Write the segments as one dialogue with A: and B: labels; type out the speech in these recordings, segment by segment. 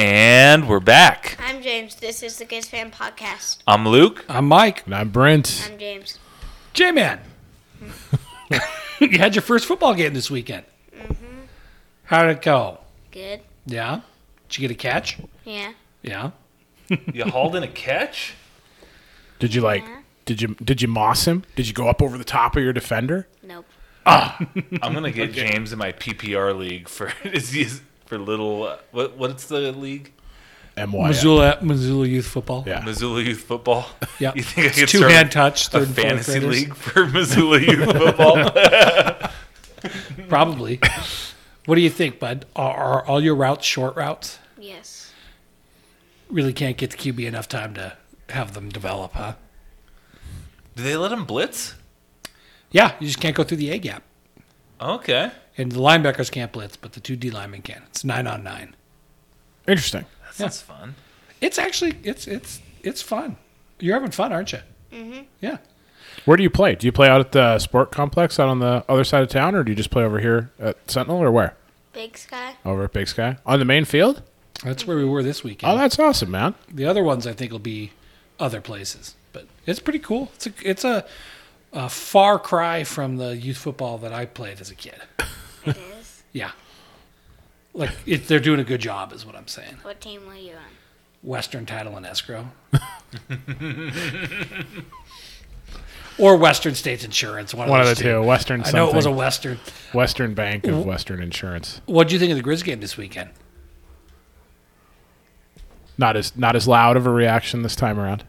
A: And we're back.
B: I'm James. This is the Kids Fan Podcast.
A: I'm Luke.
C: I'm Mike.
D: And I'm Brent.
B: I'm James.
C: J Man. you had your first football game this weekend. How did it go?
B: Good.
C: Yeah. Did you get a catch?
B: Yeah.
C: Yeah.
A: You hauled in a catch?
D: Did you like? Did you did you moss him? Did you go up over the top of your defender?
B: Nope.
A: I'm gonna get James in my PPR league for is he- is- for little uh, what what's the league?
D: My
C: Missoula Missoula Youth Football.
D: Yeah.
A: Missoula Youth Football.
C: Yeah.
A: You think I
C: It's
A: could
C: two
A: start
C: hand touch,
A: a
C: third and fourth
A: fantasy
C: graders?
A: league for Missoula Youth Football?
C: Probably. what do you think, bud? Are, are all your routes short routes?
B: Yes.
C: Really can't get the QB enough time to have them develop, huh?
A: Do they let him blitz?
C: Yeah, you just can't go through the A gap.
A: Okay.
C: And the linebackers can't blitz, but the two D linemen can. It's nine on nine.
D: Interesting.
A: That sounds fun.
C: It's actually it's it's it's fun. You're having fun, aren't you? Mm-hmm. Yeah.
D: Where do you play? Do you play out at the sport complex out on the other side of town, or do you just play over here at Sentinel, or where?
B: Big Sky.
D: Over at Big Sky on the main field.
C: That's where we were this weekend.
D: Oh, that's awesome, man!
C: the other ones I think will be other places, but it's pretty cool. It's a it's a, a far cry from the youth football that I played as a kid.
B: It is.
C: Yeah, like it, they're doing a good job, is what I'm saying.
B: What team were you on?
C: Western Title and Escrow, or Western States Insurance. One,
D: One of
C: those
D: the two, Western.
C: I
D: Something.
C: know it was a Western.
D: Western Bank of Western Insurance.
C: What do you think of the Grizz game this weekend?
D: Not as not as loud of a reaction this time around.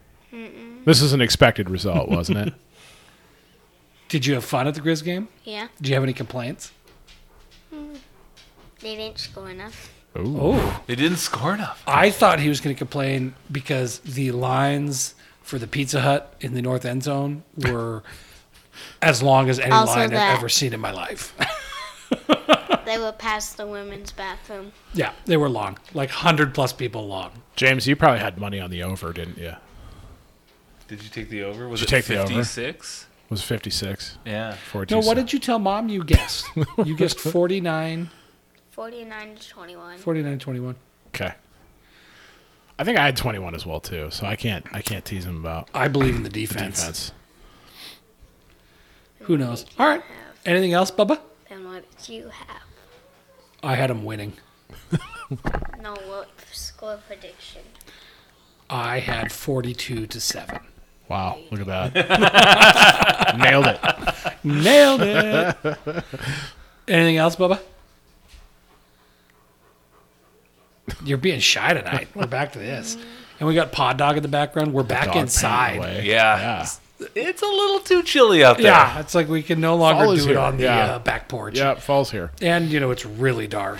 D: This is an expected result, wasn't it?
C: Did you have fun at the Grizz game?
B: Yeah.
C: Do you have any complaints?
B: They didn't score enough.
D: Ooh.
C: Oh.
A: They didn't score enough.
C: I thought he was going to complain because the lines for the Pizza Hut in the north end zone were as long as any
B: Also
C: line
B: that-
C: I've ever seen in my life.
B: They were past the women's bathroom.
C: yeah, they were long, like 100 plus people long.
D: James, you probably had money on the over, didn't you? It
A: Did you take the over? Was
D: Did
A: it
D: you take the over?
A: 56?
D: was 56.
A: Yeah.
D: 42
C: No, what did you tell mom you guessed? you guessed 49,
B: 49 to 21.
C: 49, 21.
D: Okay. I think I had 21 as well too, so I can't I can't tease him about
C: I believe in the defense.
D: defense.
C: Who knows? All right. Anything else, Bubba?
B: Then what did you have?
C: I had him winning.
B: No, what score prediction?
C: I had 42 to 7.
D: Wow, look at that. Nailed it.
C: Nailed it. Anything else, Bubba? You're being shy tonight. We're back to this. And we got Pod Dog in the background. We're back
D: Dog pound
C: inside.
D: away.
A: Yeah. It's a little too chilly out there.
C: Yeah, it's like we can no longer
D: Fall is
C: do it
D: here.
C: on the
D: Yeah.
C: uh, back porch.
D: Yeah, it falls here.
C: And, you know, it's really dark.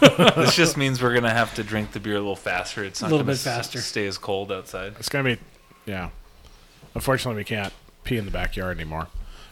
A: This just means we're gonna have to drink the beer a little faster. It's not
C: Little
A: gonna
C: bit faster.
A: S- stay as cold outside.
D: It's going to be yeah. Unfortunately, we can't pee in the backyard anymore.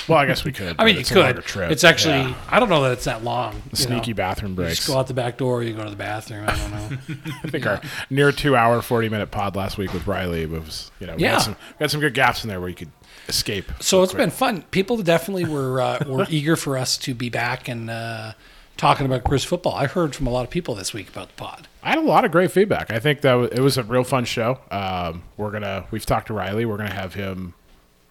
D: Well, I guess we could.
C: I mean,
D: but
C: you
D: it's a
C: could.
D: longer trip.
C: It's actually,
D: Yeah.
C: I don't know that it's that long. you
D: sneaky
C: know.
D: bathroom
C: You just
D: breaks.
C: go out the back door, you go to the bathroom. I don't know.
D: I think our near two hour, 40 minute pod last week with Riley was, you know, we,
C: Yeah.
D: had some, we had some good gaps in there where you could escape.
C: So
D: real
C: it's
D: quick.
C: been fun. People definitely were uh, were eager for us to be back and uh, talking about Grizz football. I heard from a lot of people this week about the pod.
D: I had a lot of great feedback. I think that wa- it was a real fun show. Um, we're gonna we've talked to Riley. We're gonna have him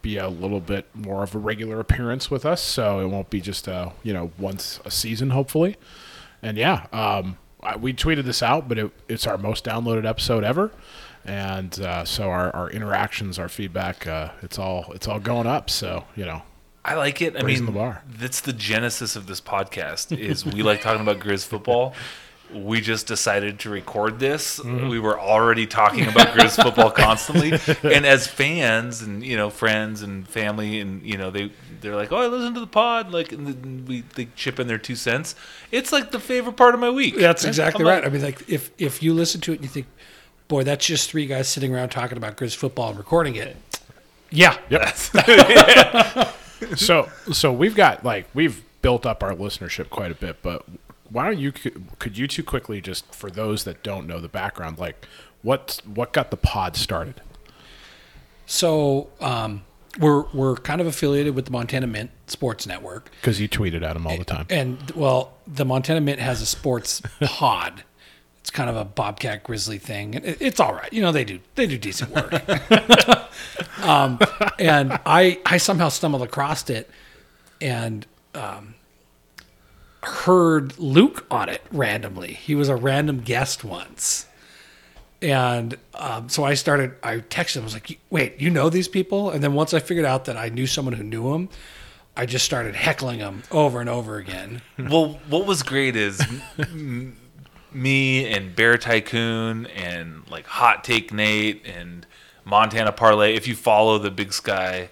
D: be a little bit more of a regular appearance with us, so it won't be just uh you know once a season, hopefully. And yeah, um, I, we tweeted this out, but it, it's our most downloaded episode ever, and uh, so our, our interactions, our feedback, uh, it's all it's all going up. So you know,
A: I like it. I
D: Raising
A: mean,
D: the bar.
A: that's the genesis of this podcast. Is we like talking about Grizz football. We just decided to record this.
C: Mm-hmm.
A: We were already talking about Grizz football constantly, and as fans and you know friends and family and you know they they're like, oh, I listen to the pod. Like and then we they chip in their two cents. It's like the favorite part of my week.
C: That's exactly
A: I'm
C: right.
A: like-
C: I mean, like if if you listen to it and you think, boy, that's just three guys sitting around talking about Grizz football and recording it. Yeah,
D: so so we've got like we've built up our listenership quite a bit but why don't you could you two quickly just for those that don't know the background like what what got the pod started
C: So um, we're we're kind of affiliated with the Montana Mint Sports Network.
D: because you tweeted at him all the time
C: And well, the Montana Mint has a sports pod. It's kind of a Bobcat Grizzly thing, and it, it's all right. You know, they do they do decent work. um, and I I somehow stumbled across it, and um, heard Luke on it randomly. He was a random guest once. And um, so I started, I texted him, I was like, wait, you know these people? And then once I figured out that I knew someone who knew him, I just started heckling him over and over again.
A: Well, what was great is m- me and Bear Tycoon and like Hot Take Nate and Montana Parlay. If you follow the Big Sky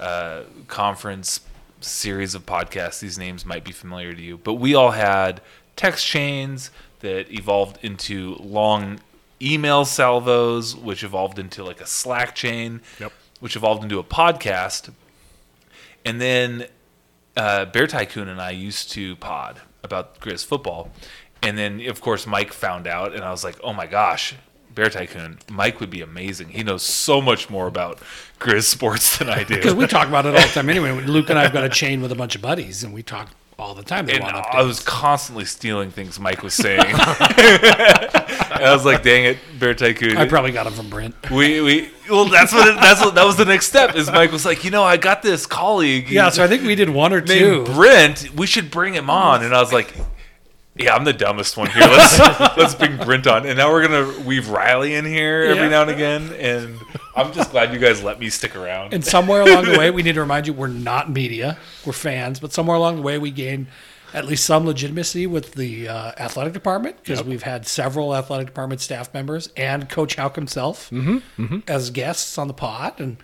A: uh, Conference series of podcasts, these names might be familiar to you. But we all had text chains that evolved into long email salvos, which evolved into like a Slack chain,
D: Yep.
A: which evolved into a podcast. And then uh, Bear Tycoon and I used to pod about Grizz football. And then, of course, Mike found out, and I was like, oh my gosh, Bear Tycoon, Mike would be amazing. He knows so much more about Grizz sports than I
C: Because
A: do.
C: we talk about it all the time anyway. Luke and I have got a chain with a bunch of buddies, and we talk all the time. They
A: And
C: want
A: I was constantly stealing things Mike was saying. And I was like, dang it, Bear Tycoon.
C: I probably got them from Brent.
A: we, we, well, that's what, it, that's what, that was the next step is Mike was like, you know, I got this colleague.
C: Yeah, so I think we did one or two.
A: named Brent, we should bring him on. And I was like, yeah, I'm the dumbest one here. Let's let's bring Brent on. And now we're gonna weave Riley in here every
C: Yeah.
A: now and again. And I'm just glad you guys let me stick around.
C: And somewhere along the way, we need to remind you we're not media, we're fans, but somewhere along the way, we gained at least some legitimacy with the uh, athletic department because we've had several athletic department staff members and Coach Hauk himself
D: Mm-hmm,
C: as guests on the pod. And,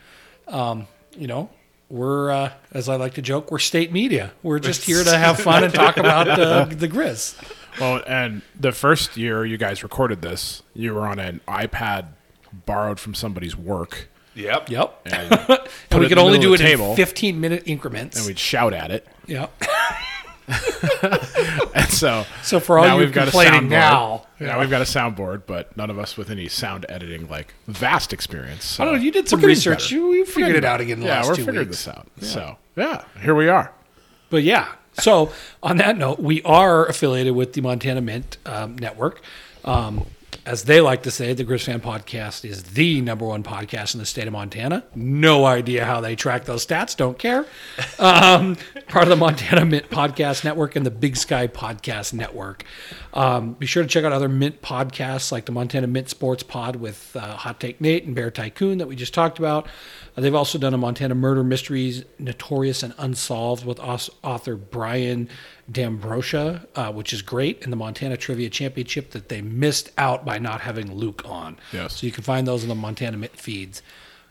C: um, you know, we're, uh, as I like to joke, we're state media. We're just here to have fun and talk about uh, the Grizz.
D: Well, and the first year you guys recorded this, you were on an iPad borrowed from somebody's work,
A: yep.
C: Yep. And
D: and, it
C: we
D: in
C: could
D: the
C: only
D: middle
C: do
D: of
C: it
D: the table.
C: in 15 minute increments.
D: we'd shout at it.
C: yeah.
D: And so,
C: So for all
D: now
C: you
D: we've got a
C: complaining
D: soundboard.
C: now,
D: Now we've got a soundboard, but none of us with any sound editing like vast experience. So.
C: I don't know. You did some
D: getting
C: research.
D: better.
C: You, you figured it out again in the
D: yeah,
C: last
D: we're
C: two
D: figuring
C: weeks.
D: this out. So yeah, here we are.
C: But yeah. So on that note, we are affiliated with the Montana Mint um, Network. Um, as they like to say, the Grizz Fan Podcast is the number one podcast in the state of Montana. No idea how they track those stats. Don't care. Um, part of the Montana Mint Podcast Network and the Big Sky Podcast Network. Um, be sure to check out other Mint podcasts like the Montana Mint Sports Pod with uh, Hot Take Nate and Bear Tycoon that we just talked about. Uh, they've also done a Montana Murder Mysteries Notorious and Unsolved with aus- author Brian D'Ambrosia, uh, which is great, and the Montana Trivia Championship that they missed out by not having Luke on.
D: Yes.
C: So you can find those in the Montana Mint feeds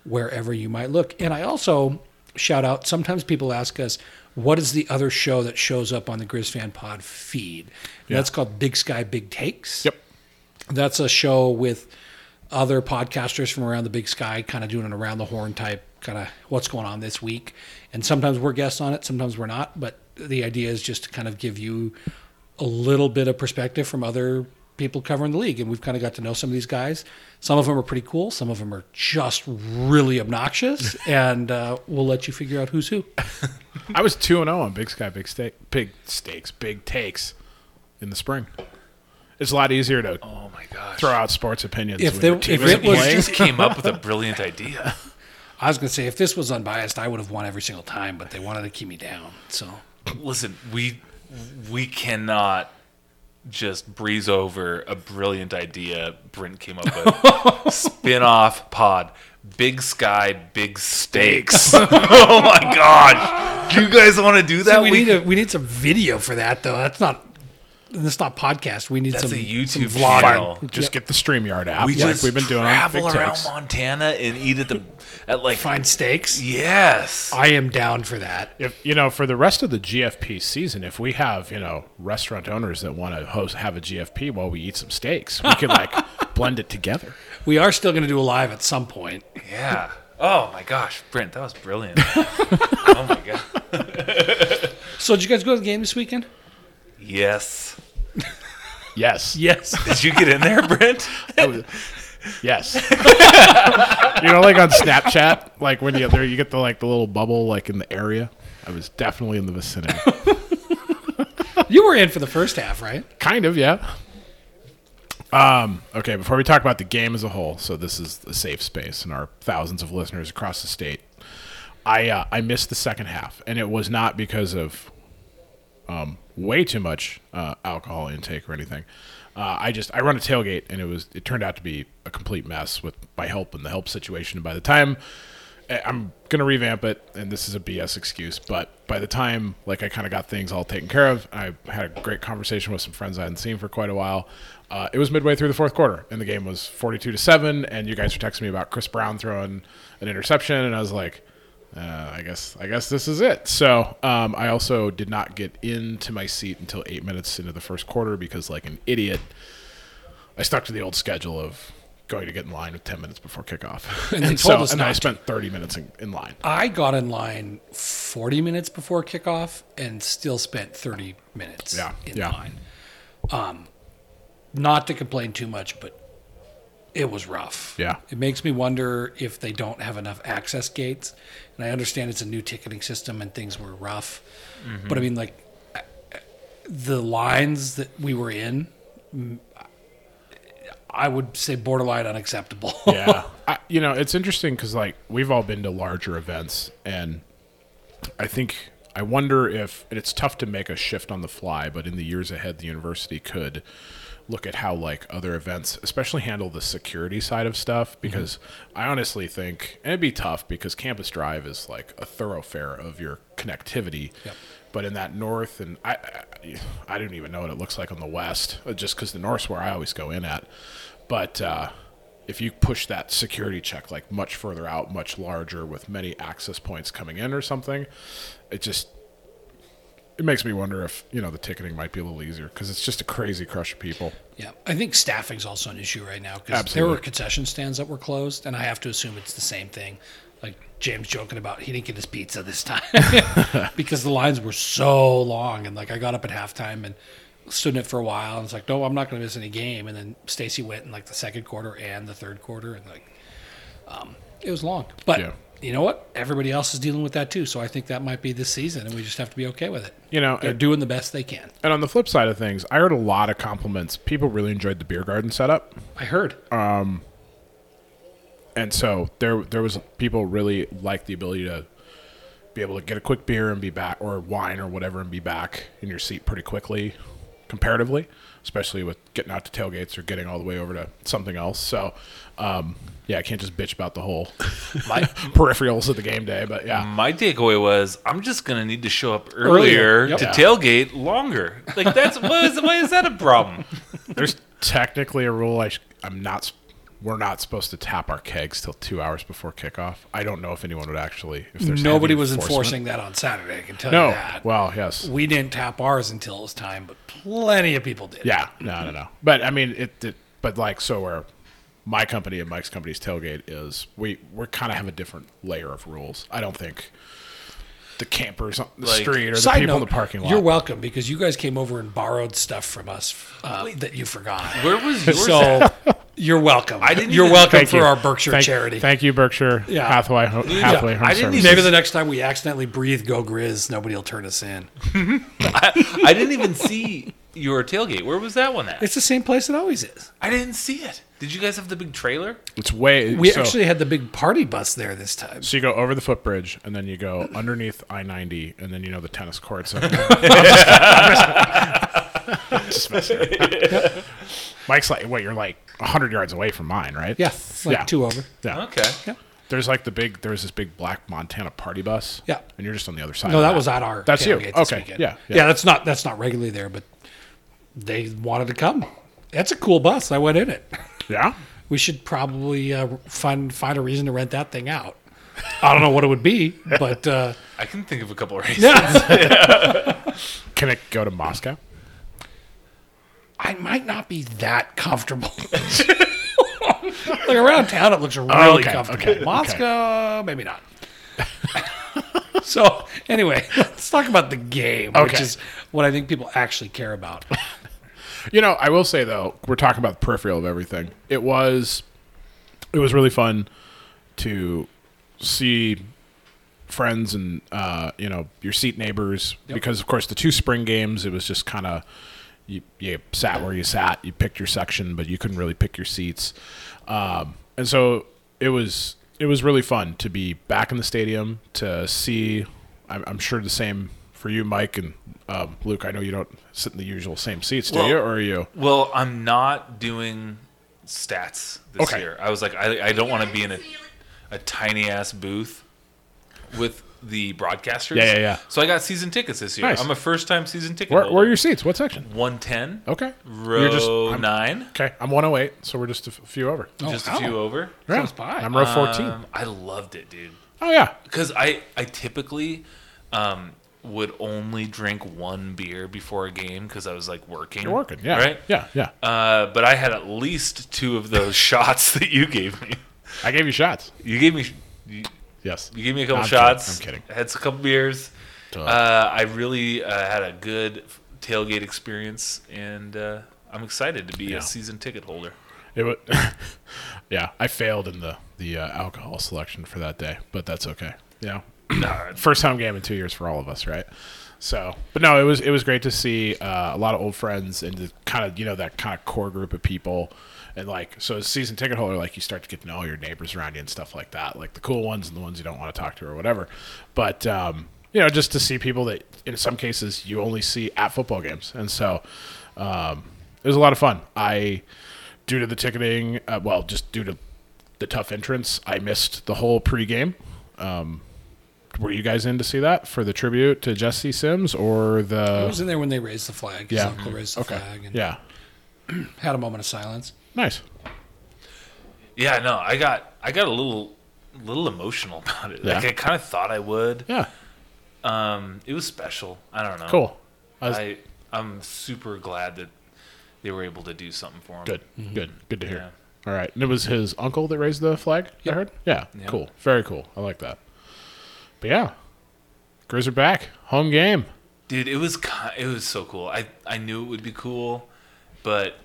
C: wherever you might look. And I also shout out sometimes people ask us, what is the other show that shows up on the Grizz Fan Pod feed? And That's called Big Sky Big Takes.
D: Yep.
C: That's a show with other podcasters from around the big sky, kind of doing an around the horn type, kind of what's going on this week. And sometimes we're guests on it, sometimes we're not. But the idea is just to kind of give you a little bit of perspective from other people covering the league. And we've kind of got to know some of these guys. Some of them are pretty cool, some of them are just really obnoxious. and uh, we'll let you figure out who's who.
D: I was two and zero on Big Sky, Big Steak, Big Steaks, Big Takes in the spring. It's a lot easier to
A: Oh my gosh.
D: throw out sports opinions
C: If
D: when
C: they-
D: your team
C: if
D: isn't
C: it was
A: You
D: playing.
A: just came up with a brilliant idea.
C: I was going to say, if this was unbiased, I would have won every single time, but they wanted to keep me down. So.
A: Listen, we we cannot just breeze over a brilliant idea Brent came up with. Spin-off pod. Big sky, big stakes. oh my gosh. Do you guys want to do that?
C: Yeah, we, need a, we need some video for that though. That's not that's not podcast. We need
A: That's
C: some
A: a
C: some
A: YouTube
C: vlogging.
A: channel.
D: Just get the Streamyard app,
A: We
D: like
A: just
D: we've been doing on Big
A: travel around
D: Takes.
A: Montana and eat at the at like
C: Find steaks.
A: yes.
C: I am down for that.
D: If you know, for the rest of the GFP season, if we have you know restaurant owners that want to host have a GFP while we eat some steaks, we could like blend it together.
C: We are still going to do a live at some point.
A: Yeah. Oh my gosh, Brent, that was brilliant. oh my god.
C: So did you guys go to the game this weekend?
A: Yes.
D: Yes,
C: Yes.
A: Did you get in there, Brent?
D: yes. you know, like on Snapchat, like when you there, you get the like the little bubble like in the area. I was definitely in the vicinity.
C: you were in for the first half, right?
D: Kind of, yeah. Um, Okay, before we talk about the game as a whole, so this is a safe space and our thousands of listeners across the state. I uh, I missed the second half, and it was not because of um, way too much uh, alcohol intake or anything. Uh, I just I run a tailgate, and it was it turned out to be a complete mess with my help and the help situation. And by the time I- I'm gonna revamp it, and this is a BS excuse, but by the time like I kind of got things all taken care of, I had a great conversation with some friends I hadn't seen for quite a while. Uh, it was midway through the fourth quarter, and the game was 42 to seven, and you guys were texting me about Chris Brown throwing an interception, and I was like, uh, I guess I guess this is it. So um, I also did not get into my seat until eight minutes into the first quarter because, like an idiot, I stuck to the old schedule of going to get in line with ten minutes before kickoff,
C: And
D: and,
C: they
D: so
C: told us
D: and I
C: not to.
D: spent thirty minutes in, in line.
C: I got in line 40 minutes before kickoff and still spent 30 minutes
D: Yeah,
C: in
D: yeah.
C: line. Um, not to complain too much, but it was rough.
D: Yeah.
C: It makes me wonder if they don't have enough access gates. And I understand it's a new ticketing system and things were rough.
D: Mm-hmm.
C: But I mean, like, I- I- the lines that we were in, mm, I would say borderline unacceptable.
D: yeah I, you know it's interesting because like we've all been to larger events and i think i wonder if and it's tough to make a shift on the fly but in the years ahead the university could look at how like other events especially handle the security side of stuff because i honestly think and it'd be tough because campus drive is like a thoroughfare of your connectivity but in that north and I, I i don't even know what it looks like on the west uh, just because the north's where i always go in at but uh, if you push that security check like much further out, much larger, with many access points coming in or something, it just it makes me wonder if you know the ticketing might be a little easier because it's just a crazy crush of people.
C: Yeah, I think staffing's also an issue right now because there
D: Absolutely.
C: were concession stands that were closed, and I have to assume it's the same thing. Like James joking about he didn't get his pizza this time because the lines were so long, and like I got up at halftime and stood in it for a while, and it's like, no, I'm not going to miss any game. And then Stacy went in like the second quarter and the third quarter, and like um, it was long. But
D: Yeah.
C: you know what? Everybody else is dealing with that too, so I think that might be this season, and we just have to be okay with it.
D: You know,
C: They're
D: and,
C: doing the best they can.
D: and on the flip side of things, I heard a lot of compliments. People really enjoyed the beer garden setup.
C: I heard.
D: and so there there was people really liked the ability to be able to get a quick beer and be back or wine or whatever and be back in your seat pretty quickly comparatively especially with getting out to tailgates or getting all the way over to something else so um, yeah i can't just bitch about the whole peripherals of the game day but
C: Mm-hmm.
D: yeah
A: My takeaway was I'm just gonna need to show up earlier,
C: Yep.
A: to
D: Yeah.
A: tailgate longer. Like that's why is, why is that a problem?
D: there's technically a rule I sh- i'm not s- we're not supposed to tap our kegs till two hours before kickoff i don't know if anyone would actually if there's
C: Nobody
D: heavy
C: was
D: enforcement.
C: enforcing that on Saturday. I can tell you
D: no
C: that.
D: well yes
C: we didn't tap ours until it was time, but plenty of people did.
D: Yeah, no, no, no. But I mean, it. it but like, so where my company and Mike's company's tailgate is, we we kind of have a different layer of rules. I don't think the campers on the
A: Like-
D: street or the
C: Side
D: people
C: note,
D: in the parking lot.
C: You're welcome because you guys came over and borrowed stuff from us uh, that you forgot.
A: Where was yours? at?
C: So you're welcome. I
A: didn't
C: You're
A: even-
C: welcome
D: Thank
C: for
D: you.
C: our Berkshire
D: Thank-
C: charity.
D: Thank you, Berkshire
C: Yeah.
D: Hathaway. Ho- Hathaway Home
A: I didn't
D: Services.
A: even-
C: Maybe the next time we accidentally breathe "Go Grizz," nobody will turn us in.
A: I didn't even see your tailgate. Where was that one at?
C: It's the same place it always is.
A: I didn't see it. Did you guys have the big trailer?
D: It's way.
C: We
D: so,
C: actually had the big party bus there this time.
D: So you go over the footbridge, and then you go underneath I ninety, and then you know the tennis courts. Just messing around. Mike's like, wait, you're like hundred yards away from mine, right?
C: Yeah, it's like
D: Yeah.
C: two over.
D: Yeah.
A: Okay.
D: There's like the big. There's this big black Montana party bus.
C: Yeah.
D: And you're just on the other side.
C: No,
D: of
C: that was at our.
D: That's you.
C: tailgate this
D: Okay,
C: weekend.
D: yeah,
C: yeah,
D: yeah.
C: That's not that's not regularly there, but they wanted to come. That's a cool bus. I went in it.
D: Yeah.
C: We should probably uh, find find a reason to rent that thing out. I don't know what it would be, but uh,
A: I can think of a couple of races.
C: yeah,
D: Can it go to Moscow?
C: I might not be that comfortable. like around town, it looks really
D: Oh, okay,
C: comfortable.
D: okay, okay.
C: Moscow, maybe not. so anyway, let's talk about the game, which
D: Okay.
C: is what I think people actually care about.
D: You know, I will say though, we're talking about the peripheral of everything. It was, it was really fun to see friends and uh, you know your seat neighbors because of course the two spring games it was just kind of you, you sat where you sat, you picked your section, but you couldn't really pick your seats. Um, and so it was it was really fun to be back in the stadium to see. I'm, I'm sure the same for you, Mike and um, Luke. I know you don't sit in the usual same seats, do
A: Well-
D: you? Or are you?
A: Well, I'm not doing stats this
D: Okay.
A: year. I was like, I, I don't want to be in a, a tiny ass booth with the broadcasters.
D: Yeah, yeah, yeah.
A: So I got season tickets this year.
D: Nice.
A: I'm a first time season ticket.
D: Where, where are
A: holder.
D: your seats? What section?
A: 110.
D: Okay,
A: Row
D: You're just- I'm- Oh,
A: nine.
D: Okay, I'm 108, so we're just a f- few over.
A: just
C: wow.
A: a few over.
D: Yeah,
C: Close by.
D: I'm row 14.
A: Oh, Um, I loved it, dude.
D: oh yeah,
A: because I I typically um, would only drink one beer before a game because I was like working.
D: you're working. Yeah,
A: Right.
D: Yeah, yeah.
A: Uh, but I had at least two of those shots that you gave me.
D: I gave you shots.
A: You gave me you,
D: Yes.
A: you gave me a couple
D: I'm kidding,
A: shots.
D: I'm kidding.
A: I had a couple beers.
D: Duh.
A: Uh, I really uh, had a good tailgate experience, and uh, I'm excited to be
D: Yeah.
A: a season ticket holder.
D: It wa yeah, I failed in the the uh, alcohol selection for that day, but that's okay. Yeah, first time game in two years for all of us, right? So, but no, it was it was great to see uh, a lot of old friends and just kind of you know that kind of core group of people, and like so as a season ticket holder, like you start to get to know all your neighbors around you and stuff like that, like the cool ones and the ones you don't want to talk to or whatever. But um, you know, just to see people that in some cases you only see at football games, and so um, it was a lot of fun. I due to the ticketing, uh, well, just due to the tough entrance, I missed the whole pregame. Um, were you guys in to see that for the tribute to Jesse Sims or
C: I
D: the?
C: was in there when they raised the flag. His
D: Yeah. Mm-hmm.
C: uncle
A: Mm-hmm.
C: raised the
D: Okay,
C: flag and
D: yeah,
C: had a moment of silence.
D: nice.
A: Yeah, no, I got I got a little little emotional about it. Like
D: Yeah.
A: I kind of thought I would.
D: Yeah,
A: Um, it was special. I don't know.
D: cool. I was,
A: I I'm super glad that they were able to do something for him.
D: good,
C: Mm-hmm.
D: good, good to hear. All right, and it was his uncle that raised the flag. I heard. Yeah,
A: Yeah.
D: cool, very cool. I like that. But yeah, Grizz are back, home game.
A: dude. It was ki- it was so cool. I I knew it would be cool, but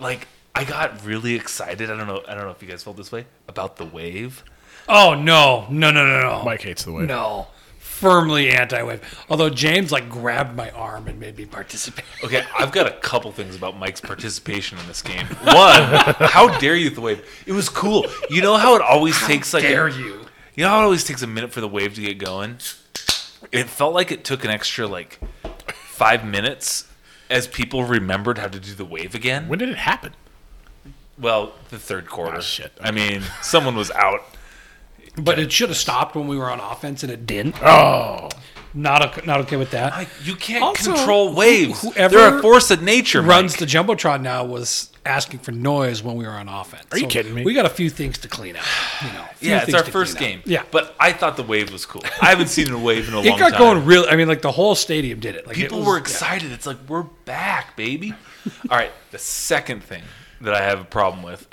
A: like I got really excited. I don't know. I don't know if you guys felt this way about the wave.
C: Oh no, no, no, no, no.
D: Mike hates the wave.
C: Oh. No. Firmly anti wave. Although James like grabbed my arm and made me participate.
A: Okay, I've got a couple things about Mike's participation in this game. One, how dare you with the wave? It was cool. You know how it always takes like a-
C: Dare you?
A: You know how it always takes a minute for the wave to get going? It felt like it took an extra like five minutes as people remembered how to do the wave again.
D: When did it happen?
A: well, the third quarter.
D: Ah, shit.
A: I mean, someone was out.
C: But it should have stopped when we were on offense and it didn't.
D: Oh,
C: Not okay, not okay with that.
A: I, you can't
C: Also,
A: control
C: who-
A: waves.
C: whoever
A: They're a force of nature.
C: runs
A: Mike.
C: the jumbotron now was asking for noise when we were on offense. Are
D: you kidding me?
C: We got a few things to clean up. You know, a few
A: yeah, it's
C: things
A: our
C: to
A: first
C: clean
A: game.
C: up. Yeah,
A: but I thought the wave was cool. I haven't seen a wave in a long
C: it got
A: time.
C: going real. I mean, like the whole stadium did it. Like it
A: People
C: was-
A: were
C: yeah.
A: excited. It's like we're back, baby. All right. The second thing that I have a problem with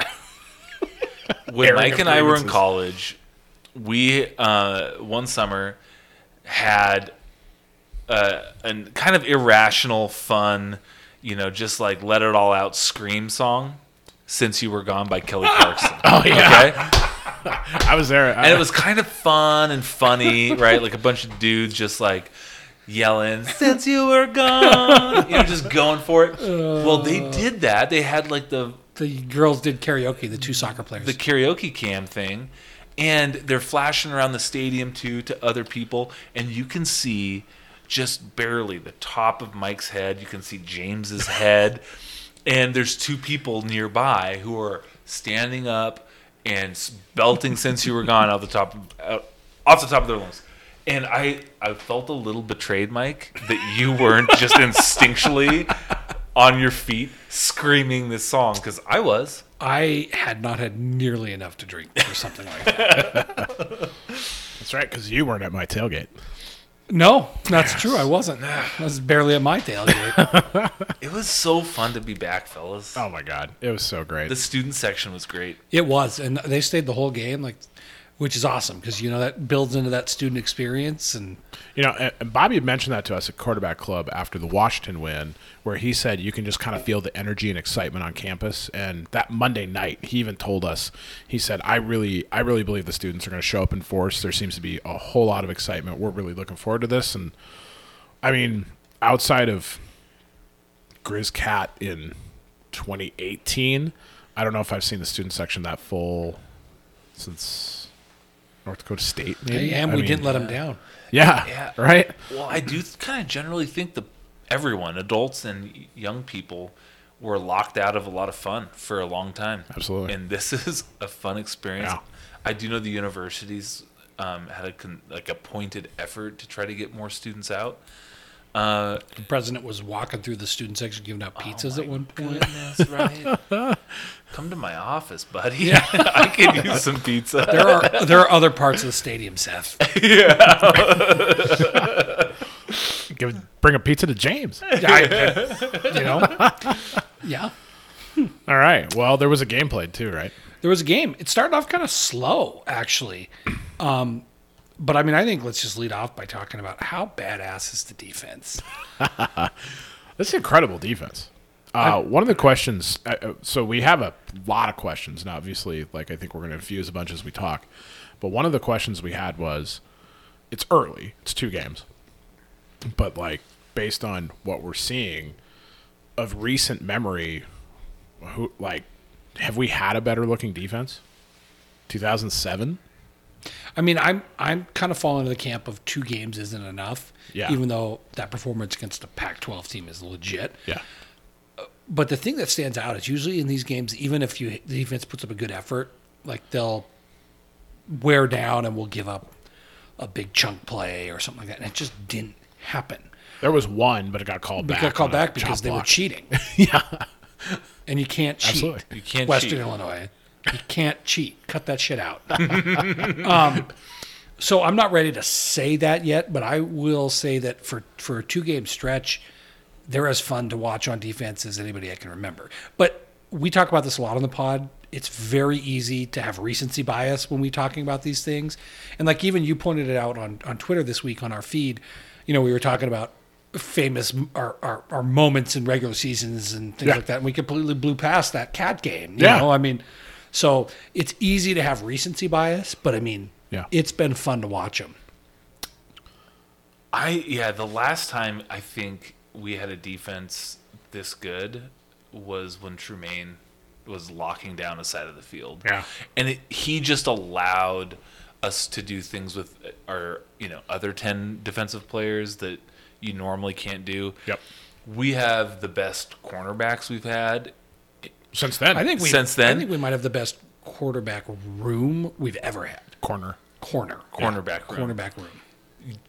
A: when
D: Airing
A: Mike and I were in
D: grievances.
A: college, we uh, one summer had uh, a kind of irrational, fun, you know, just like let it all out scream song. Since you were gone by Kelly Clarkson.
D: oh yeah.
A: Okay.
D: I was there. I,
A: And it was kind of fun and funny, right? Like a bunch of dudes just like yelling, since you were gone, you know, just going for it. well, they did that. They had like the,
C: The girls did karaoke. The two soccer players.
A: the karaoke cam thing, and they're flashing around the stadium too to other people, and you can see just barely the top of Mike's head. You can see James's head, and there's two people nearby who are standing up and s- belting "Since You Were Gone" out the top, of- out, off the top of their lungs. And I, I felt a little betrayed, Mike, that you weren't just instinctually on your feet screaming this song because I was.
C: I had not had nearly enough to drink or something like that.
D: That's right, because you weren't at my tailgate.
C: No, that's true. I wasn't. I was barely at my tailgate.
A: It was so fun to be back, fellas.
D: Oh my god, it was so great.
A: The student section was great.
C: it was, and they stayed the whole game, like, which is awesome because you know that builds into that student experience. And
D: you know, and- and Bobby had mentioned that to us at quarterback club after the Washington win, where he said you can just kind of feel the energy and excitement on campus. And that Monday night, he even told us, he said, "I really, I really believe the students are going to show up in force. There seems to be a whole lot of excitement. We're really looking forward to this." And I mean, outside of Grizz Cat in 2018. I don't know if I've seen the student section that full since North Dakota State. Maybe.
C: and
D: I
C: we
D: mean,
C: didn't let them down.
D: Yeah,
A: Yeah.
D: Right.
A: Well, I do kind of generally think that everyone, adults and young people, were locked out of a lot of fun for a long time.
D: Absolutely.
A: And this is a fun experience.
D: Yeah.
A: I do know the universities um, had a con- like a pointed effort to try to get more students out. Uh,
C: The president was walking through the student section giving
D: Oh
C: out pizzas
A: my
C: at one point.
A: goodness, right? Come to my office, buddy. I could use some pizza.
C: There are there are other parts of the stadium, Seth.
D: Give, bring a pizza to James.
C: you know? Yeah.
D: All right. Well, there was a game played too, right?
C: There was a game. It started off kind of slow, actually. Um, but I mean, I think let's just lead off by talking about how badass is the defense.
D: That's an incredible defense. Uh, one of the questions, uh, uh, so we have a lot of questions, and obviously, like I think we're going to infuse a bunch as we talk. But one of the questions we had was, it's early, it's two games, but like based on what we're seeing of recent memory, who like have we had a better looking defense? Two thousand seven.
C: I mean, I'm I'm kind of falling into the camp of two games isn't enough.
D: Yeah.
C: Even though that performance against the Pac-12 team is legit.
D: Yeah.
C: But the thing that stands out is usually in these games, even if you the defense puts up a good effort, like they'll wear down and will give up a big chunk play or something like that. And it just didn't happen.
D: There was one, but it got called
C: It
D: back.
C: got called
D: on a
C: back because
D: chop
C: they were
D: block.
C: cheating. And you can't cheat.
D: Absolutely.
A: You can't
C: Western
A: cheat.
C: Illinois. You can't cheat. Cut that shit out. um, so I'm not ready to say that yet, but I will say that for, for a two game stretch, they're as fun to watch on defense as anybody I can remember. But we talk about this a lot on the pod. It's very easy to have recency bias when we're talking about these things. And like even you pointed it out on, on Twitter this week on our feed, you know, we were talking about famous our, our, our moments in regular seasons and things
D: Yeah.
C: like that. And we completely blew past that cat game. You
D: Yeah.
C: know, I mean, so it's easy to have recency bias, but I mean,
D: Yeah.
C: it's been fun to watch them.
A: I yeah, the last time I think we had a defense this good was when Trumaine was locking down a side of the field.
D: Yeah.
A: And it, he just allowed us to do things with our, you know, other 10 defensive players that you normally can't do.
D: Yep.
A: We have the best cornerbacks we've had.
D: Since then,
C: I think we
A: Since then?
C: I think we might have the best quarterback room we've ever had.
D: corner.
C: Corner,
A: Cornerback room.
C: cornerback room.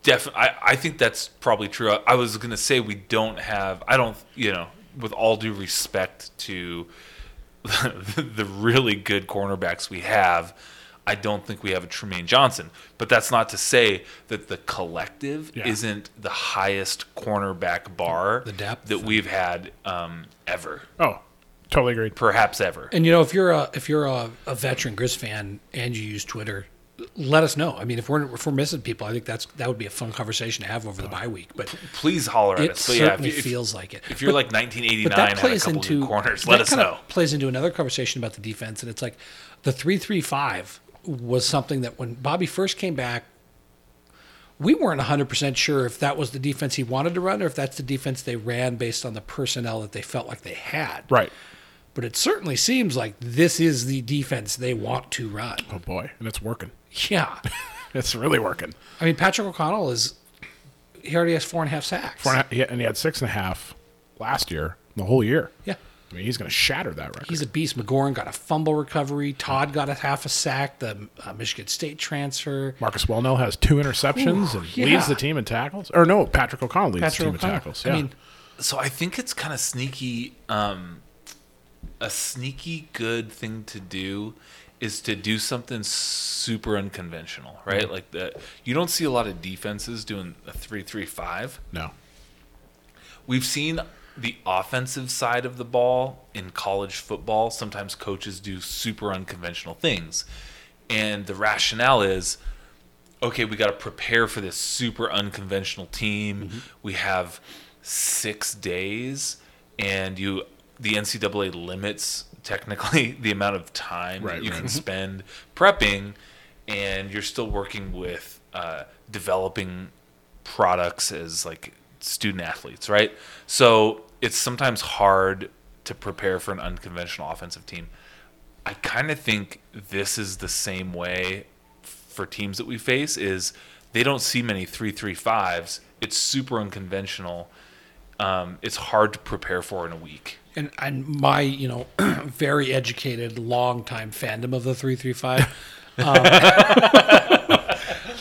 A: Def, I, I think that's probably true. I, I was going to say we don't have, I don't, you know, with all due respect to the really good cornerbacks we have, I don't think we have a Tremaine Johnson. But that's not to say that the collective
D: Yeah.
A: isn't the highest cornerback bar
C: The depth.
A: that we've had um, ever,
D: Oh, totally agreed.
A: perhaps ever.
C: And you know, if you're a if you're a, a veteran Grizz fan and you use Twitter, let us know. I mean, if we're if we're missing people, I think that's that would be a fun conversation to have over the bye week. But
A: Please holler at
C: it
A: us. But Oh. yeah, if,
C: certainly
A: you- if,
C: feels like it.
A: if you're like
C: But- but
A: 1989
C: that
A: had a
C: plays
A: couple
C: into
A: good corners, let
C: that
A: us
C: kinda
A: know.
C: Plays into another conversation about the defense, and it's like the three three five was something that when Bobby first came back, we weren't hundred percent sure if that was the defense he wanted to run or if that's the defense they ran based on the personnel that they felt like they had.
D: Right.
C: But it certainly seems like this is the defense they want to run.
D: Oh boy, and it's working.
C: Yeah,
D: It's really working.
C: I mean Patrick O'Connell is he already has four and a half sacks.
D: Four and, a, he- and he had six and a half last year, the whole year.
C: Yeah.
D: I mean, he's going to shatter that record.
C: He's a beast. McGoran got a fumble recovery. Todd got a half a sack. The uh, Michigan State transfer.
D: Marcus Wellnell has two interceptions
C: Ooh,
D: and
C: yeah.
D: leads the team in tackles. Or no, Patrick O'Connell leads
C: Patrick
D: the team
C: O'Connell.
D: in tackles. Yeah.
C: I mean,
A: so I think it's kind of sneaky. Um, a sneaky good thing to do is to do something super unconventional, right? Like that. You don't see a lot of defenses doing a three-three-five.
D: no.
A: We've seen the offensive side of the ball in college football. Sometimes coaches do super unconventional things, and the rationale is okay, we got to prepare for this super unconventional team. We have six days, and you the NCAA limits technically the amount of time
D: Right,
A: that you
D: right.
A: can spend prepping, and you're still working with uh, developing products as like student athletes, right? So it's sometimes hard to prepare for an unconventional offensive team. I kind of think this is the same way for teams that we face is they don't see many 335s. It's super unconventional. Um, it's hard to prepare for in a week.
C: and and my you know very educated long time fandom of the 335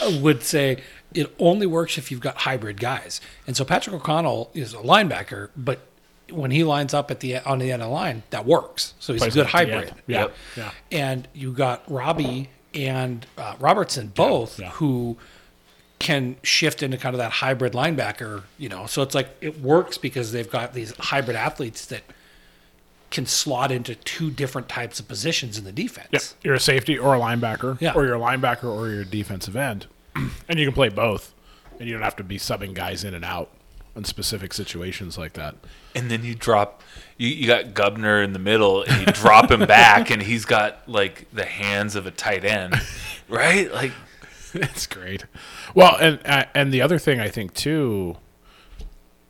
C: um, would say it only works if you've got hybrid guys and so patrick o'connell is a linebacker but when he lines up at the on the end of the line that works so he's
D: Plays
C: a good
D: at the end.
C: hybrid
D: Yeah.
A: Yep.
D: Yeah.
C: and you got robbie and uh, robertson both
D: yeah.
C: who can shift into kind of that hybrid linebacker you know so it's like it works because they've got these hybrid athletes that can slot into two different types of positions in the defense.
D: Yeah, you're a safety or a linebacker,
C: Yeah.
D: or you're a linebacker or you're a defensive end, and you can play both, and you don't have to be subbing guys in and out in specific situations like that.
A: And then you drop, you, you got Gubner in the middle, and you drop him back, and he's got like the hands of a tight end, right? Like,
D: It's great. Well, and uh, and the other thing I think too,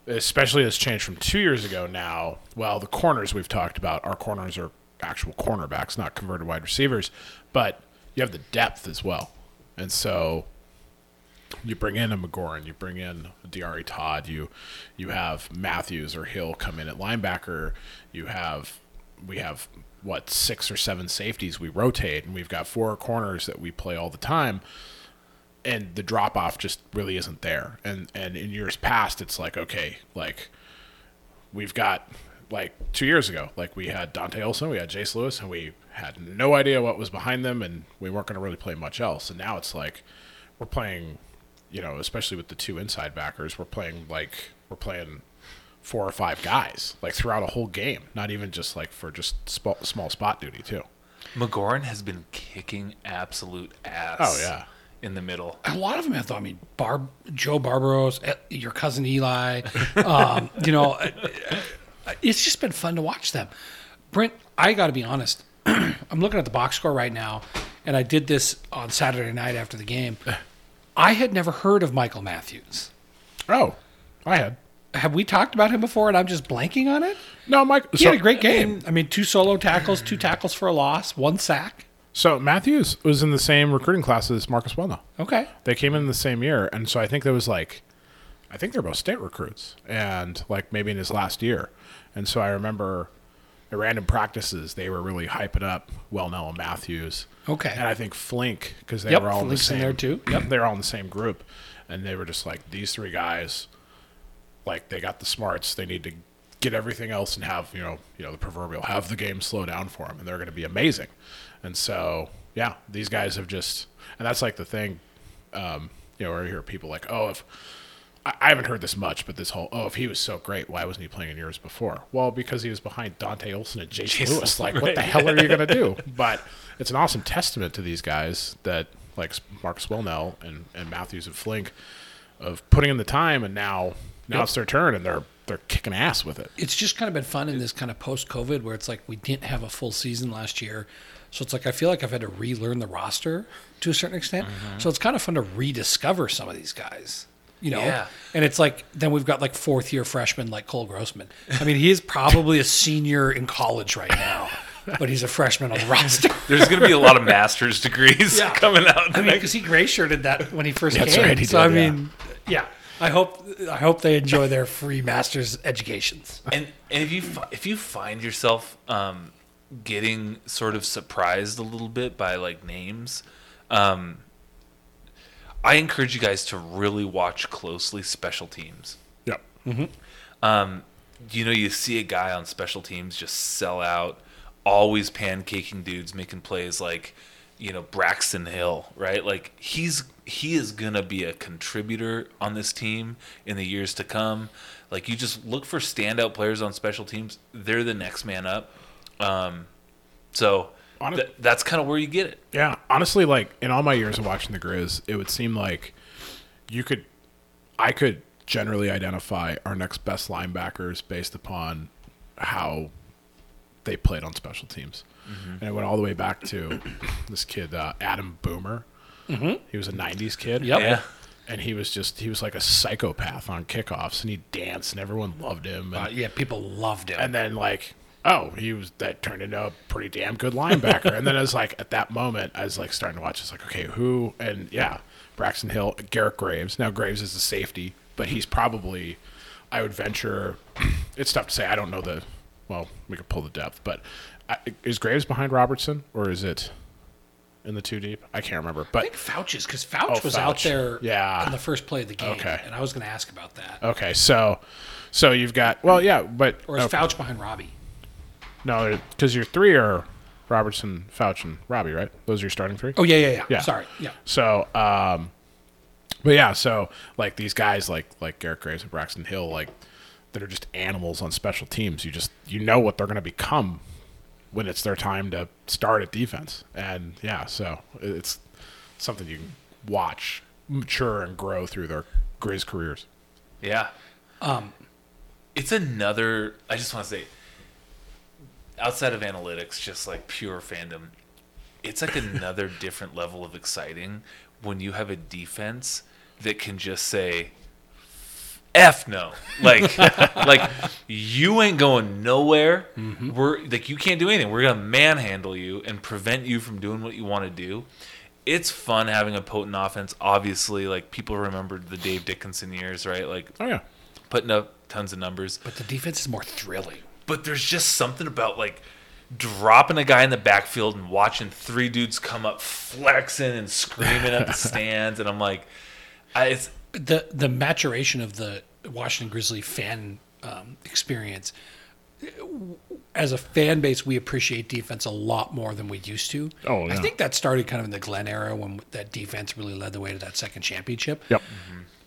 D: especially this change from two years ago now. Well, the corners we've talked about, our corners are actual cornerbacks, not converted wide receivers, but you have the depth as well, and so you bring in a McGoran, you bring in a Diari Todd, you you have Matthews or Hill come in at linebacker, you have we have what six or seven safeties we rotate, and we've got four corners that we play all the time, and the drop off just really isn't there. And and in years past, it's like okay, like we've got like two years ago, like we had Dante Olson, we had Jace Lewis, and we had no idea what was behind them, and we weren't going to really play much else. And now it's like we're playing, you know, especially with the two inside backers, we're playing like we're playing four or five guys like throughout a whole game, not even just like for just sp- small spot duty too.
A: McGoran has been kicking absolute ass.
D: Oh, yeah.
A: in the middle.
C: A lot of them have, I mean, Barb, Joe Barbaros, eh, your cousin Eli, um, you know, eh, eh, it's just been fun to watch them. Brent, I got to be honest. I'm looking at the box score right now, and I did this on Saturday night after the game. I had never heard of Michael Matthews.
D: Oh, I had
C: Have we talked about him before and I'm just blanking on it?
D: no Mike.
C: He had a great game. I mean, two solo tackles, two tackles for a loss, one sack.
D: So Matthews was in the same recruiting class as Marcus Wellno.
C: Okay.
D: They came in the same year, and so I think there was like, I think they're both state recruits, and like maybe in his last year, and so I remember at random practices they were really hyping up Wellno and Matthews.
C: Okay.
D: and I think Flink because they
C: Yep,
D: were all
C: Flink's in
D: in the same
C: there too.
D: Yep, they were all in the same group, and they were just like these three guys, like they got the smarts. They need to get everything else and have you know you know the proverbial have the game slow down for them, and they're going to be amazing. And so yeah, these guys have just and that's like the thing, um, you know, where you hear people like oh if I I haven't heard this much, but this whole oh, if he was so great, why wasn't he playing in years before? Well, because he was behind Dante Olson and Jason Lewis. Like, what the hell are you gonna do? But it's an awesome testament to these guys that like Mark Swellnell and, and Matthews and Flink of putting in the time, and now now it's their turn, and they're they're kicking ass with it.
C: it's just kind of been fun in this kind of post COVID where it's like we didn't have a full season last year. So it's like I feel like I've had to relearn the roster to a certain extent. So it's kind of fun to rediscover some of these guys. You know?
A: Yeah.
C: And it's like then we've got like fourth year freshmen like Cole Grossman. I mean, he is probably a senior in college right now, but he's a freshman on the roster.
A: There's going to be a lot of master's degrees
C: Yeah.
A: coming out.
C: I mean,
A: next-
C: because he gray shirted that when he first
D: That's
C: came.
D: right, he
C: so
D: did,
C: I
D: yeah.
C: mean, yeah. I hope I hope they enjoy their free master's educations.
A: and and if you fi- if you find yourself um, getting sort of surprised a little bit by like names, um, I encourage you guys to really watch closely special teams.
D: Yep.
A: You know, you see a guy on special teams just sell out, always pancaking dudes making plays like, you know, Braxton Hill, right? Like he's he is gonna be a contributor on this team in the years to come. Like you just look for standout players on special teams. They're the next man up. Um, so
D: On a-
A: th- that's kind of where you get it.
D: Yeah, honestly, like in all my years of watching the Grizz, it would seem like you could, I could generally identify our next best linebackers based upon how they played on special teams, and it went all the way back to this kid uh, Adam Boomer. He was a '90s kid.
C: Yep.
A: Yeah.
D: and he was just he was like a psychopath on kickoffs, and he danced, and everyone loved him. And,
C: Uh, yeah, people loved him.
D: and then like oh he was that turned into a pretty damn good linebacker and then i was like at that moment i was like starting to watch it's like okay who and yeah braxton hill garrett graves now graves is the safety but he's probably i would venture it's tough to say i don't know the well we could pull the depth but I, is graves behind robertson or is it in the two deep i can't remember
C: I
D: but
C: think Fouch's because Fouch
D: Oh,
C: was out
D: Fouch.
C: there
D: Yeah.
C: on the first play of the game.
D: Okay.
C: And I was going to ask about that.
D: okay so so you've got well yeah but
C: Or is
D: oh,
C: Fouch behind Robbie?
D: no because your three are robertson fouch and robbie right those are your starting three
C: Oh, yeah, yeah, yeah.
D: Yeah.
C: Sorry. Yeah.
D: So, um, but yeah, so like these guys like like Garrett Graves and Braxton Hill, like that are just animals on special teams. You just you know what they're going to become when it's their time to start at defense, and yeah, so it- it's something you can watch mature and grow through their Grizz careers.
A: Yeah. Um, it's another. I just want to say, outside of analytics, just like pure fandom, it's like another different level of exciting when you have a defense that can just say. F no, like, like you ain't going nowhere. We're like you can't do anything. We're gonna manhandle you and prevent you from doing what you want to do. It's fun having a potent offense. Obviously, like people remembered the Dave Dickinson years, right? Like
D: Oh yeah,
A: putting up tons of numbers. But,
C: But the defense is more thrilling.
A: but there's just something about like dropping a guy in the backfield and watching three dudes come up flexing and screaming at the stands, and I'm like, I, it's
C: the the maturation of the Washington Grizzly fan um, experience. uh, As a fan base, we appreciate defense a lot more than we used to.
D: Oh,
C: I
D: yeah.
C: think that started kind of in the Glenn era when that defense really led the way to that second championship.
D: yep,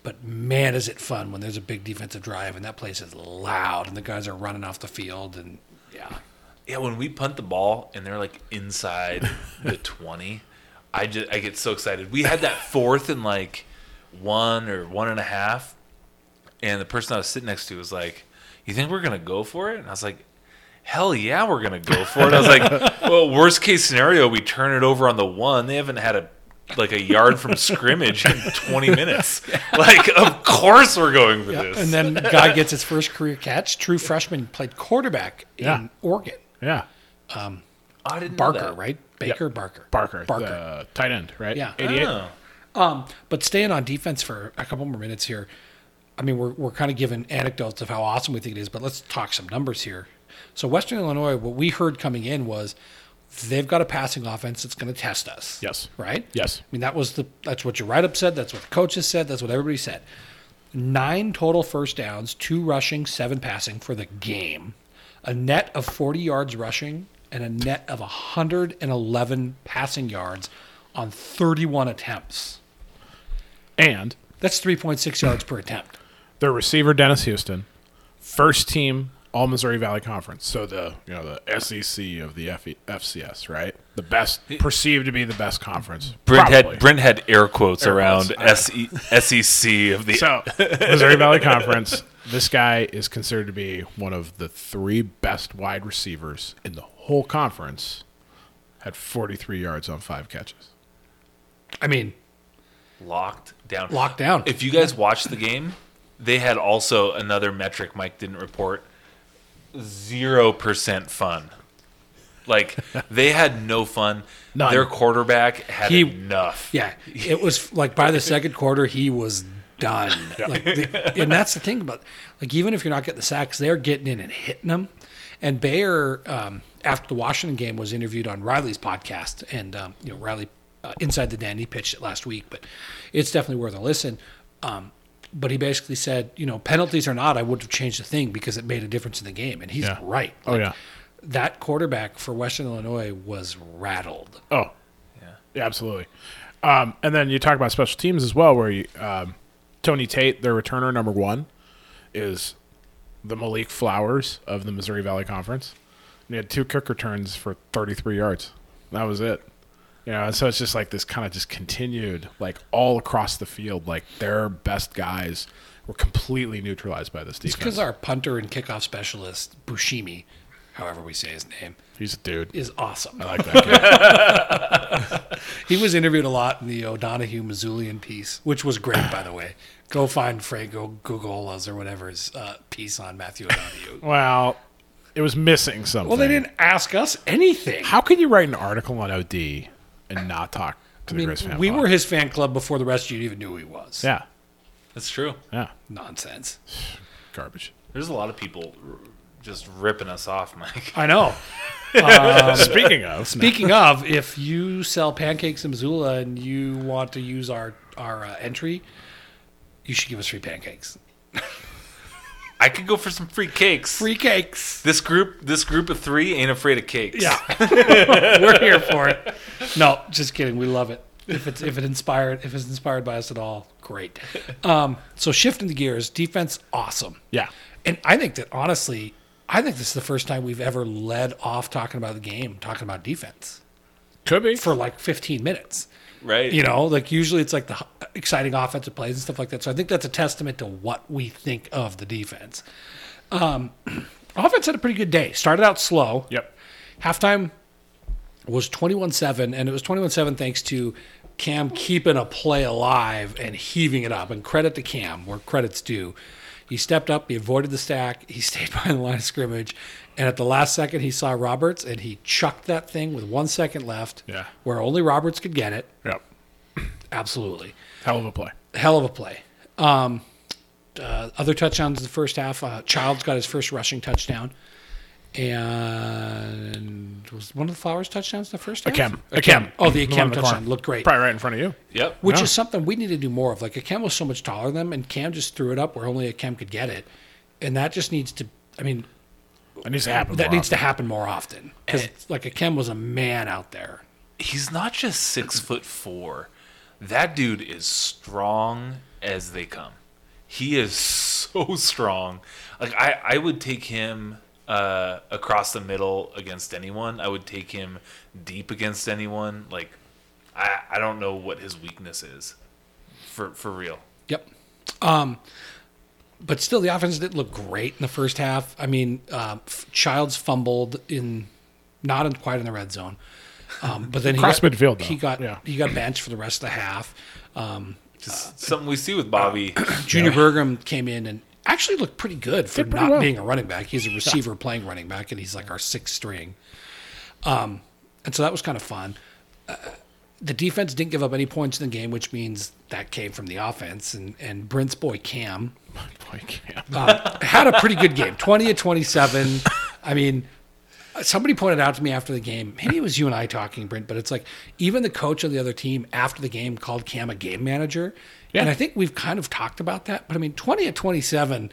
C: But man, is it fun when there's a big defensive drive and that place is loud and the guys are running off the field and yeah,
A: yeah. When we punt the ball and they're like inside the 20, I just I get so excited. We had that fourth and like one or one and a half, and the person I was sitting next to was like, "You think we're gonna go for it?" And I was like, "Hell yeah, we're gonna go for it." I was like, "Well, worst case scenario, we turn it over on the one. They haven't had a like a yard from scrimmage in 20 minutes. Like, of course we're going for this."
C: and then guy gets his first career catch. True freshman played quarterback
D: Yeah.
C: in Oregon.
D: yeah.
A: I didn't know
C: Barker,
A: that.
C: right? Baker Barker.
D: Barker,
C: Barker.
D: the tight end, right?
C: Yeah.
D: eighty-eight.
A: Oh.
C: Um, but staying on defense for a couple more minutes here. I mean, we're, we're kind of giving anecdotes of how awesome we think it is, but let's talk some numbers here. So, Western Illinois, what we heard coming in was they've got a passing offense that's going to test us.
D: Yes.
C: Right?
D: Yes.
C: I mean, that was the that's what your write up said. That's what the coaches said. That's what everybody said. Nine total first downs, two rushing, seven passing for the game, a net of 40 yards rushing, and a net of 111 passing yards on 31 attempts.
D: And
C: That's 3.6 yards per attempt.
D: their receiver Dennis Houston, first team All Missouri Valley Conference. So the you know the SEC of the F- FCS, right? The best perceived to be the best conference.
A: Brent
D: probably.
A: had, Brent had air quotes around E,
D: quotes,
A: SE, SEC of the
D: So Missouri Valley Conference. This guy is considered to be one of the three best wide receivers in the whole conference. Had 43 yards on five catches.
C: I mean,
A: locked down.
C: locked down.
A: If you guys watched the game, they had also another metric Mike didn't report: zero percent fun. Like they had no fun.
D: None.
A: Their quarterback had
C: He-
A: enough.
C: yeah, it was like by the second quarter, he was done. Like the, and that's the thing about like even if you're not getting the sacks, they're getting in and hitting them. And Bayer, um, after the Washington game, was interviewed on Riley's podcast, and um, you know Riley uh, inside the dandy pitched it last week, but it's definitely worth a listen. Um, but he basically said, you know, penalties or not, I would have changed the thing because it made a difference in the game, and he's
D: Yeah.
C: right.
D: Oh yeah.
C: that quarterback for Western Illinois was rattled.
D: Oh, yeah, absolutely. Um, and then you talk about special teams as well, where you, um, Tony Tate, their returner number one, is the Malik Flowers of the Missouri Valley Conference. And he had two kick returns for 33 yards. That was it. You know, and so it's just like this kind of just continued, like all across the field, like their best guys were completely neutralized by this
C: It's because
D: defense.
C: our punter and kickoff specialist, Bushimi, however we say his name,
D: He's a dude.
C: is awesome.
D: I like that kid.
C: He was interviewed a lot in the O'Donohue Missoulian piece, which was great, by the way. Go find Frank Gogola's or whatever his uh, piece on Matthew O'Donohue.
D: Well, it was missing something.
C: well, they didn't ask us anything.
D: How can you write an article on OD and not talk
C: I
D: to the
C: mean,
D: Grizz fan?
C: we
D: pod?
C: were his fan club before the rest of you even knew who he was.
D: Yeah.
A: That's true.
D: Yeah.
C: Nonsense.
D: Garbage.
A: There's a lot of people r- just ripping us off, Mike.
C: I know. Um,
D: Speaking of,
C: Speaking of, if you sell pancakes in Missoula and you want to use our our uh, entry, you should give us free pancakes.
A: I could go for some free cakes.
C: Free cakes.
A: This group, this group of three, ain't afraid of cakes.
C: Yeah, we're here for it. No, just kidding. We love it. If it's if it inspired if it's inspired by us at all, great. Um, so shifting the gears, defense awesome.
D: yeah.
C: And I think that honestly, I think this is the first time we've ever led off talking about the game, talking about defense
D: Could be.
C: for like 15 minutes.
A: right.
C: You know, like usually it's like the h- exciting offensive plays and stuff like that. So I think that's a testament to what we think of the defense. Um, offense had a pretty good day. Started out slow.
D: Yep.
C: Halftime was 21 7, and it was 21 7 thanks to Cam keeping a play alive and heaving it up. And credit to Cam, where credit's due. He stepped up, he avoided the stack, he stayed behind the line of scrimmage. And at the last second, he saw Roberts and he chucked that thing with one second left,
D: Yeah.
C: where only Roberts could get it.
D: Yep.
C: Absolutely.
D: Hell of a play.
C: Hell of a play. Um, uh, other touchdowns in the first half. Uh, Childs got his first rushing touchdown. And was one of the Flowers touchdowns in the first half?
D: Akem.
C: Akem.
D: Akem.
C: Oh, the
D: The one in
C: Akem
D: the
C: touchdown
D: corner.
C: looked great.
D: Probably right in front of you.
A: Yep.
C: Which
D: Yeah.
C: is something we need to do more of. Like, Akem was so much taller than them, and Cam just threw it up where only Akem could get it. And that just needs to, I mean,
D: That needs to happen.
C: that
D: more Eh.
C: needs to happen more often. Because, like, Akem was a man out there.
A: He's not just six foot four. That dude is strong as they come. He is so strong. Like I, I would take him uh, across the middle against anyone. I would take him deep against anyone. Like I, I don't know what his weakness is. For for real.
C: Yep. Um, but still, the offense didn't look great in the first half. I mean, um, F- Childs fumbled in, not in, quite in the red zone. Um, but then he
D: Across
C: got,
D: midfield, though.
C: He got
D: Yeah.
C: he got benched for the rest of the half. Um,
A: Just something we see with Bobby.
C: Junior Bergram came in and actually looked pretty good for
D: pretty
C: not
D: well.
C: being a running back. He's a receiver playing running back, and he's like our sixth string. Um, and so that was kind of fun. Uh, the defense didn't give up any points in the game, which means that came from the offense. And and Brent's boy Cam
D: often. Boy, Cam.
C: um, had a pretty good game 20 to 27 i mean somebody pointed out to me after the game maybe it was you and i talking brent but it's like even the coach of the other team after the game called cam a game manager
D: Yeah.
C: and i think we've kind of talked about that but i mean 20 to 27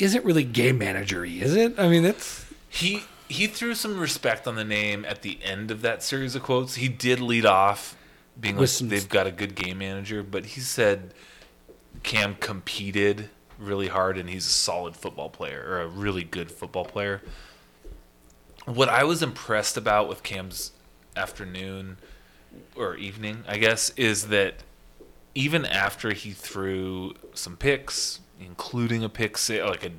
C: isn't really game managery is it i mean that's
A: He he threw some respect on the name at the end of that series of quotes. He did lead off being like
C: With some-
A: they've got a good game manager, but he said Cam competed really hard and he's a solid football player or a really good football player. What I was impressed about with Cam's afternoon or evening, I guess, is that even after he threw some picks, including a pick six, like a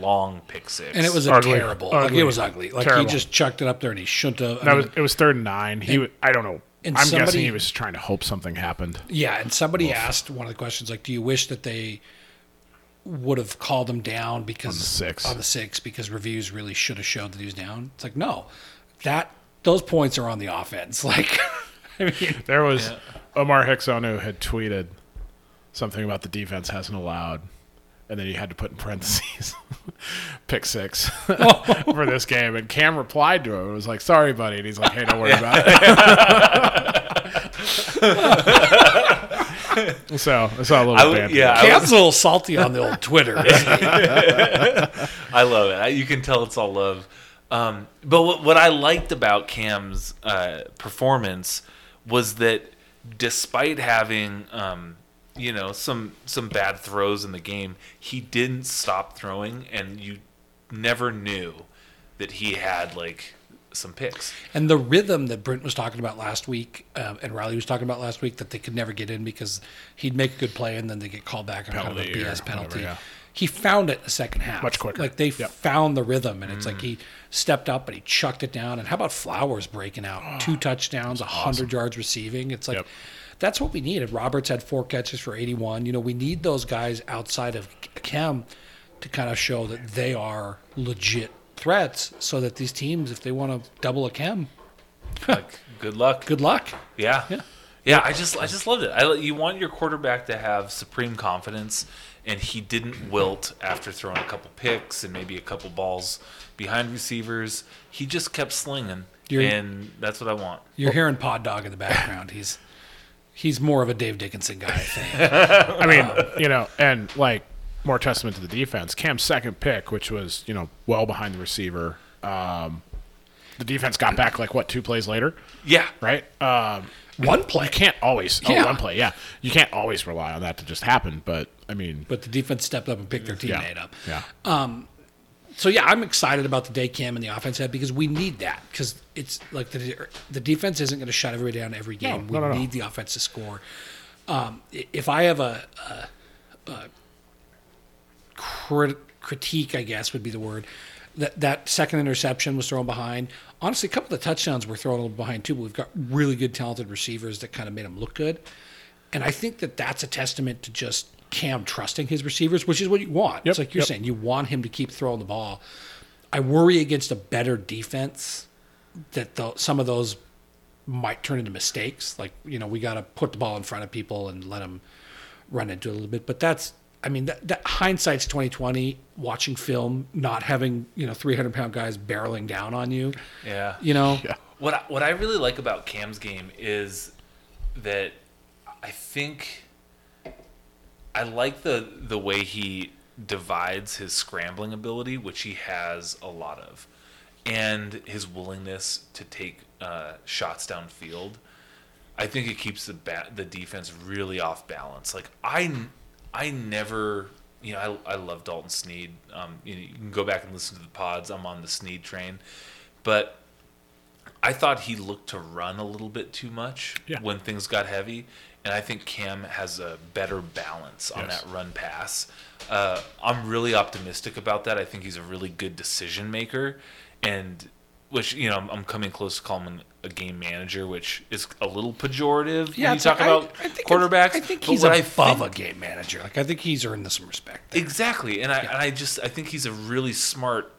A: long pick six,
C: and it was a
D: Ugly.
C: terrible like,
D: Ugly.
C: it was ugly like he
D: Terrible.
C: just chucked it up there and he shouldn't have I
D: That
C: mean,
D: was, it was third and nine. He, wa- I don't know.
C: and
D: I'm
C: somebody-
D: guessing he was trying to hope something happened.
C: Yeah, and somebody asked one of the questions like, "Do you wish that they would have called him down because on the
D: six.
C: on the six because reviews really should have showed that he was down?" It's like, no, that those points are on the offense. Like, I mean,
D: There was Omar Hicks Onu had tweeted something about the defense hasn't allowed, and then he had to put in parentheses pick six for this game. And Cam replied to him and was like, "Sorry, buddy," and he's like, "Hey, don't worry about it." so I saw a little
A: I would-
D: banter.
A: yeah, I
C: Cam's a little salty on the old Twitter. isn't he?
A: I love it. I, you can tell it's all love. Um, but what, what I liked about Cam's uh, performance was that despite having um, you know some some bad throws in the game, he didn't stop throwing, and you never knew that he had like some picks.
C: and the rhythm that Brent was talking about last week, um, and Riley was talking about last week, that they could never get in because he'd make a good play and then they get called back on kind of a
D: Penalty or
C: BS penalty.
D: whatever, yeah.
C: he found it in the second half.
D: Much quicker.
C: Like they
D: Yep.
C: found the rhythm, and
D: Mm.
C: it's like he stepped up and he chucked it down. And how about Flowers breaking out? Two touchdowns, a 100 yards receiving. It's like
D: Ah, Yep.
C: that's what we need. And Roberts had four catches for 81. You know, we need those guys outside of Cam to kind of show that they are legit threats so that these teams, if they want to double a Cam,
A: Like, good luck.
C: good luck.
A: Yeah.
C: Yeah.
A: yeah. I just I just loved it. I you want your quarterback to have supreme confidence and he didn't wilt after throwing a couple picks and maybe a couple balls behind receivers. He just kept slinging
C: You're-
A: and that's what I want.
C: You're hearing Pod Dog in the background. He's he's more of a Dave Dickinson guy, I think.
D: I mean, you know, and like more testament to the defense. Cam's second pick, which was you know well behind the receiver. Um, the defense got back like what two plays later,
A: Yeah.
D: right? Um,
C: One play.
D: you can't always oh,
C: Yeah.
D: one play, yeah. You can't always rely on that to just happen, but I mean,
C: But the defense stepped up and picked their
D: yeah,
C: teammate up. Uh,
D: yeah.
C: So yeah, I'm excited about the day Cam and the offense had because we need that because it's like the the defense isn't going to shut everybody down every game.
D: no,
C: we
D: no, no.
C: need the offense to score. Um, i- if I have a, a, a crit- critique, I guess would be the word. That that second interception was thrown behind. Honestly, a couple of the touchdowns were thrown a little behind too. But we've got really good, talented receivers that kind of made them look good. And I think that that's a testament to just Cam trusting his receivers, which is what you want. it's like you're
D: yep.
C: saying, you want him to keep throwing the ball. I worry against a better defense that tho- some of those might turn into mistakes. Like, you know, we got to put the ball in front of people and let them run into it a little bit. But that's, I mean, that, that hindsight's 2020, watching film, not having, you know, 300 pound guys barreling down on you.
A: Yeah.
C: You know,
A: What I, what I really like about Cam's game is that I think I like the the way he divides his scrambling ability, which he has a lot of, and his willingness to take uh, shots downfield. I think it keeps the bat, the defense really off balance. Like I, n- I never, you know, I, I love Dalton Sneed. Um, you, know, you can go back and listen to the pods. I'm on the Sneed train, but I thought he looked to run a little bit too much
D: Yeah.
A: when things got heavy, and I think Cam has a better balance on
D: Yes.
A: that run pass. Uh, I'm really optimistic about that. I think he's a really good decision maker, and which you know I'm, I'm coming close to calling him a game manager, which is a little pejorative
C: yeah,
A: when you
C: it's
A: talk
C: like, I-
A: about
C: I think-
A: quarterbacks.
C: I think
A: but
C: he's
A: what I
C: above
A: think-
C: a game manager. Like, I think he's earned some respect. there.
A: Exactly, and I and I just I think he's a really smart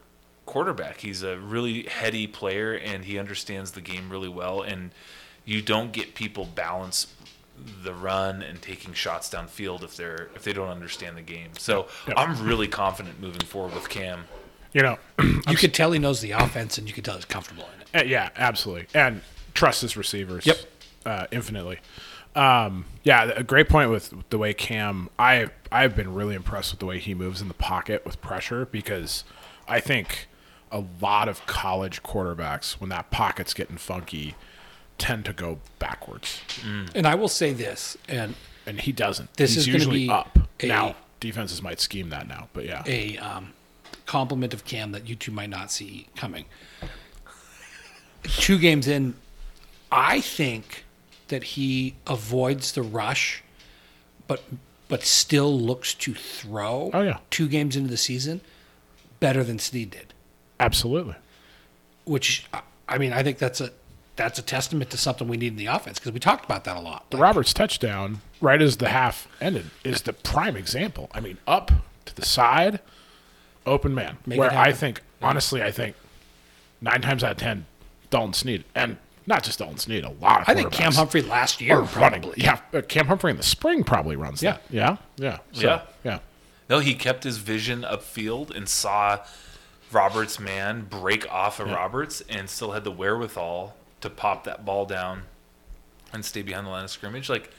A: quarterback. He's a really heady player, and he understands the game really well. And you don't get people balance the run and taking shots downfield if they're if they don't understand the game. So I'm really confident moving forward with Cam.
D: you know,
C: you could tell he knows the offense and you could tell he's comfortable in it.
D: Uh, yeah, absolutely. And trust his receivers.
C: Yep.
D: Uh, infinitely. Um, yeah, th- a great point with the way Cam. I I've been really impressed with the way he moves in the pocket with pressure because I think a lot of college quarterbacks, when that pocket's getting funky, tend to go backwards,
A: Mm.
C: And I will say this, and
D: and he doesn't.
C: This
D: He's
C: is gonna
D: usually
C: be
D: up
C: a-
D: now. Defenses might scheme that now, but yeah,
C: a um, compliment of Cam that you two might not see coming. Two games in, I think that he avoids the rush, but but still looks to throw.
D: Oh, yeah.
C: two games into the season, better than Snead did.
D: absolutely.
C: Which I- I mean, I think that's a that's a testament to something we need in the offense because we talked about that a lot.
D: The Roberts touchdown, right as the half ended, is the prime example. I mean, up to the side, open man.
C: Make
D: where
C: it
D: I
C: happen.
D: think, honestly, I think nine times out of ten, Dalton Snead, and not just Dalton Snead, a lot of
C: I think Cam
D: quarterbacks
C: Humphrey last year
D: are running.
C: probably.
D: Yeah, uh, Cam Humphrey in the spring probably runs.
C: Yeah.
D: that. yeah, yeah, So,
A: Yeah.
D: yeah.
A: No, he kept his vision upfield and saw Roberts' man break off of Roberts and still had the wherewithal to pop that ball down and stay behind the line of scrimmage. Like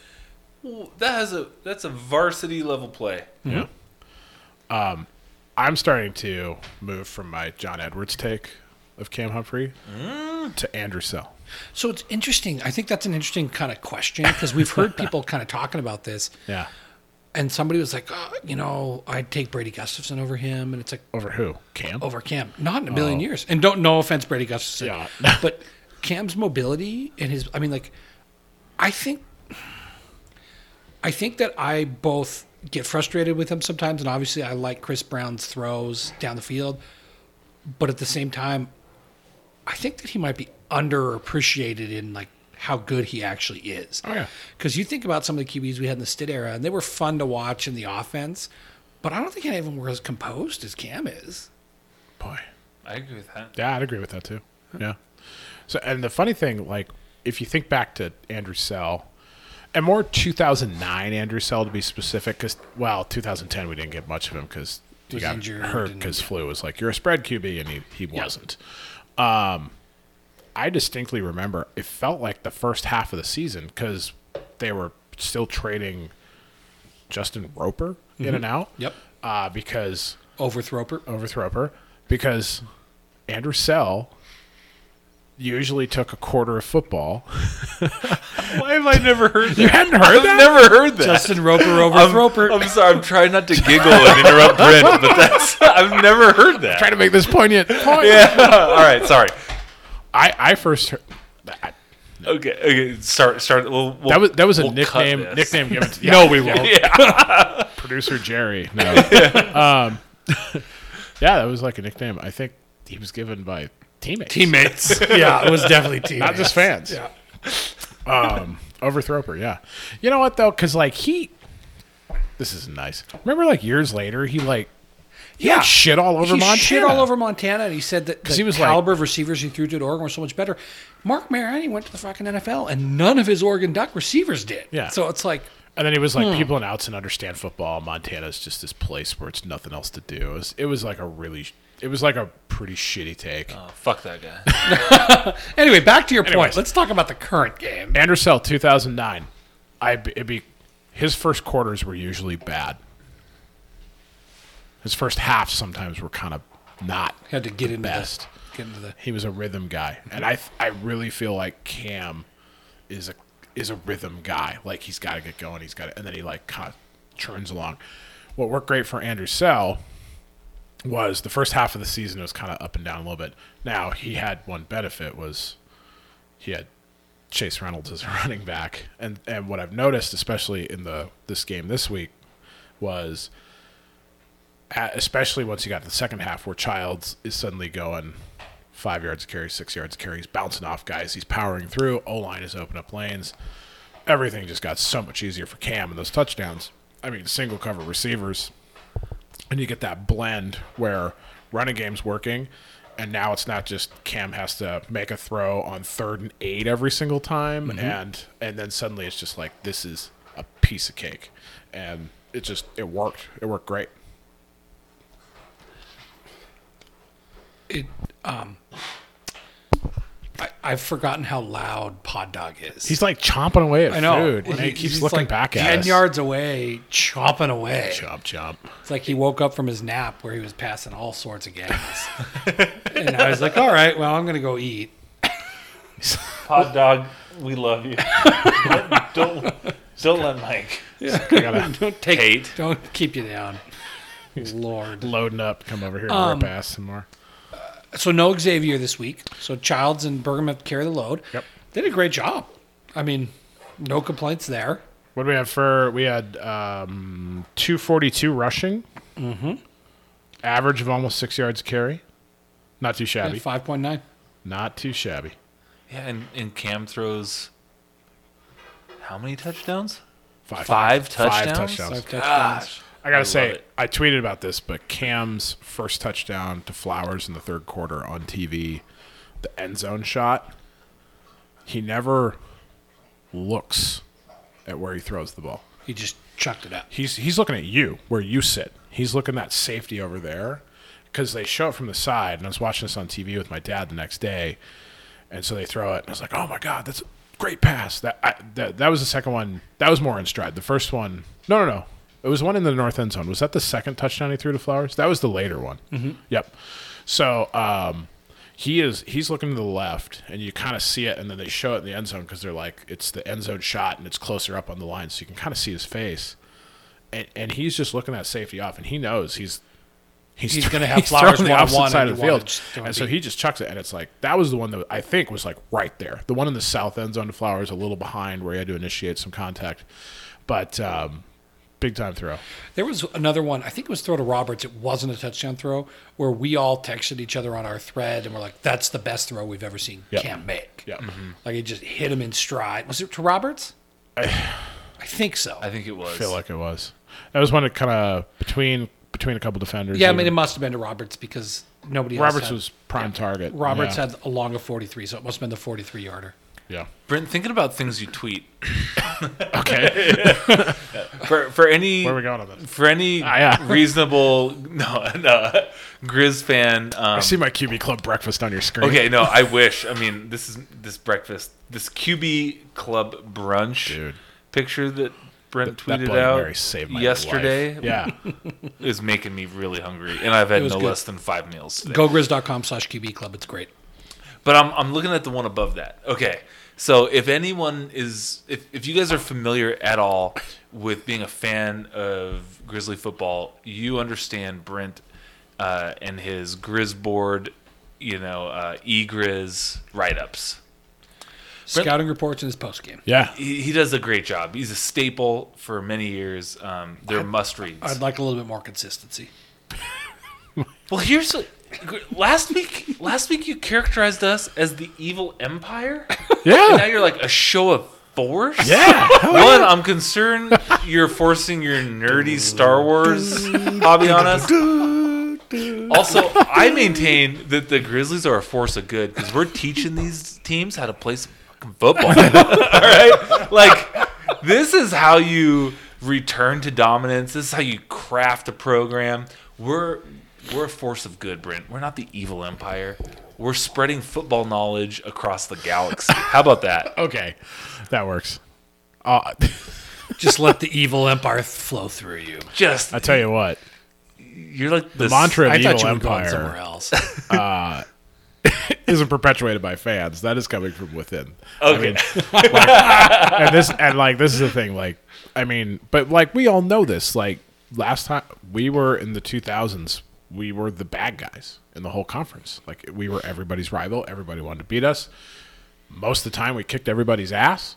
A: w- that has a that's a varsity level play.
D: Yeah. Um, I'm starting to move from my John Edwards take of Cam Humphrey to Andrew Sell.
C: So it's interesting. I think that's an interesting kind of question because we've heard people kind of talking about this.
D: Yeah.
C: and somebody was like, oh, you know, I'd take Brady Gustafson over him, and it's like
D: Over who? Cam? Oh.
C: over Cam, not in a million years. And don't no offense, Brady Gustafson,
D: Yeah.
C: but Cam's mobility and his, I mean, like, I think, I think that I both get frustrated with him sometimes, and obviously I like Chris Brown's throws down the field, but at the same time, I think that he might be underappreciated in like how good he actually is.
D: Oh, yeah.
C: Because you think about some of the QBs we had in the Stid era, and they were fun to watch in the offense, but I don't think any of them were as composed as Cam is.
D: Boy.
A: I agree with that.
D: Yeah, I'd agree with that too. Yeah. So, and the funny thing, like, if you think back to Andrew Sell, and more 2009 Andrew Sell to be specific, because well, 2010 we didn't get much of him because he
C: Was
D: got
C: injured
D: hurt
C: and-
D: because flu was like you're a spread QB and he he wasn't. Um, I distinctly remember it felt like the first half of the season because they were still trading Justin Roper in and out.
C: Mm-hmm. Yep.
D: Uh, because
C: Overthroper.
D: overthrow her because Andrew Sell usually took a quarter of football.
A: Why have I never heard that?
D: You hadn't heard
A: I've never heard that.
C: Justin Roper
D: Oh,
A: I'm,
C: overthroper.
A: I'm sorry. I'm trying not to giggle and interrupt Brent, but that's I've never heard that.
D: Trying to make this poignant point.
A: yeah. All right. Sorry.
D: I, I first heard, I,
A: Okay. Okay. Start. Start. We'll, we'll,
D: that was that was a
A: we'll cut
D: nickname
A: this.
D: nickname given to No, we won't.
A: Yeah.
D: Producer Jerry. No. um, yeah, that was like a nickname. I think he was given by teammates.
C: teammates. yeah, it was definitely teammates.
D: Not just fans.
C: Yeah.
D: Um, Overthroper, yeah. You know what though? Because like he, this is nice. Remember, like years later, he like he
C: Yeah.
D: yeah shit all over
C: he
D: Montana.
C: shit all over Montana, and he said that the
D: he was like-
C: caliber of receivers he threw to at Oregon were so much better. Mark Mariani went to the fucking NFL, and none of his Oregon Duck receivers did.
D: Yeah.
C: So it's like,
D: And then he was
C: Hmm.
D: like, people in Outson understand football. Montana's just this place where it's nothing else to do. It was, it was like a really, sh- it was like a pretty shitty take.
C: Um.
A: Oh, fuck that guy.
C: anyway, back to your point.
D: Anyways.
C: Let's talk about the current game.
D: Andersell, 2009. I it'd be his first quarters were usually bad. His first halves sometimes were kind of not.
C: Had to get into
D: best.
C: The, get into the.
D: He was a rhythm guy, and I th- I really feel like Cam is a is a rhythm guy. Like he's got to get going. He's got to, and then he like kind of churns along. What worked great for Andrew Sell was the first half of the season was kind of up and down a little bit. Now he had one benefit was he had Chase Reynolds as a running back, and and what I've noticed, especially in the this game this week, was a- especially once you got to the second half where Childs is suddenly going five yards of carry, six yards of carry, he's bouncing off guys, he's powering through. O line is open up lanes. Everything just got so much easier for Cam and those touchdowns. I mean, single cover receivers, and you get that blend where running game's working, and now it's not just Cam has to make a throw on third and eight every single time, and and then suddenly it's just like this is a piece of cake, and it just it worked. It worked great.
C: It, um, I, I've forgotten how loud Pod Dog is.
D: He's like chomping away at
C: I know.
D: food. And he, keeps
C: he's
D: looking
C: like
D: back at
C: ten
D: us.
C: yards away, chomping away.
D: Chomp, chomp.
C: It's like he woke up from his nap where he was passing all sorts of gas. and I was like, all right, well, I'm going to go eat.
A: Pod dog, we love you. don't don't let Mike
D: I gotta
C: Don't take
A: hate.
C: Don't keep you down. Lord.
D: loading up. Come over here and
C: Um,
D: rip ass some more.
C: So no Xavier this week. So Childs and Bergam have to carry the load.
D: Yep.
C: They did a great job. I mean, no complaints there.
D: What do we have for? We had um, 242 rushing. Mm-hmm. Average of almost six yards a carry. Not too
C: Yeah,
D: shabby.
C: 5.9.
D: Not too shabby.
A: Yeah, and, and Cam throws how many touchdowns?
D: Five,
A: Five
D: Five
A: touchdowns?
D: touchdowns.
C: Five touchdowns.
D: I gotta
A: I
D: say,
A: love it.
D: I tweeted about this, but Cam's first touchdown to Flowers in the third quarter on TV, the end zone shot. He never looks at where he throws the ball.
C: He just chucked it up.
D: He's he's looking at you where you sit. He's looking at safety over there because they show it from the side. And I was watching this on TV with my dad the next day, and so they throw it, and I was like, "Oh my god, that's a great pass!" That I, that that was the second one. That was more in stride. The first one, no, no, no. It was one in the north end zone. Was that the second touchdown he threw to Flowers? That was the later one. Mm-hmm. Yep. So um, he is he's looking to the left, and you kind of see it, and then they show it in the end zone because they're like it's the end zone shot, and it's closer up on the line, so you can kind of see his face. And, and he's just looking that safety off, and he knows he's he's,
C: He's
D: thr-
C: gonna have Flowers
D: throwing
C: one
D: the
C: on
D: opposite
C: one, and
D: side
C: you
D: of the
C: wanna
D: field,
C: just throw
D: and
C: and
D: so
C: beat.
D: he just chucks it, and it's like that was the one that I think was like right there. The one in the south end zone to Flowers, a little behind where he had to initiate some contact, but um, big time throw.
C: There was another one. I think it was throw to Roberts. It wasn't a touchdown throw where we all texted each other on our thread and we're like, "That's the best throw we've ever seen
D: Yep.
C: Cam make."
D: Yeah.
C: Like it just hit him in stride. Was it to Roberts? I, think so.
A: I think it was.
D: I feel like it was. That was when it kind of between between a couple defenders.
C: yeah, I mean it
D: even.
C: must have been to Roberts because nobody else
D: Roberts
C: had-
D: was prime target.
C: Roberts
D: yeah.
C: had a long of 43, so it must have been the 43 yarder.
D: yeah.
A: Brent, thinking about things you tweet
D: Okay,
A: for for any
D: where are we going on this?
A: for any
D: yeah.
A: reasonable no no Grizz fan. Um,
D: I see my QB club breakfast on your screen.
A: okay, no, I wish. I mean, this is this breakfast, this QB club brunch
D: Dude.
A: picture that Brent
D: that
A: tweeted
D: Bloody
A: out
D: Mary saved my
A: yesterday
D: life. Yeah,
A: is making me really hungry, and I've had
C: It was
A: no
C: good.
A: less than five meals. Today.
C: Gogriz.com slash QB Club. It's great.
A: But I'm, I'm looking at the one above that. Okay. So if anyone is, if, if you guys are familiar at all with being a fan of Grizzly football, you understand Brent uh, and his Grizz board, you know, uh, e-Grizz write-ups.
C: Scouting reports in his postgame.
D: yeah.
A: He, he does a great job. He's a staple for many years. Um, they're must-reads.
C: I'd like a little bit more consistency.
A: well, here's what, last week. Last week you characterized us as the evil empire. And now
D: Yeah.
A: you're like a show of force.
D: Yeah. Hell
A: One, I'm concerned you're forcing your nerdy Star Wars hobby on us. Also, I maintain that the Grizzlies are a force of good because we're teaching these teams how to play some fucking football. All right? Like, this is how you return to dominance. This is how you craft a program. We're we're a force of good, Brent. We're not the evil empire. We're spreading football knowledge across the galaxy. How about that?
D: Okay, that works. Uh,
C: Just let the evil empire flow through you.
A: Just
D: I tell you what,
A: you're like the,
D: mantra of
C: I
D: the
C: thought
D: evil
C: you were going somewhere
D: empire
C: else.
D: isn't perpetuated by fans. That is coming from within.
A: Okay.
D: and this and like this is the thing like i mean but like we all know this like last time we were in the 2000s we were the bad guys in the whole conference like we were everybody's rival everybody wanted to beat us most of the time we kicked everybody's ass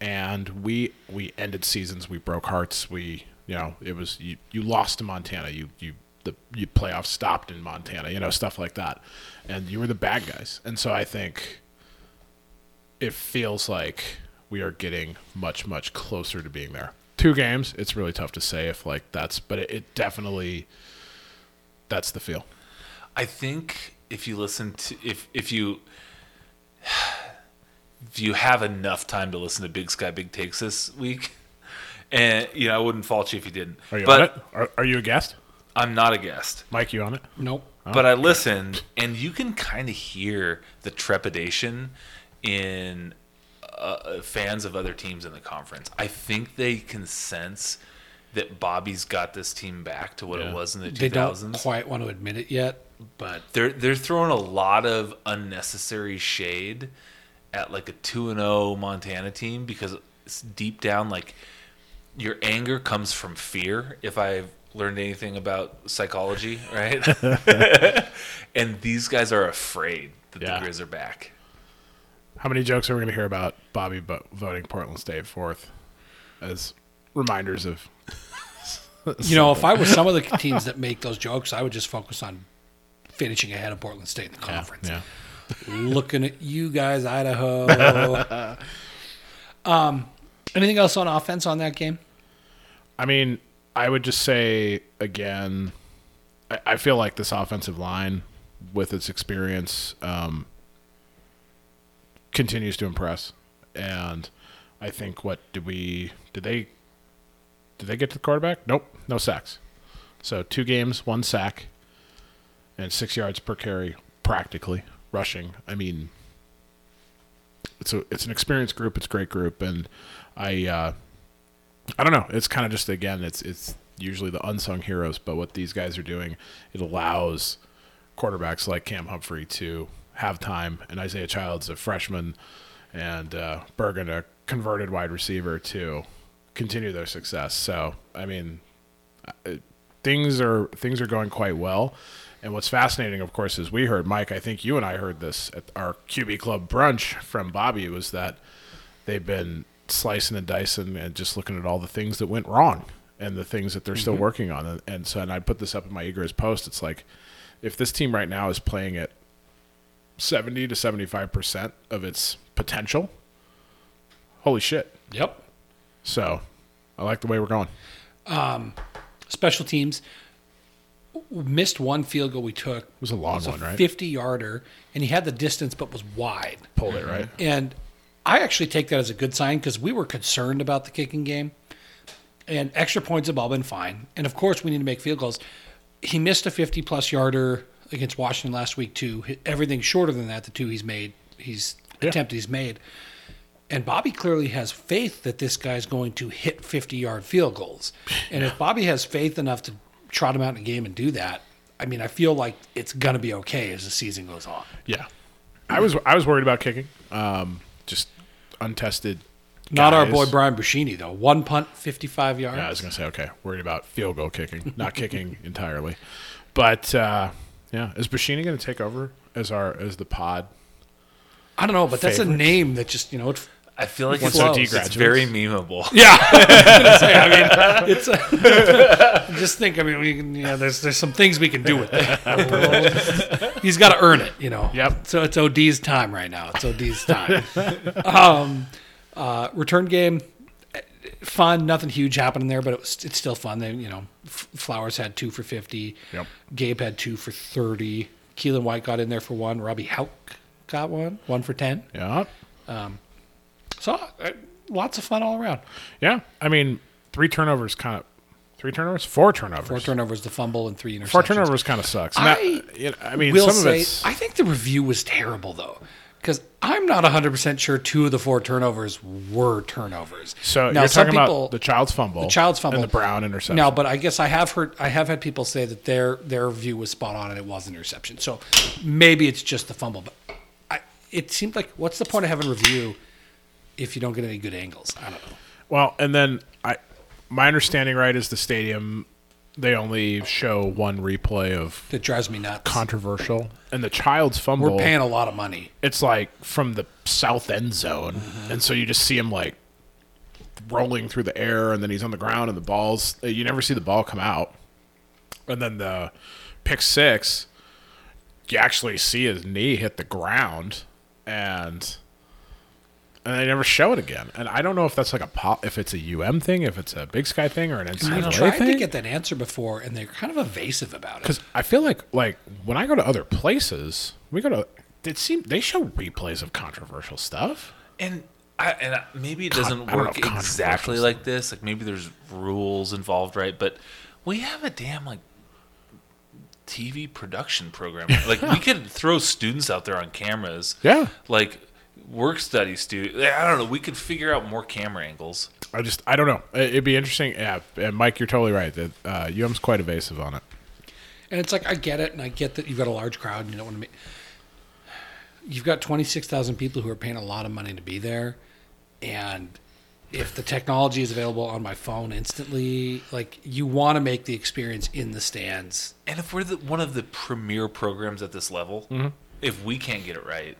D: and we we ended seasons we broke hearts we you know it was you, you lost to montana you you the you playoffs stopped in montana you know stuff like that and you were the bad guys and so i think it feels like we are getting much much closer to being there two games it's really tough to say if like that's but it, it definitely that's the feel
A: I think if you listen to if if you if you have enough time to listen to Big Sky Big Takes this week, and you know I wouldn't fault you if you didn't.
D: are you
A: but
D: on it are, are you a guest
A: I'm not a guest.
D: mike you on it
C: nope.
D: Oh,
A: but I listened, and you can kind of hear the trepidation in uh, fans of other teams in the conference. I think they can sense that Bobby's got this team back to what
D: Yeah.
A: it was in the 2000s.
C: They don't quite want to admit it yet, but
A: they're they're throwing a lot of unnecessary shade at like a 2 and 0 Montana team because it's deep down like your anger comes from fear if I've learned anything about psychology, right? and these guys are afraid that
D: Yeah.
A: the Grizz are back.
D: how many jokes are we going to hear about bobby bo- voting portland state fourth as reminders of
C: you know, if I were some of the teams that make those jokes, I would just focus on finishing ahead of Portland State in the conference.
D: yeah
C: Looking at you guys, Idaho. um, anything else on offense on that game?
D: I mean, I would just say again, I, I feel like this offensive line, with its experience, um, continues to impress. And I think what did we did they did they get to the quarterback? Nope, no sacks. So two games, one sack, and six yards per carry, practically rushing. I mean, it's a it's an experienced group. It's a great group, and I. Uh, I don't know. It's kind of just again, it's it's usually the unsung heroes, but what these guys are doing, it allows quarterbacks like Cam Humphrey to have time, and Isaiah Childs, a freshman, and uh, Bergen, a converted wide receiver, to continue their success. So, I mean, uh, things are things are going quite well. And what's fascinating, of course, is we heard Mike. I think you and I heard this at our QB Club brunch from Bobby. Was that they've been slicing and dicing and just looking at all the things that went wrong, and the things that they're
C: Mm-hmm.
D: still working on. And, and so, and I put this up in my Igor's post. It's like, if this team right now is playing at 70 to 75% of its potential, holy shit.
C: Yep.
D: So I like the way we're going.
C: Special teams missed one field goal we took. It
D: was a long
C: was
D: one, right?
C: 50 yarder, and he had the distance but was wide.
D: Pulled it, right?
C: And I actually take that as a good sign because we were concerned about the kicking game. And extra points have all been fine. And of course, we need to make field goals. He missed a 50 plus yarder against Washington last week, too. Hit- Everything shorter than that, the two he's made, he's
D: Yeah.
C: attempt he's made. And Bobby clearly has faith that this guy's going to hit 50 yard field goals. And if Bobby has faith enough to trot him out in a game and do that, I mean, I feel like it's going to be okay as the season goes on.
D: Yeah. I was I was worried about kicking. Um, just untested.
C: Not our
D: guys.
C: boy Brian Buscini though. One punt, fifty-five yards.
D: Yeah, I was gonna say okay. Worried about field goal kicking, not kicking entirely. But uh, yeah, is Bashini gonna take over as our as the pod?
C: I don't know, but that's a
D: Favorite.
C: name that just you know. It's,
A: I feel like
C: Once
A: it's,
C: OD
A: it's
D: graduates.
A: very memeable.
C: yeah, I, was gonna say, I mean, it's. A, just think, I mean, we can, yeah, there's there's some things we can do with that. He's got to earn it, you know.
D: Yep.
C: So it's OD's time right now. It's OD's time. um, uh, return game, eh, fun. Nothing huge happening there, but it was, it's still fun. They, you know, F- Flowers had two for fifty.
D: Yep.
C: Gabe had two for thirty. Keelan White got in there for one. Robbie Hauk got one. One for ten.
D: Yeah.
C: So uh, lots of fun all around.
D: Yeah. I mean, three turnovers kind of three turnovers, four turnovers.
C: Four turnovers, the fumble, and three interceptions.
D: Four turnovers kind of sucks. And
C: I
D: that- you know, I mean,
C: Will
D: some of
C: say,
D: it's
C: I think the review was terrible though, because I'm not 100 percent sure two of the four turnovers were turnovers.
D: so
C: now
D: you're
C: some
D: talking
C: people-
D: about the child's fumble,
C: the child's fumble
D: and the Brown interception.
C: No, but I guess I have heard I have had people say that their their view was spot on and it was an interception. So maybe it's just the fumble, but I, it seemed like what's the point of having review if you don't get any good angles? I don't know.
D: Well, and then I, my understanding right is the stadium, they only show one replay of
C: It drives me nuts.
D: controversial, and the child's fumble.
C: We're paying a lot of money.
D: it's like from the south end zone,
C: Mm-hmm.
D: and so you just see him like rolling through the air, and then he's on the ground, and the balls. uh, You never see the ball come out, and then the pick six. You actually see his knee hit the ground, and and they never show it again. And I don't know if that's like a pop, if it's a UM thing, if it's a Big Sky thing, or an
C: I
D: NCAA
C: have tried
D: thing.
C: to get that answer before, and they're kind of evasive about it.
D: Because I feel like like when I go to other places, we go to. It seem they show replays of controversial stuff.
A: And I, and I- maybe it
D: Con- I
A: doesn't
D: don't know
A: work
D: if controversial
A: exactly
D: stuff.
A: like this. Like maybe there's rules involved, right? But we have a damn like TV production program. Like we could throw students out there on cameras.
D: Yeah.
A: Like work study student. I don't know. We could figure out more camera angles.
D: I just I don't know. It- It'd be interesting. Yeah, and Mike, you're totally right. That uh, UM's quite evasive on it.
C: And it's like I get it, and I get that you've got a large crowd, and you don't want to make. You've got twenty six thousand people who are paying a lot of money to be there, and if the technology is available on my phone instantly, like you want to make the experience in the stands.
A: And if we're the, one of the premier programs at this level,
D: Mm-hmm.
A: if we can't get it right,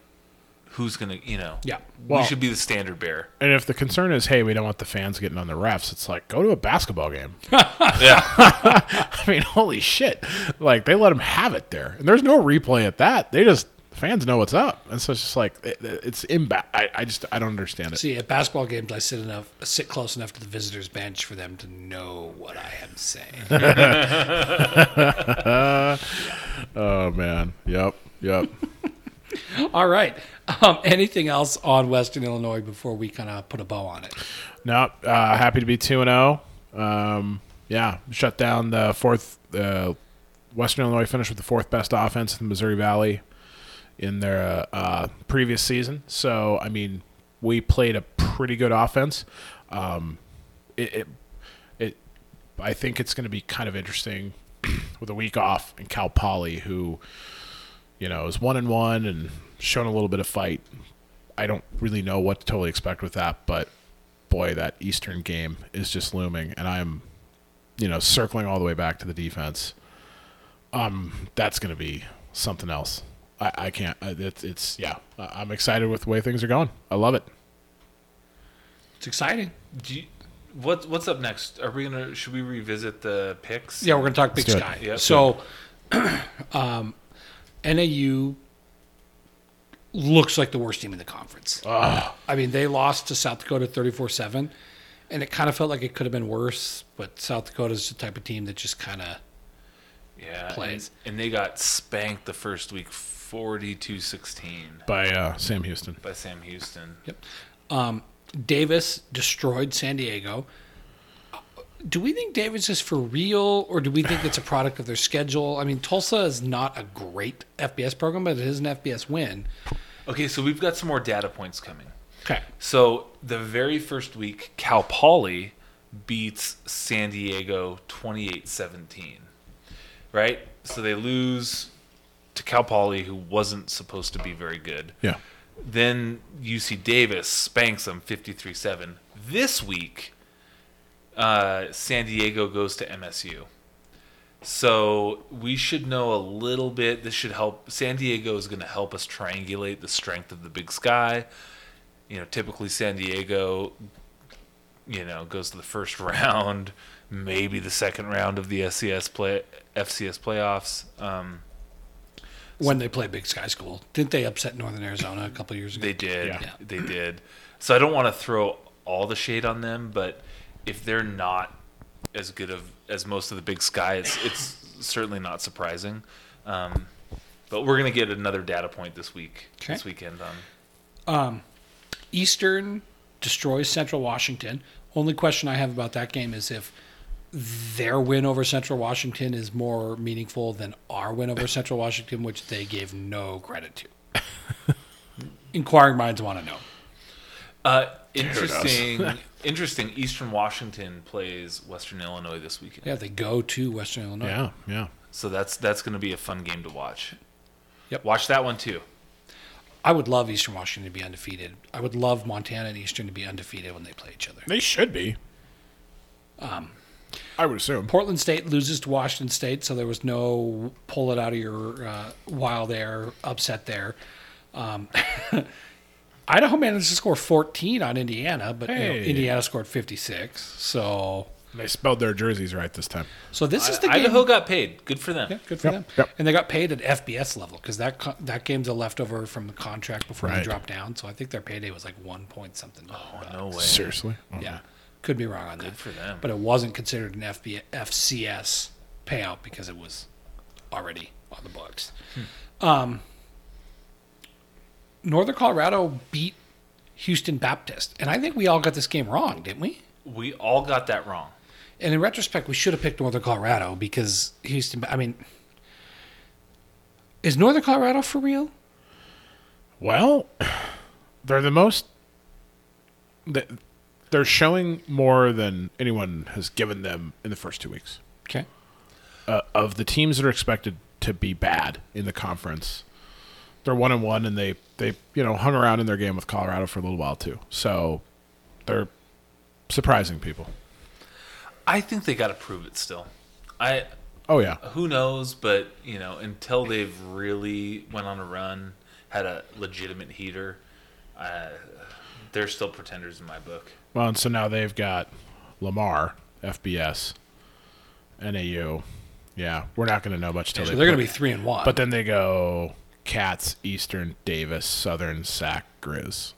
A: who's gonna? You know.
C: Yeah.
D: Well-
A: we should be the standard bearer.
D: And if the concern is, hey, we don't want the fans getting on the refs, it's like go to a basketball game.
A: Yeah.
D: I mean, holy shit! Like they let them have it there, and there's no replay at that. They just fans know what's up, and so it's just like it, it's imba. I, I just I don't understand it.
C: See, at basketball games, I sit enough, sit close enough to the visitors' bench for them to know what I am saying.
D: Oh man, yep, yep.
C: All right. Um, anything else on Western Illinois before we kind of put a bow on it?
D: No, uh, happy to be two and zero. Um, yeah, shut down the fourth. Uh, Western Illinois finished with the fourth best offense in the Missouri Valley in their uh, uh, previous season. So I mean, we played a pretty good offense. Um, it, it, it, I think it's going to be kind of interesting with a week off and Cal Poly, who you know is one and one and shown a little bit of fight. I don't really know what to totally expect with that, but boy, that Eastern game is just looming, and I'm, you know, circling all the way back to the defense. Um, that's going to be something else. I, I can't. I- It's, it's yeah. I- I'm excited with the way things are going. I love it.
C: It's exciting.
A: Do you, What what's up next? Are we gonna? Should we revisit the picks?
C: Yeah, we're going to talk Big
D: Let's do it.
C: Sky.
A: Yep.
C: So, um, NAU looks like the worst team in the conference. I mean, they lost to South Dakota 34 7, and it kind of felt like it could have been worse, but South Dakota's the type of team that just kind of.
A: yeah.
C: plays.
A: And, and they got spanked the first week, 42-16
D: by uh, Sam Houston.
A: by Sam Houston.
C: Yep. Um, Davis destroyed San Diego. Uh, Do we think Davis is for real, or do we think it's a product of their schedule? I mean, Tulsa is not a great FBS program, but it is an FBS win.
A: Okay, so we've got some more data points coming.
C: Okay.
A: So the very first week, Cal Poly beats San Diego 28-17. Right? So they lose to Cal Poly who wasn't supposed to be very good.
D: Yeah.
A: Then UC Davis spanks them 53 7. This week, uh, San Diego goes to MSU. So we should know a little bit. This should help. San Diego is going to help us triangulate the strength of the big sky. You know, typically San Diego, you know, goes to the first round, maybe the second round of the SCS play, FCS playoffs. Um,
C: when they play Big Sky School. Didn't they upset Northern Arizona a couple years ago?
A: They did.
D: Yeah.
A: They did. So I don't want to throw all the shade on them, but if they're not as good of as most of the Big Sky, it's it's certainly not surprising. Um, but we're gonna get another data point this week,
C: Okay.
A: this weekend on
C: Eastern destroys Central Washington. Only question I have about that game is if their win over Central Washington is more meaningful than our win over Central Washington, which they gave no credit to. Inquiring minds want to know.
A: Uh, interesting. interesting. Eastern Washington plays Western Illinois this weekend,
C: Yeah, they go to Western Illinois.
D: Yeah. Yeah.
A: so that's that's gonna be a fun game to watch.
C: Yep.
A: Watch that one too.
C: I would love Eastern Washington to be undefeated. I would love Montana and Eastern to be undefeated when they play each other.
D: They should be. Um, I would assume.
C: Portland State loses to Washington State, so there was no pull it out of your uh, wild air upset there. Um, Idaho managed to score 14 on Indiana, but you know,
D: Hey.
C: Indiana scored 56. So,
D: They spelled their jerseys right this time.
C: so this is the game.
A: Idaho got paid. Good for them.
C: yeah, good for
D: Yep,
C: them.
D: yep.
C: And they got paid at FBS level because that co- that game's a leftover from the contract before they
D: Right.
C: dropped down. So I think their payday was like one point something.
A: Oh no way.
D: Seriously? Oh,
C: Yeah, could be wrong on that.
A: for them.
C: But it wasn't considered an FB, FCS payout because it was already on the books. Um, Northern Colorado beat Houston Baptist, and I think we all got this game wrong, didn't we?
A: We all got that wrong.
C: And in retrospect, we should have picked Northern Colorado because Houston. I mean, is Northern Colorado for real?
D: Well, they're the most. they- They're showing more than anyone has given them in the first two weeks.
C: Okay.
D: Uh, of the teams that are expected to be bad in the conference, they're one and one, and they they you know hung around in their game with Colorado for a little while too. So they're surprising people.
A: I think they got to prove it still. I
D: Oh yeah,
A: who knows, but you know, until they've really went on a run, had a legitimate heater, uh, they're still pretenders in my book.
D: Well, and so now they've got Lamar, FBS, NAU. Yeah, we're not going to know much till
C: So
D: they.
C: they're going to be three and one.
D: But then they go Cats, Eastern, Davis, Southern, Sac, Grizz.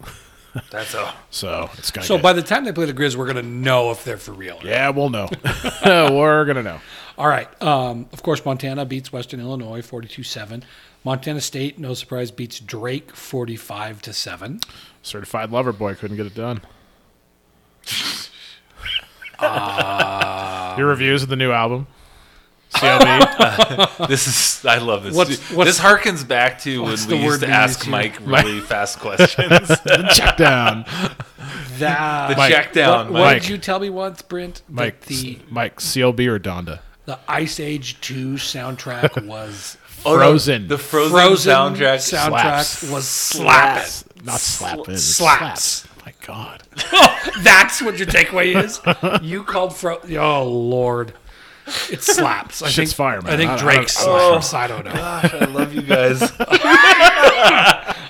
A: That's all.
D: So it's going to.
C: so by the time they play the Grizz, we're going to know if they're for real. or not.
D: yeah, we'll know. we're going to know.
C: All right. Um, of course, Montana beats Western Illinois 42 7. Montana State, no surprise, beats Drake 45 to 7.
D: Certified lover boy couldn't get it done.
A: Ah.
D: Your reviews of the new album, CLB.
A: This is I love this.
C: What's-
A: this
C: what's-
A: harkens back to when
C: what's the
A: we used
C: word
A: to
C: we
A: ask
C: used here?
A: Mike really fast questions.
D: check down.
C: That,
A: the
D: Mike,
A: check down, Mike.
C: what, what
D: Mike.
C: did you tell me once, Brent? That
D: Mike,
C: the,
D: Mike, CLB or Donda?
C: the Ice Age 2 soundtrack was
A: Oh, no,
D: Frozen.
A: the Frozen,
C: Frozen
A: soundtrack.
C: sound-
D: Slaps.
C: Soundtrack was slapping.
D: Slaps. Not slapping.
C: slaps.
D: Slaps. My God.
C: That's what your takeaway is. You called Fro. Oh Lord, it slaps. I
D: Shit's
C: think
D: fire, man.
C: I
D: I- I-
A: Oh.
C: think Drake
D: I-
C: slaps. I don't know.
A: Gosh, I love you guys.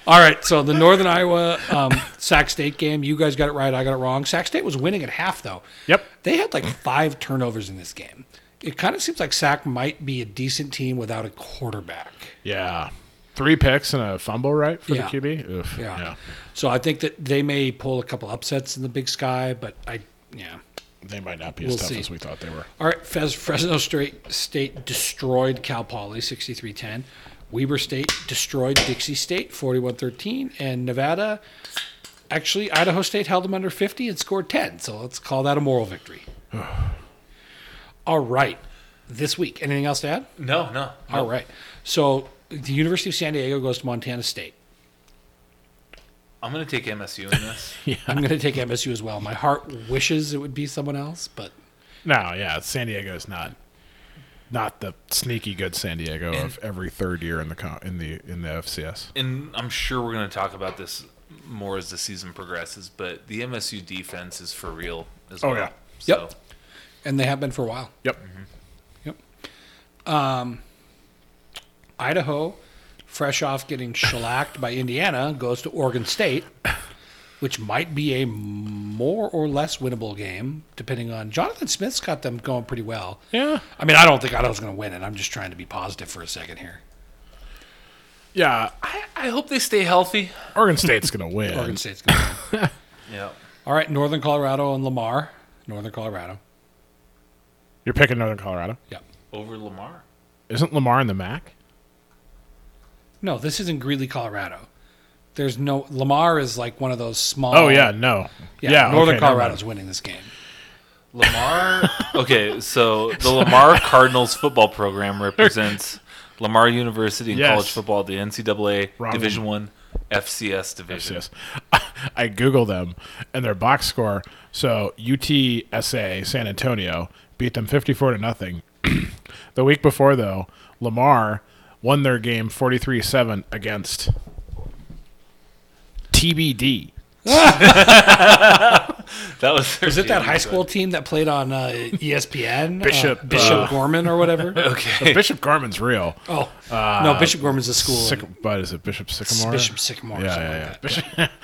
C: All right, so the Northern Iowa um, Sac State game, you guys got it right, I got it wrong. Sac State was winning at half, though.
D: Yep.
C: They had like five turnovers in this game. It kind of seems like Sac might be a decent team without a quarterback.
D: Yeah. Three picks and a fumble, right, for
C: Yeah.
D: the QB? Oof.
C: Yeah.
D: yeah.
C: So I think that they may pull a couple upsets in the Big Sky, but I yeah.
D: They might not be as
C: We'll
D: tough
C: see.
D: as we thought they were.
C: All right, Fez, Fresno State State destroyed Cal Poly 63-10. Weber State destroyed Dixie State 41-13 and Nevada actually Idaho State held them under 50 and scored 10. So let's call that a moral victory. All right. This week, anything else to add?
A: No, no.
C: All right. So the University of San Diego goes to Montana State.
A: I'm gonna take MSU in this.
C: I'm going to take MSU as well. My heart wishes it would be someone else, but
D: No, yeah. San Diego's not not the sneaky good San Diego of every third year in the co- in the in the FCS.
A: and I'm sure we're going to talk about this more as the season progresses, but the MSU defense is for real as
D: Oh,
A: well.
D: yeah.
A: So,
C: Yep. and they have been for a while.
D: Yep.
C: Yep. Um, Idaho, fresh off getting shellacked by Indiana, goes to Oregon State, which might be a more or less winnable game, depending on. Jonathan Smith's got them going pretty well.
D: Yeah.
C: I mean, I don't think Idaho's going to win it. I'm just trying to be positive for a second here.
D: Yeah.
A: I, I hope they stay healthy.
D: Oregon State's going to win.
C: Oregon State's going to win.
A: Yeah.
C: All right, Northern Colorado and Lamar. Northern Colorado.
D: You're picking Northern Colorado.
C: Yep.
A: Over Lamar.
D: Isn't Lamar in the MAC?
C: No, this isn't Greeley, Colorado. There's no Lamar is like one of those small.
D: Oh, yeah, no. Yeah,
C: Northern
D: okay, never
C: Colorado's winning this game.
A: Lamar. okay, so the Lamar Cardinals football program represents Lamar University in
D: Yes.
A: college football, the NCAA
D: Wrong.
A: Division One, FCS
D: mind.
A: division.
D: Yes. I Google them and their box score. So UTSA San Antonio beat them 54 to nothing. the week before though, Lamar won their game 43-7 against TBD.
A: That was.
C: Is it that high school team that played on uh, ESPN?
D: Bishop,
C: uh, Bishop
D: uh,
C: Gorman or whatever.
A: Okay.
D: Bishop Gorman's real.
C: Oh no, Bishop Gorman's a school.
D: Syc-
C: in-
D: but is it Bishop Sycamore?
C: Bishop Sycamore. or
D: Yeah,
C: something
D: yeah,
C: like
D: yeah.
C: that.
D: Bishop-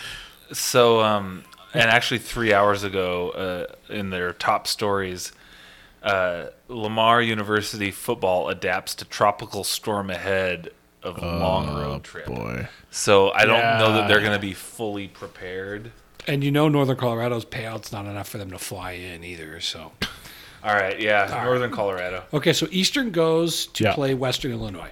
A: So, um, and actually, three hours ago, uh, in their top stories, uh, Lamar University football adapts to tropical storm ahead of long road trip.
D: Boy.
A: So I don't know that they're
D: Yeah.
A: going to be fully prepared.
C: And you know, Northern Colorado's payout's not enough for them to fly in either. So
A: All right, yeah, Northern Colorado.
C: okay, so Eastern goes to
D: Yeah.
C: play Western Illinois.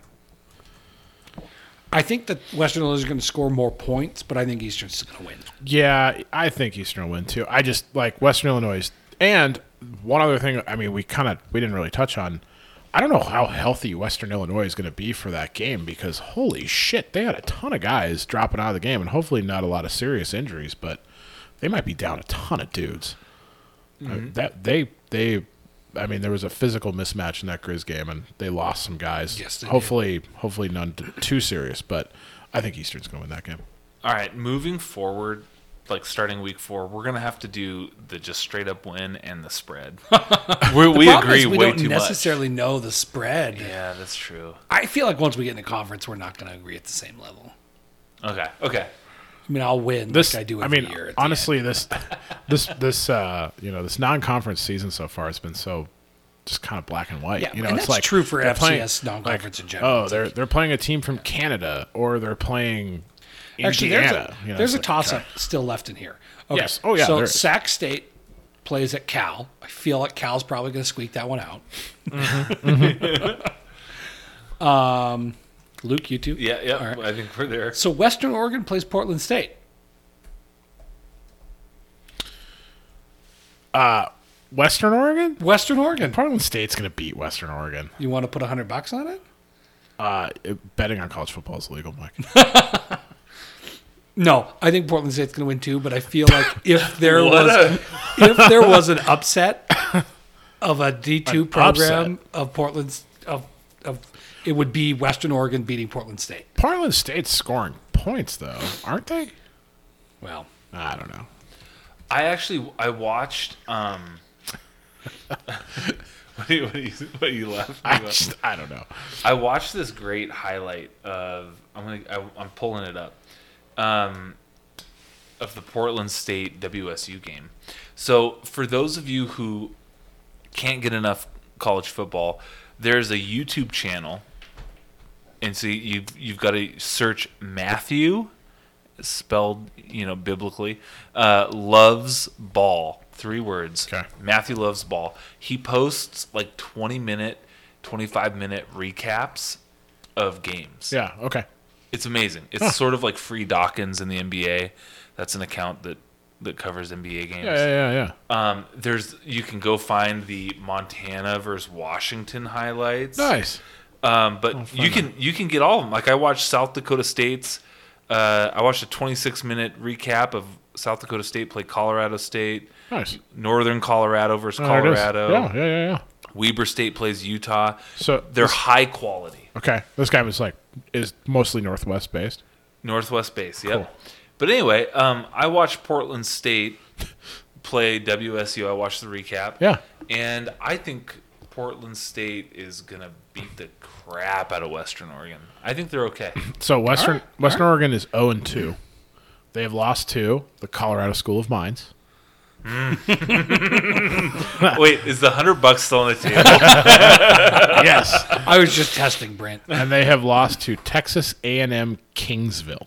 C: I think that Western Illinois is going to score more points, but I think Eastern's going to win.
D: Yeah, I think Eastern will win too. I just like Western Illinois, is- and one other thing. I mean, we kind of we didn't really touch on. I don't know how healthy Western Illinois is going to be for that game because holy shit, they had a ton of guys dropping out of the game, and hopefully not a lot of serious injuries, but they might be down a ton of dudes. I-
C: Mm-hmm.
D: that they they, I mean, there was a physical mismatch in that Grizz game, and they lost some guys.
C: Yes, they did.
D: hopefully, hopefully none t- too serious, but I think Eastern's going to win that game.
A: All right, moving forward, like starting week four, we're going to have to do the just straight up win and the spread. we we
C: Problem
A: agree
C: is we
A: way
C: don't
A: too
C: necessarily know the spread.
A: much. Yeah, that's true.
C: I feel like once we get in a conference, we're not going to agree at the same level.
A: Okay, okay.
C: I mean, I'll win
D: this
C: like I do
D: I
C: every
D: mean,
C: year. at the
D: honestly, this this this uh, you know this non-conference season so far has been so just kind of black and white.
C: Yeah,
D: you know,
C: and
D: it's
C: that's
D: like
C: true for
D: they're playing-
C: FCS
D: like,
C: non-conference in general.
D: Oh, they're they're playing a team from Canada or they're playing
C: Actually,
D: Indiana.
C: there's a,
D: you know,
C: there's
D: it's
C: a
D: like,
C: toss up
D: okay.
C: still left in here. Okay.
D: Yes. Oh, yeah,
C: So
D: there is.
C: Sac State plays at Cal. I feel like Cal's probably going to squeak that one out. um, Luke, you too.
A: Yeah, yeah.
C: All right.
A: I think we're there.
C: So Western Oregon plays Portland State.
D: Western Oregon.
C: Western Oregon.
D: Portland State's going to beat Western Oregon.
C: You want to put hundred bucks on it?
D: Uh, it- betting on college football is illegal, Mike.
C: No, I think Portland State's going to win too. But I feel like if there
A: What
C: was if there was an upset of a D two program of Portland's of of it would be Western Oregon beating Portland State.
D: Portland State's scoring points though, aren't they?
C: Well,
D: I don't know.
A: I actually I watched. Um, what do you what do you, what do you laughing
D: I
A: about?
D: just I don't know.
A: I watched this great highlight of I'm gonna I, I'm pulling it up. um, of the Portland State WSU game. So, for those of you who can't get enough college football, there's a YouTube channel, and so you've you've got to search Matthew, spelled you know biblically, uh, loves ball. Three words.
D: Okay.
A: Matthew loves ball. He posts like 20 minute, 25 minute recaps of games.
D: Yeah. Okay.
A: It's amazing. It's sort of like Free Dawkins in the NBA. That's an account that that covers NBA games.
D: Yeah. Yeah. Yeah. yeah.
A: Um, there's you can go find the Montana versus Washington highlights.
D: Nice. Oh,
A: Um, but you can you can get all of them. Like I watched South Dakota State's. Uh, I watched a 26 minute recap of South Dakota State play Colorado State.
D: Nice.
A: Northern Colorado versus
D: Oh, There it is.
A: Colorado.
D: Yeah. Yeah. Yeah. Yeah.
A: Weber State plays Utah.
D: So
A: They're
D: this-
A: high quality.
D: okay. This guy was like is mostly Northwest based.
A: Northwest base. Yep.
D: Cool.
A: But anyway, um, I watched Portland State play WSU. I watched the recap.
D: Yeah.
A: And I think Portland State is gonna beat the crap out of Western Oregon. I think they're okay.
D: So Western Western Oregon is zero and two. They have lost to the Colorado School of Mines.
A: Wait, is the hundred bucks still on the table?
D: yes,
C: I was just testing Brent.
D: and they have lost to Texas A and M Kingsville.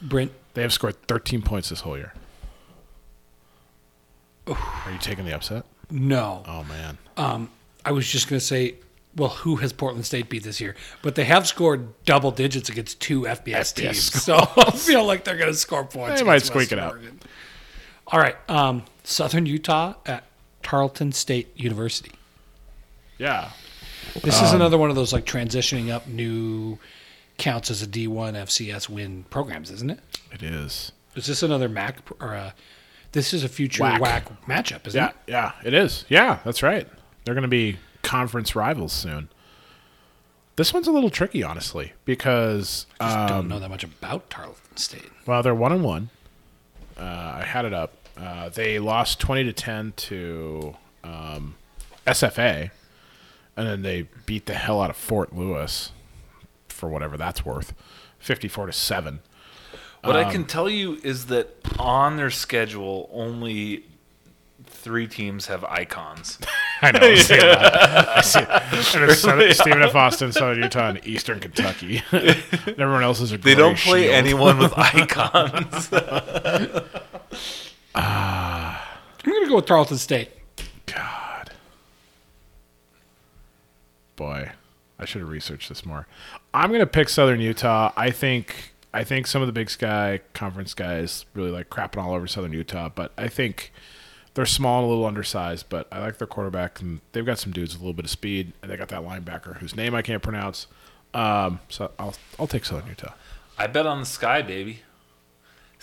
C: Brent,
D: They have scored 13 points this whole year. Are you taking the upset?
C: no.
D: Oh man,
C: I was just going to say, well, who has Portland State beat this year? But they have scored double digits against two FBS, teams,
D: scores.
C: so I feel like they're going to score points.
D: They might
C: against
D: squeak it out.
C: Oregon. All right, um, Southern Utah at Tarleton State University.
D: yeah,
C: This
D: Um,
C: is another one of those like transitioning up new counts as a D1 FCS win programs, isn't it?
D: it is.
C: Is this another MAC pr- or uh this is a future
D: Whack.
C: whack, matchup, isn't
D: Yeah,
C: it?
D: yeah, it is. Yeah, that's right. They're going to be conference rivals soon. This one's a little tricky, honestly, because
C: I
D: uh,
C: just don't know that much about Tarleton State.
D: well, they're one and one. Uh, I had it up. Uh, they lost 20 to 10 to um, SFA, and then they beat the hell out of Fort Lewis for whatever that's worth, 54 to seven.
A: what
D: Um,
A: I can tell you is that on their schedule, only three teams have icons.
D: I know. I see that. I see it. And it's Southern, Stephen F. Austin, Southern Utah, and Eastern Kentucky. Everyone else is a
A: They don't play anyone with icons.
C: I'm going to go with Tarleton State.
D: God. Boy, I should have researched this more. I'm gonna pick Southern Utah. I think I think some of the Big Sky conference guys really like crapping all over Southern Utah, but I think they're small and a little undersized, but I like their quarterback and they've got some dudes with a little bit of speed and they got that linebacker whose name I can't pronounce. Um, so I'll I'll take Southern Utah.
A: I bet on the sky, baby.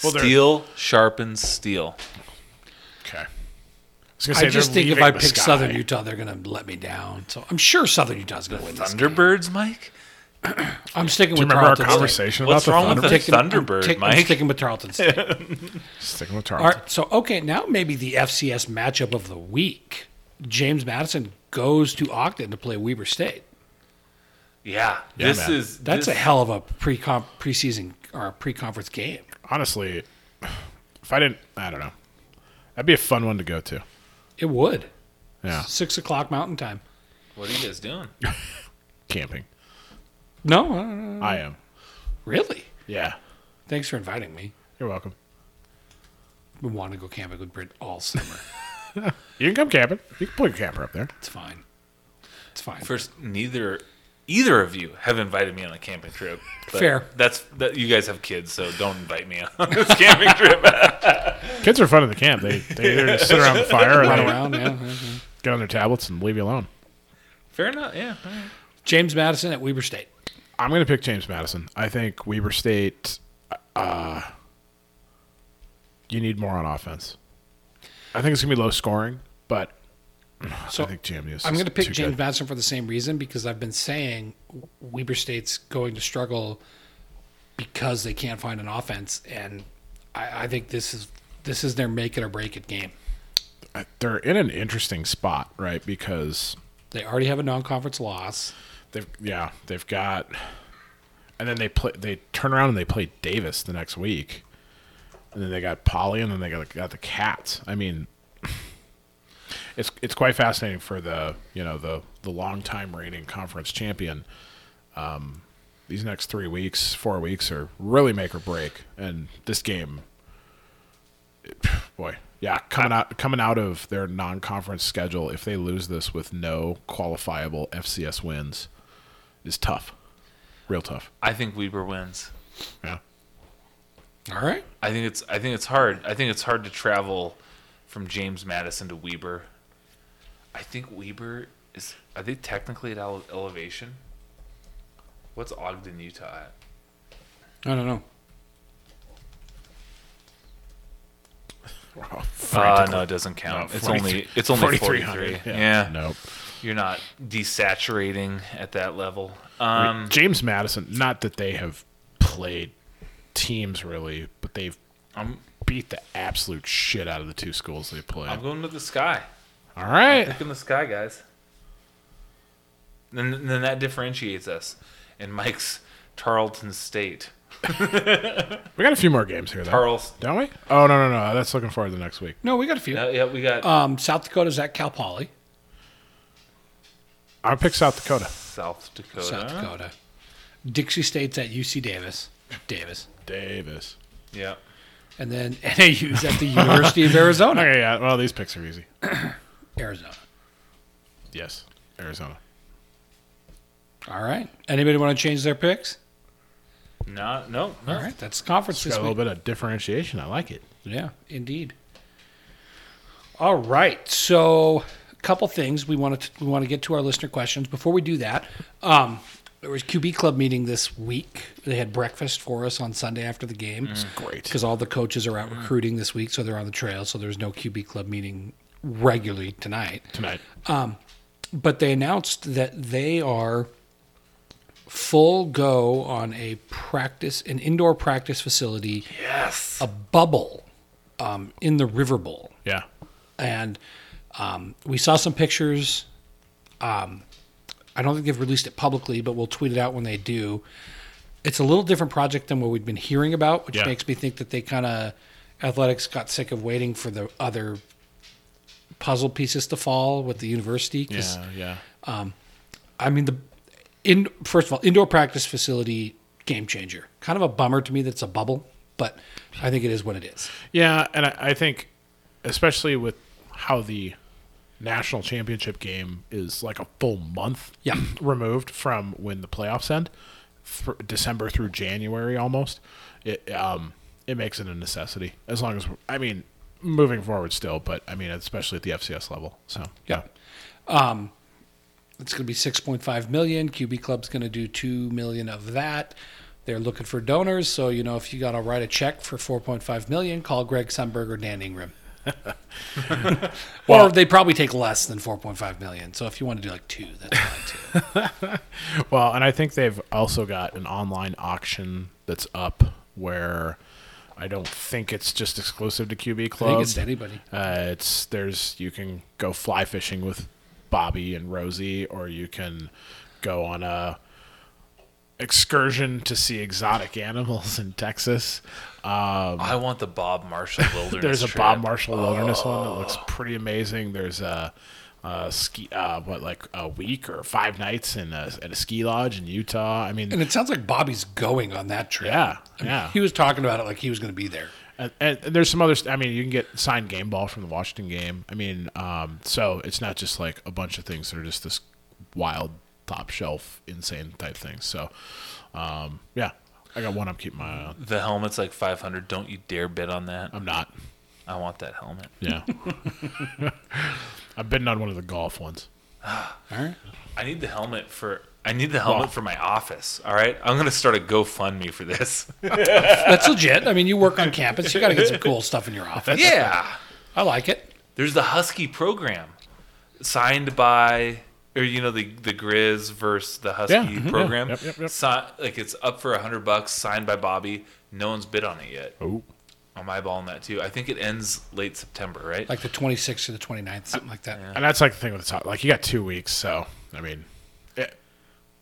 D: Well, they're-
A: steel sharpens steel.
D: Okay. I, was gonna
C: I
D: say
C: just
D: they're
C: think if
D: leaving
C: I
D: the
C: pick
D: sky.
C: Southern Utah, they're going to let me down. So I'm sure Southern Utah's going to win. This.
A: Thunderbirds, Mike?
C: I'm sticking
D: Do you
C: with
D: remember our
C: Tarleton
D: conversation
A: What's
D: about
A: wrong with
D: the
A: the-
D: Thunder?
C: State. I'm taking-
A: Thunderbird,
C: I'm taking- I'm
A: Mike?
C: sticking with Tarleton State.
D: Sticking with
C: All
D: Tarleton.
C: right, so okay, now maybe the FCS matchup of the week. James Madison goes to Ogden to play Weber State.
A: Yeah. this
D: man.
A: is
C: That's
A: this-
C: a hell of a pre preseason or pre conference game.
D: honestly, if I didn't, I don't know. That'd be a fun one to go to.
C: It would.
D: Yeah,
C: Six o'clock Mountain Time.
A: What are you guys doing?
D: camping.
C: No, uh,
D: I am.
C: really.
D: Yeah,
C: Thanks for inviting me.
D: you're welcome.
C: We want to go camping with Britt all summer.
D: You can come camping. You can pull your camper up there.
C: It's fine. It's fine.
A: First, neither either of you have invited me on a camping trip. but
C: Fair.
A: That's that. You guys have kids, so don't invite me on this camping trip.
D: Kids are fun at the camp. They they either just sit around the fire or
C: Run
D: they
C: around, yeah, yeah, yeah.
D: get on their tablets and leave you alone.
A: Fair enough. Yeah. all right.
C: James Madison at Weber State.
D: I'm gonna pick James Madison. I think Weber State. Uh, you need more on offense. I think it's gonna be low scoring, but
C: So
D: I think James. is
C: I'm going to
D: too
C: pick James
D: good.
C: Madison for the same reason because I've been saying Weber State's going to struggle because they can't find an offense, and I, I think this is this is their make it or break it game.
D: I- They're in an interesting spot, right? Because
C: They already have a non-conference loss.
D: They've yeah, they've got and then they play. They turn around and they play Davis the next week, and then they got Polly, and then they got, got the Cats. I mean, it's it's quite fascinating for the you know the the long time reigning conference champion. Um, these next three weeks, four weeks are really make or break, and this game, boy, yeah, coming out coming out of their non conference schedule, if they lose this with no qualifiable FCS wins, is tough, real tough.
A: I think Weber wins.
D: Yeah,
C: All right.
A: I think it's I think it's hard. I think it's hard to travel from James Madison to Weber. I think Weber is are they technically at ele- elevation? What's Ogden, Utah at?
C: I don't know.
A: Uh, no, it doesn't count.
D: No,
A: it's
D: 43
A: only it's only
D: 4300,
A: 43. Yeah.
D: nope.
A: You're not desaturating at that level. Um,
D: James Madison. Not that they have played teams really, but they've
A: I'm
D: beat the absolute shit out of the two schools they played.
A: I'm going with the sky.
D: All right.
A: Look in the sky, guys. Then then that differentiates us in Mike's Tarleton State.
D: We got a few more games here, though.
A: Tarleton.
D: Don't we? Oh, no, no, no. That's looking forward to next week.
C: No, we got a few.
A: Yeah, yeah, we got
C: Um, South Dakota's at Cal Poly,
D: I'll pick South Dakota.
A: South Dakota.
C: South Dakota. Dixie State's at UC Davis, Davis,
D: Davis.
A: Yeah.
C: and then NAU's at the University of Arizona,
D: Okay, yeah. Well, these picks are easy.
C: Arizona.
D: Yes. Arizona.
C: All right. Anybody want to change their picks?
A: No, no, no.
C: All right. That's conference
D: Got
C: this
D: a little
C: week.
D: bit of differentiation. I like it.
C: Yeah, indeed. All right. So, a couple things we want to we want to get to our listener questions. Before we do that, um, there was QB club meeting this week. They had breakfast for us on Sunday after the game.
D: Great.
C: because all the coaches are out recruiting this week, so they're on the trail. So there's no QB club meeting regularly tonight.
D: Tonight.
C: But they announced that they are full go on a practice, an indoor practice facility,
A: Yes.
C: a bubble um, in the River Bowl,
D: Yeah.
C: and um, we saw some pictures. Um, I don't think they've released it publicly, but we'll tweet it out when they do. It's a little different project than what we've been hearing about, which
D: Yeah.
C: makes me think that they kind of athletics got sick of waiting for the other puzzle pieces to fall with the university. 'cause,
D: Yeah. Yeah.
C: I mean, the in first of all, indoor practice facility game changer. Kind of a bummer to me that it's a bubble, but I think it is what it is.
D: Yeah, and I, I think, especially with how the national championship game is like a full month
C: Yeah.
D: removed from when the playoffs end, th- December through January almost, it um it makes it a necessity. As long as we're, I mean, moving forward still, but I mean, especially at the FCS level. So
C: Yeah. Um, it's going to be 6.5 million. QB Club's going to do 2 million of that. They're looking for donors. So, you know, if you got to write a check for 4.5 million, call Greg Sunberg or Dan Ingram. or they probably take less than 4.5 million. So if you want to do like two, that's fine too.
D: Well, and I think they've also got an online auction that's up where I don't think it's just exclusive to QB Club.
C: it's to anybody.
D: Uh, it's there's you can go fly fishing with Bobby and Rosie, or you can go on a excursion to see exotic animals in Texas. Um,
A: I want the Bob Marshall Wilderness.
D: there's a
A: trip.
D: Bob Marshall Wilderness one that looks pretty amazing. There's a, a ski, uh, what like a week or five nights in a, at a ski lodge in Utah. I mean,
C: And it sounds like Bobby's going on that trip.
D: Yeah,
C: I mean,
D: yeah.
C: He was talking about it like he was going to be there.
D: and, and and there's some other. st- I mean, you can get signed game ball from the Washington game. I mean, um, so it's not just like a bunch of things that are just this wild, top shelf, insane type thing. So, um, yeah, I got one. I'm keeping my eye on.
A: The helmet's like 500. Don't you dare bid on that.
D: I'm not.
A: I want that helmet.
D: Yeah, I'm bidding on one of the golf ones.
C: All right.
A: I need the helmet for. I need the helmet for my office. All right, I'm gonna start a GoFundMe for this.
C: That's legit. I mean, you work on campus, you got to get some cool stuff in your office.
A: yeah,
C: I like it.
A: there's the Husky program, signed by or you know the the Grizz versus the Husky
D: Yeah, mhm, yeah.
A: program.
D: Yep, yep, yep.
A: Si- like it's up for a hundred bucks, signed by Bobby. No one's bid on it yet.
D: Oh,
A: I'm eyeballing that too. I think it ends late September, right?
C: Like the 26th or the 29th, something like that.
D: and that's like the thing with the top. Like you got two weeks, so I mean, it,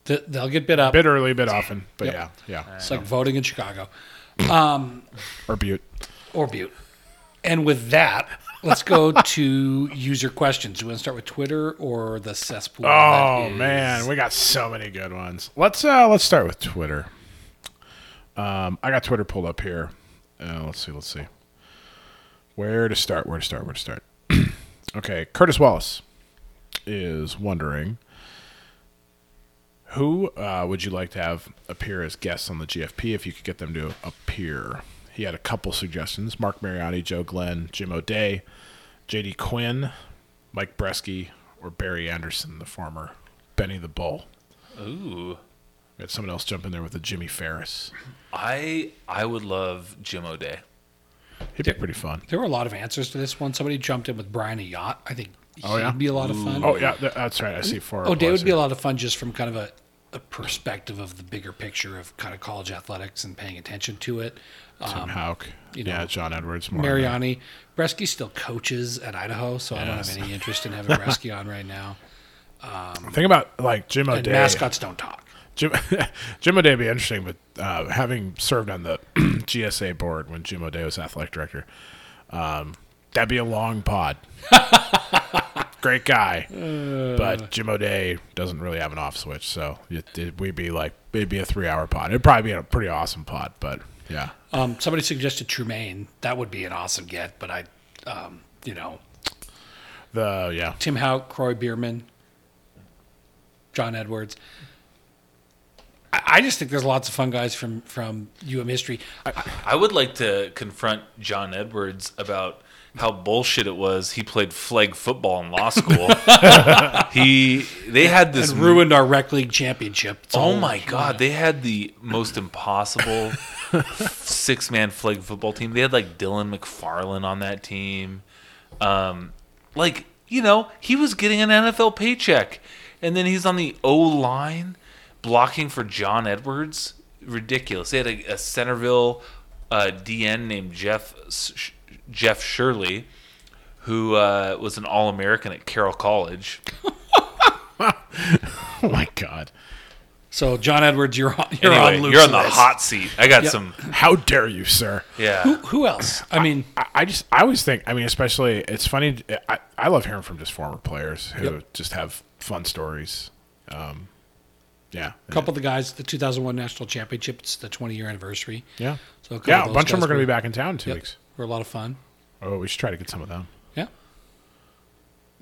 C: Th- They'll get bid up.
D: Bit early, bit often, but
C: Yep.
D: yeah, yeah.
C: It's like voting in Chicago
D: Or Butte.
C: or Butte. And with that, let's go to user questions. You want to start with Twitter or the cesspool? that
D: Oh
C: is-
D: man, we got so many good ones. Let's uh let's start with Twitter. Um, I got Twitter pulled up here. Uh, let's see, let's see. Where to start? Where to start? Where to start? okay, Curtis Wallace is wondering who uh, would you like to have appear as guests on the GFP if you could get them to appear? He had a couple suggestions: Mark Mariotti, Joe Glenn, Jim O'Day, J.D. Quinn, Mike Bresky, or Barry Anderson, the former Benny the Bull.
A: Ooh.
D: We had someone else jump in there with a Jimmy Ferris.
A: I I would love Jim O'Day.
D: He'd be pretty fun.
C: There were a lot of answers to this one. Somebody jumped in with Brian a yacht. I think he'd
D: Oh, yeah?
C: be a lot of fun.
D: Oh yeah, th- that's right. I see four.
C: Oh, Dave
D: plus
C: would be
D: here.
C: a lot of fun just from kind of a, a perspective of the bigger picture of kind of college athletics and paying attention to it.
D: Tim Houck.
C: you know,
D: yeah, John Edwards. More
C: Mariani, Bresky still coaches at Idaho, so I don't have
D: Yes.
C: any interest in having Bresky on right now.
D: Think about like Jim
C: And
D: O'Day.
C: mascots don't talk.
D: Jim, Jim O'Day would be interesting, but uh, having served on the GSA board when Jim O'Day was athletic director, um, that'd be a long pod. Great guy, but Jim O'Day doesn't really have an off switch, so it, it, we'd be like it'd be a three-hour pod. It'd probably be a pretty awesome pod, but yeah,
C: Um, somebody suggested Trumaine. That would be an awesome get, but I, um, you know,
D: the yeah,
C: Tim Houck, Croy Bierman, John Edwards. I, I just think there's lots of fun guys from from UM history.
A: I would like to confront John Edwards about how bullshit it was he played flag football in law school. he they had this
C: and ruined our rec league championship. It's
A: Oh
C: all-
A: my god, they had the most impossible six man flag football team. They had like Dylan McFarland on that team. Um, like, you know, he was getting an NFL paycheck. And then he's on the O line blocking for John Edwards. Ridiculous. They had a, a Centerville uh, DN named Jeff Sh- Jeff Shirley, who uh, was an All American at Carroll College.
D: oh my god,
C: So John Edwards, you're on. You're
A: anyway,
C: on. Luke's
A: you're on the
C: list.
A: hot seat. I got
C: Yep.
A: some.
D: how dare you, sir?
A: Yeah.
C: Who else? I mean,
D: I, I just I always think I mean especially it's funny I, I love hearing from just former players who just have fun stories. Um, yeah,
C: a couple of the guys, the 2001 national championship. It's the 20 year anniversary.
D: yeah,
C: So couple
D: yeah. A
C: those
D: bunch of them
C: guys
D: are going
C: were-
D: to be back in town in two
C: yep,
D: weeks.
C: Were a lot of fun.
D: Oh, we should try to get some of them.
C: Yeah.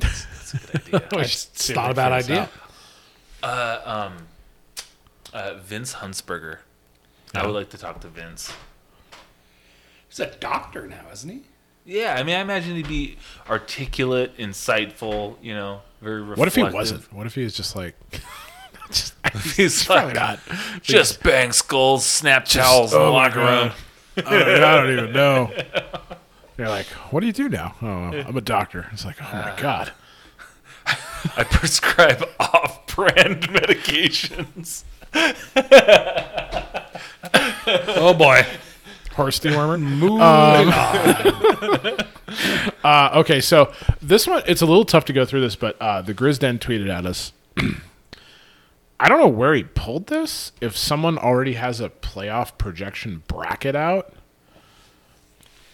A: idea.
D: We
C: It's,
D: should see if we
C: not a
D: can
C: bad
D: figure this
C: idea.
D: out.
A: Uh, Vince Huntsberger. I would like to talk to Vince.
C: He's a doctor now, isn't he?
A: Yeah, I mean, I imagine he'd be articulate, insightful. You know, very reflective.
D: What if he wasn't? What if he was just like just,
A: He's
D: probably
A: like,
D: not?
A: Just bang skulls, snap towels in
D: oh
A: the
D: my
A: locker
D: God.
A: room.
D: I don't, I don't even know. You're like, what do you do now? Oh, I'm a doctor. It's like, oh my god.
A: I prescribe off-brand medications.
C: Oh boy.
D: horse dewormer. Moving on. uh, okay, so this one it's a little tough to go through this, but uh, the Grizden tweeted at us. I don't know where he pulled this. If someone already has a playoff projection bracket out,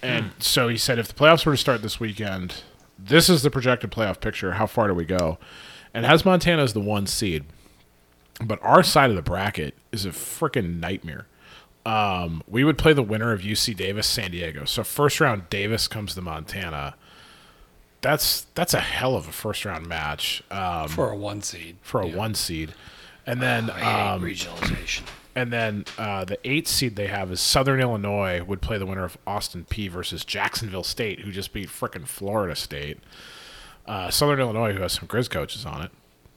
D: and so he said, if the playoffs were to start this weekend, this is the projected playoff picture. How far do we go? And has Montana as the one seed, but our side of the bracket is a freaking nightmare. Um, we would play the winner of UC Davis, San Diego. So first round, Davis comes to Montana. That's that's a hell of a first round match um,
C: For a one seed.
D: for a one seed, and then
C: Uh, I hate
D: um,
C: regionalization.
D: and then uh, the eight seed they have is Southern Illinois would play the winner of Austin P versus Jacksonville State, who just beat frickin' Florida State. Uh, Southern Illinois, who has some Grizz coaches on it,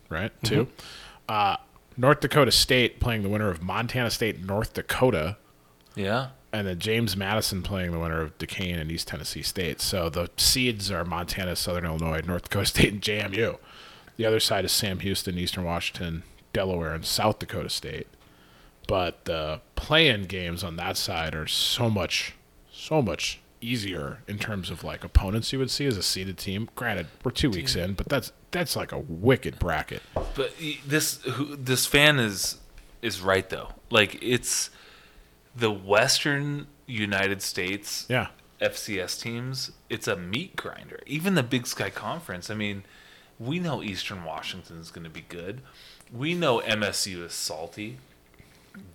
D: right? Too. Uh, North Dakota State playing the winner of Montana State, North Dakota,
A: Yeah.
D: and then James Madison playing the winner of Duquesne and East Tennessee State. So the seeds are Montana, Southern Illinois, North Dakota State, and JMU. The other side is Sam Houston, Eastern Washington, Delaware, and South Dakota State. But the play-in games on that side are so much, so much easier in terms of like opponents you would see as a seeded team. Granted, we're two weeks in, but that's that's like a wicked bracket.
A: But y- this who, this fan is is right though. Like it's the Western United States
D: Yeah.
A: FCS teams. It's a meat grinder. Even the Big Sky Conference. I mean, we know Eastern Washington is going to be good. We know MSU is salty.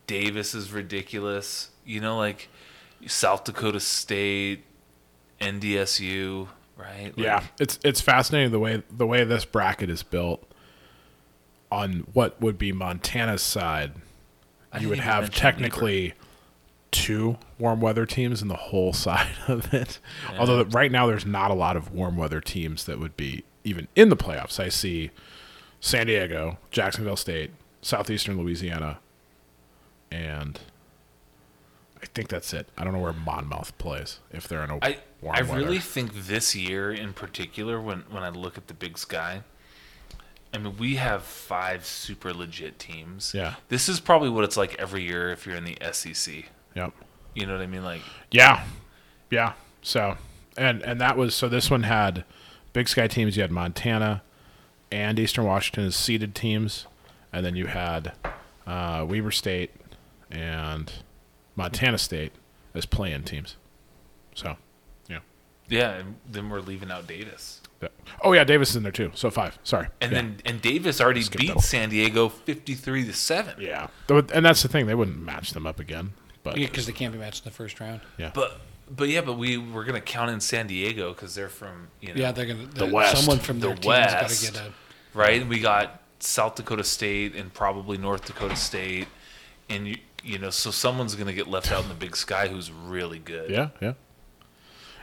A: Davis is ridiculous. You know, like South Dakota State, NDSU, right? Like,
D: Yeah, it's it's fascinating the way the way this bracket is built. On what would be Montana's side,
A: I
D: you
A: didn't
D: would
A: even
D: have
A: mention
D: technically two warm weather teams in the whole side of it. Although right now there's not a lot of warm weather teams that would be even in the playoffs. I see San Diego, Jacksonville State, Southeastern Louisiana, and I think that's it. I don't know where Monmouth plays if they're in a
A: I
D: warm
A: I
D: weather.
A: really think this year in particular, when when I look at the Big Sky, I mean we have five super legit teams.
D: Yeah.
A: this is probably what it's like every year if you're in the E SEC.
D: yep.
A: You know what I mean? Like
D: Yeah, yeah. So and and that was so this one had Big Sky teams. You had Montana and Eastern Washington as seeded teams, and then you had uh, Weber State and Montana State as play-in teams. So yeah.
A: yeah, and then we're leaving out Davis,
D: That- Oh yeah, Davis is in there too. So five. Sorry.
A: and
D: yeah.
A: then and Davis already
D: Skip that
A: beat
D: one.
A: San Diego fifty three to seven.
D: yeah, Th- and that's the thing. They wouldn't match them up again. But
C: because they can't be matched in the first round.
A: But but yeah, but we were gonna count in San Diego because they're from you know
C: Yeah, they're gonna. The
D: West.
C: Someone from
A: The
C: their team's got
A: West.
C: to get a.
A: right? And we got South Dakota State and probably North Dakota State, and you you know, so someone's gonna get left out in the Big Sky who's really good.
D: Yeah, yeah.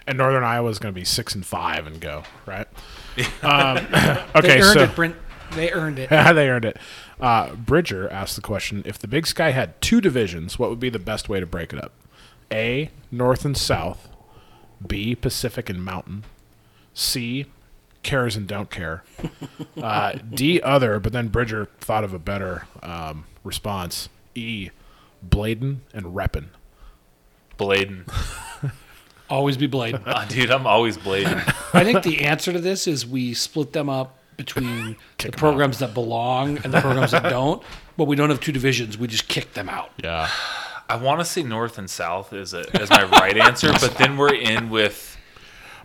D: And Northern Iowa is going to be six and five and go right. um, okay,
C: They earned
D: so
C: it, Brent. They earned it.
D: they earned it. Uh, Bridger asked the question: If the Big Sky had two divisions, what would be the best way to break it up? A. North and South. B. Pacific and Mountain. C. Cares and don't care. Uh, D. Other, but then Bridger thought of a better um, response. E. Bladen and Reppin.
A: Bladen.
C: Always be Blade.
A: Ah, dude, I'm always Bladen.
C: I think the answer to this is we split them up between the
D: 'em
C: programs that belong and the programs that don't. But we don't have two divisions. We just kick them out.
D: Yeah.
A: I want to say North and South is a, as my right answer, but then we're in with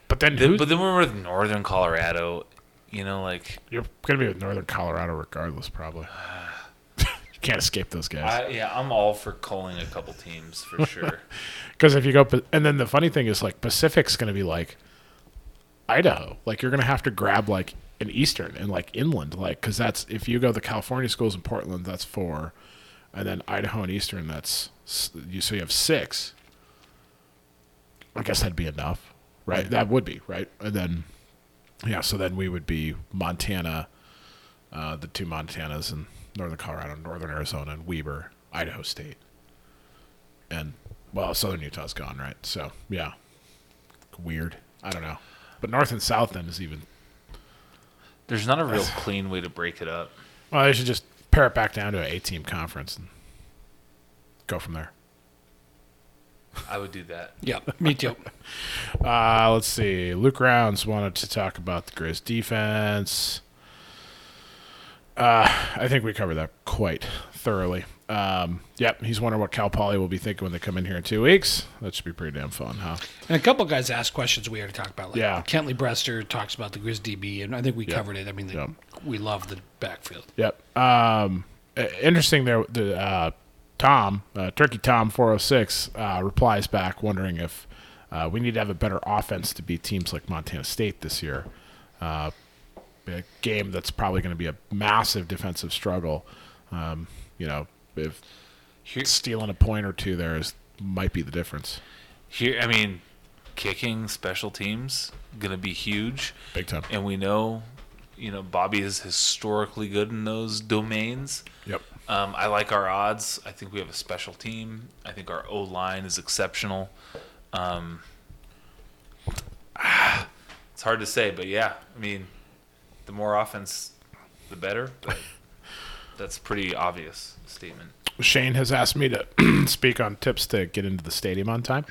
D: But then,
A: then,
D: who-
A: but then we're with Northern Colorado. You know, like
D: You're gonna be with Northern Colorado regardless, probably. you can't escape those guys.
A: I, yeah, I'm all for calling a couple teams for sure.
D: Because if you go, and then the funny thing is, like Pacific's gonna be like Idaho. Like you're gonna have to grab like an Eastern and like inland, like because that's if you go the California schools in Portland, that's four, and then Idaho and Eastern, that's s- you. So you have six. I guess that'd be enough, right? That would be right, and then yeah. So then we would be Montana, uh, the two Montanas and Northern Colorado, Northern Arizona, and Weber, Idaho State, and well, Southern Utah's gone, right? So yeah, weird. I don't know, but North and South then is even.
A: There's not a real clean way to break it up.
D: Well, they should just pare it back down to an eight-team conference and go from there.
A: I would do that.
C: Yeah, me too.
D: Uh, let's see. Luke Rounds wanted to talk about the Grizz defense. Uh, I think we covered that quite thoroughly. Um, yep, he's wondering what Cal Poly will be thinking when they come in here in two weeks. That should be pretty damn fun, huh?
C: And a couple guys asked questions we already talked about. Like
D: Yeah.
C: Kentley Brester talks about the Grizz DB, and I think we covered it. I mean, the,
D: Yep.
C: we love the backfield.
D: Yep. Um, uh, interesting there. The uh, Tom uh, Turkey Tom four hundred six uh, replies back wondering if uh, we need to have a better offense to beat teams like Montana State this year. Uh, a game that's probably going to be a massive defensive struggle. Um, you know, if
A: Here-
D: stealing a point or two there is might be the difference.
A: Here, I mean, kicking special teams gonna be huge.
D: Big time.
A: and we know, you know, Bobby is historically good in those domains.
D: Yep.
A: Um, I like our odds. I think we have a special team. I think our O line is exceptional. Um, ah, it's hard to say, but yeah, I mean, the more offense, the better. But that's a pretty obvious statement.
D: Shane has asked me to speak on tips to get into the stadium on time.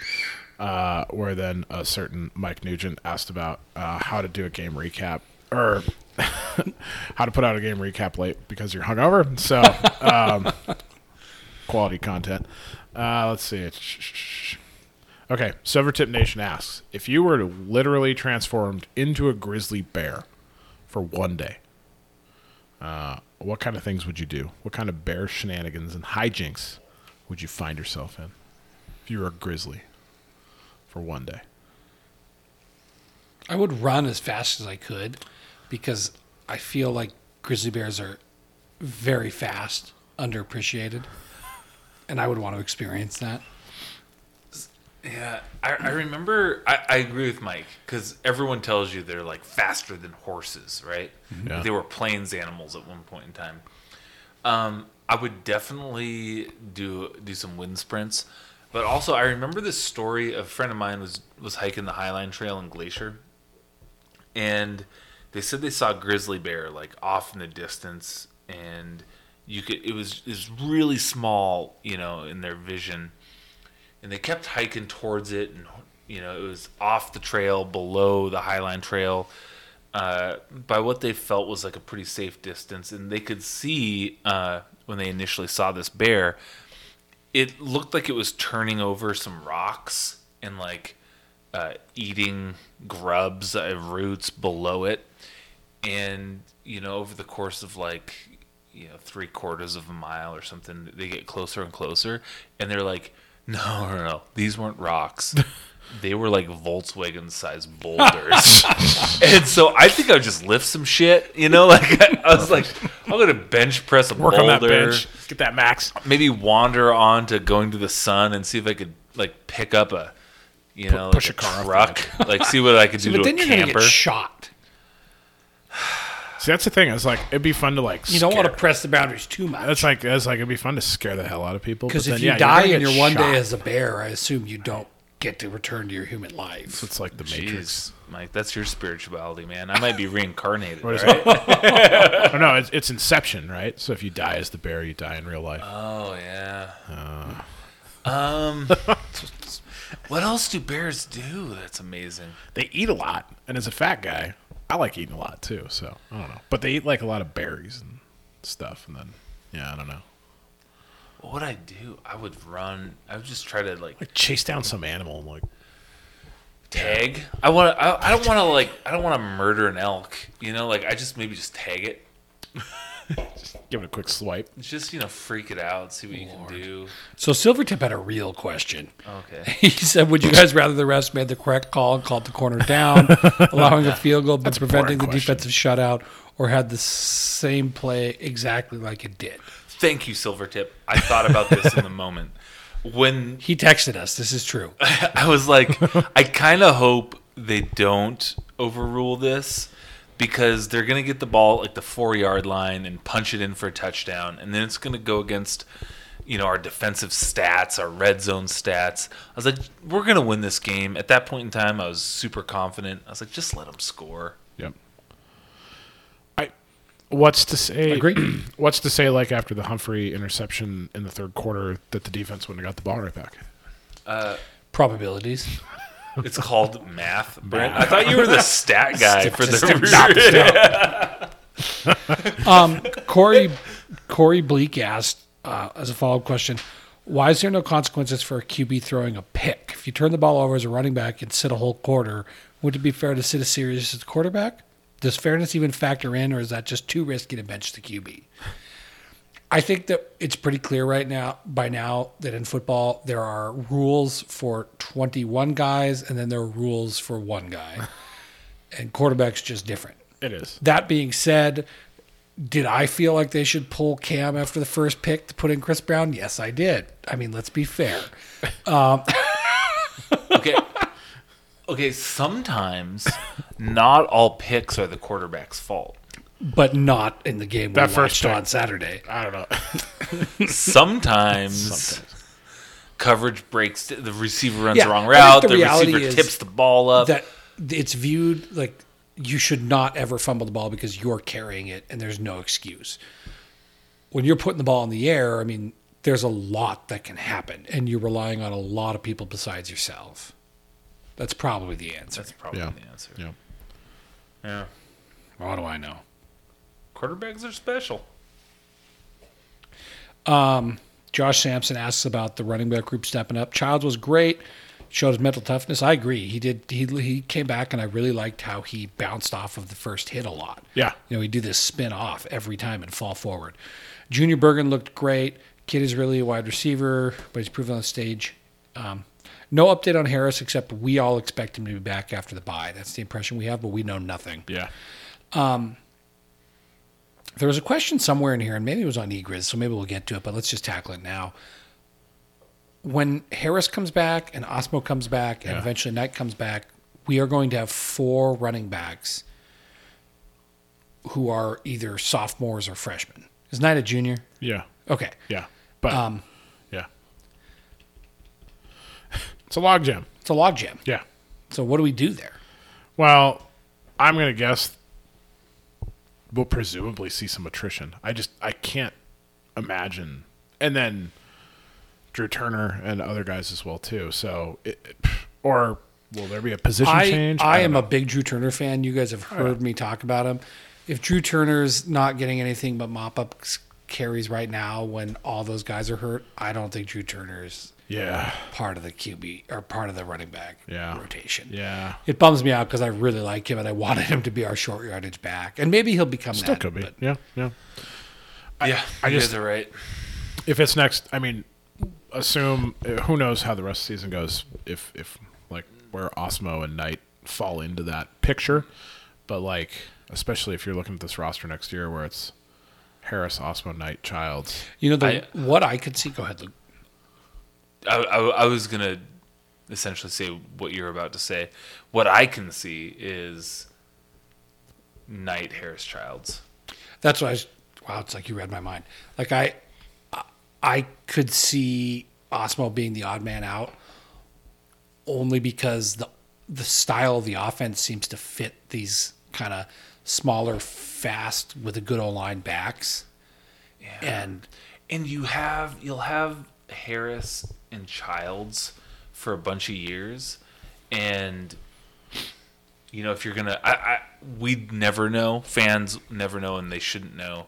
D: uh, where then a certain Mike Nugent asked about uh, how to do a game recap or how to put out a game recap late because you're hungover. So, um, quality content. Uh, let's see. Okay, Silvertip Nation asks if you were literally transformed into a grizzly bear for one day, uh, what kind of things would you do? What kind of bear shenanigans and hijinks would you find yourself in if you were a grizzly for one day?
C: I would run as fast as I could because I feel like grizzly bears are very fast, underappreciated, and I would want to experience that.
A: Yeah, I, I remember. I, I agree with Mike because everyone tells you they're like faster than horses, right?
D: Yeah.
A: They were plains animals at one point in time. Um, I would definitely do do some wind sprints, but also I remember this story. A friend of mine was was hiking the Highline Trail in Glacier, and they said they saw a grizzly bear like off in the distance, and you could it was it was really small, you know, in their vision and they kept hiking towards it and you know it was off the trail below the highline trail uh, by what they felt was like a pretty safe distance and they could see uh, when they initially saw this bear it looked like it was turning over some rocks and like uh, eating grubs uh, roots below it and you know over the course of like you know three quarters of a mile or something they get closer and closer and they're like no no no these weren't rocks they were like volkswagen sized boulders and so i think i would just lift some shit you know like i, I was like i'm gonna bench press a
D: Work
A: boulder
D: on that bench. Get that max.
A: maybe wander on to going to the sun and see if I could like pick up a you know
D: push
A: like
D: a car off the
A: truck, like see what I could do
C: But
A: to a
C: then you're going to
A: camper.
C: get shot.
D: See, that's the thing. It's like it'd be fun to like.
C: You don't want to
D: scare-
C: press the boundaries too much
D: That's like that's like it'd be fun to scare the hell out of people.
C: because
D: but
C: if
D: then,
C: you
D: yeah, you're
C: die
D: gonna
C: in
D: get
C: your one
D: shot.
C: day as a bear, I assume you don't get to return to your human life.
D: it's like the Matrix.
A: Jeez, Mike, that's your spirituality, man. I might be reincarnated.
D: is
A: right?
D: Oh no, it's, it's Inception, right? So if you die as the bear, you die in real life.
A: Oh yeah.
D: Uh.
A: Um, what else do bears do? That's amazing.
D: they eat a lot, and as a fat guy, I like eating a lot too. So I don't know, but they eat like a lot of berries and stuff, and then yeah, I don't know.
A: What would I do? I would run. I would just try to like
D: Like chase down some animal and like
A: tag. I want. I, I don't want to like. I don't want to murder an elk. You know, like I just maybe just tag it.
D: give it a quick swipe.
A: Just you know, freak it out. See what you can do.
C: So Silvertip had a real question.
A: Okay.
C: He said, "Would you guys rather the refs made the correct call and called the corner down, allowing a field goal but preventing the
D: boring question.
C: defensive shutout, or had the same play exactly like it did?"
A: Thank you, Silvertip. I thought about this in the moment. When
C: He texted us. This is true.
A: I was like, I kind of hope they don't overrule this because they're going to get the ball at the four yard line and punch it in for a touchdown. And then it's going to go against, you know, our defensive stats, our red zone stats. I was like, we're going to win this game. At that point in time, I was super confident. I was like, just let them score.
D: Yep. I what's to say?
C: Agree.
D: what's to say? Like after the Humphrey interception in the third quarter, that the defense wouldn't have got the ball right back.
C: Probabilities.
A: It's called math, Brent. I thought you were the stat guy for the.
C: Stop. Um, Corey Corey Bleak asked uh, as a follow up question, why is there no consequences for a QB throwing a pick? If you turn the ball over as a running back and sit a whole quarter, would it be fair to sit a series as a quarterback? Does fairness even factor in, or is that just too risky to bench the QB? I think that it's pretty clear right now by now that in football there are rules for 21 guys and then there are rules for one guy. And quarterback's just different.
D: It is.
C: That being said, did I feel like they should pull Cam after the first pick to put in Chris Brown? Yes, I did. I mean, let's be fair.
A: Okay. Okay, sometimes not all picks are the quarterback's fault.
C: But not in the game
D: That
C: we
D: first
C: first
D: pick.
C: on Saturday.
D: I don't know.
A: Sometimes,
D: Sometimes.
A: coverage breaks, the receiver runs
C: Yeah,
A: the wrong
C: I think
A: route,
C: the
A: the,
C: reality
A: receiver
C: is
A: tips the ball up.
C: That it's viewed like you should not ever fumble the ball because you're carrying it and there's no excuse. When you're putting the ball in the air, I mean, there's a lot that can happen and you're relying on a lot of people besides yourself. That's probably the answer.
A: That's probably
D: Yeah.
A: the answer.
D: Yeah.
A: Yeah.
C: How do I know?
A: Quarterbacks are special.
C: Josh Sampson asks about the running back group stepping up. Childs was great, showed his mental toughness. I agree. He did. He he came back, and I really liked how he bounced off of the first hit a lot.
D: Yeah.
C: you know, he'd do this spin off every time and fall forward. Junior Bergen looked great. Kid is really a wide receiver, but he's proven on the stage. Um, no update on Harris, except we all expect him to be back after the bye. That's the impression we have, but we know nothing.
D: Yeah.
C: There was a question somewhere in here, and maybe it was on eGriz, so maybe we'll get to it, but let's just tackle it now. When Harris comes back and Osmo comes back and
D: Yeah.
C: eventually Knight comes back, we are going to have four running backs who are either sophomores or freshmen. Is Knight a junior?
D: Yeah.
C: Okay.
D: Yeah. But
A: Um,
D: yeah. It's a logjam.
C: It's a logjam.
D: Yeah.
C: So what do we do there?
D: Well, I'm going to guess we'll presumably see some attrition. I just I can't imagine. And then Drew Turner and other guys as well too. So it, or will there be a position
C: I,
D: change?
C: I
D: don't
C: am
D: know. Oh,
C: a big Drew Turner fan. You guys have heard me talk about him. If Drew Turner's not getting anything but mop up carries right now when all those guys are hurt, I don't think Drew Turner's
D: Yeah.
C: part of the QB or part of the running back
D: Yeah.
C: rotation.
D: Yeah.
C: It bums me out because I really like him and I wanted him to be our short yardage back. And maybe he'll become
D: Still
C: that.
D: could be.
C: but
D: Yeah. Yeah.
A: yeah,
D: I
A: you
D: just-
A: guys are right.
D: if it's next i mean assume who knows how the rest of the season goes if if like where osmo and knight fall into that picture but like especially if you're looking at this roster next year where it's harris osmo knight childs
C: You know, the,
A: I-
C: what I could see, go ahead, Luke.
A: I, I, I was gonna essentially say what you're about to say. What I can see is Knight Harris Childs.
C: That's what I was. Wow, it's like you read my mind. Like I, I- I could see Osmo being the odd man out, only because the the style of the offense seems to fit these kind of smaller, fast with a good O line backs, and
A: and you have you'll have Harris and Childs for a bunch of years, and you know if you're gonna, I, I we never know. Fans never know, and they shouldn't know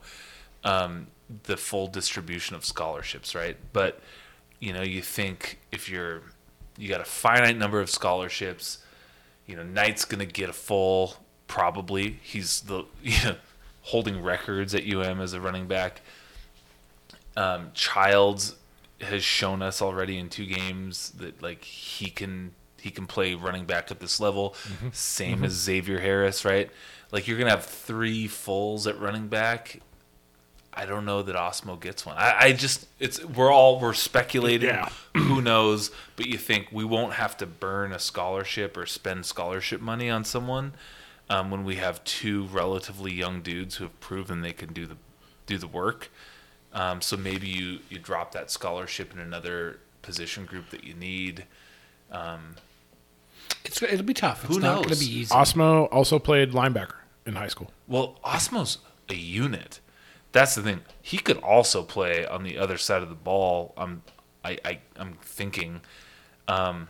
A: um, the full distribution of scholarships, right? But you know, you think if you're you got a finite number of scholarships, you know, Knight's gonna get a full probably. He's the you know holding records at UM as a running back um, Childs has shown us already in two games that like he can he can play running back at this level. Same as Xavier Harris, right? Like you're gonna have three fulls at running back. I don't know that Osmo gets one. I, I just it's we're all we're speculating.
D: Yeah.
A: Who knows? But you think we won't have to burn a scholarship or spend scholarship money on someone um, when we have two relatively young dudes who have proven they can do the do the work. Um, so maybe you you drop that scholarship in another position group that you need.
C: it's it'll be tough. It's
A: Who
C: not going
A: knows?
C: to be easy.
D: osmo also played linebacker in high school
A: Well, Osmo's a unit. That's the thing. He could also play on the other side of the ball. I'm I, I I'm thinking, um,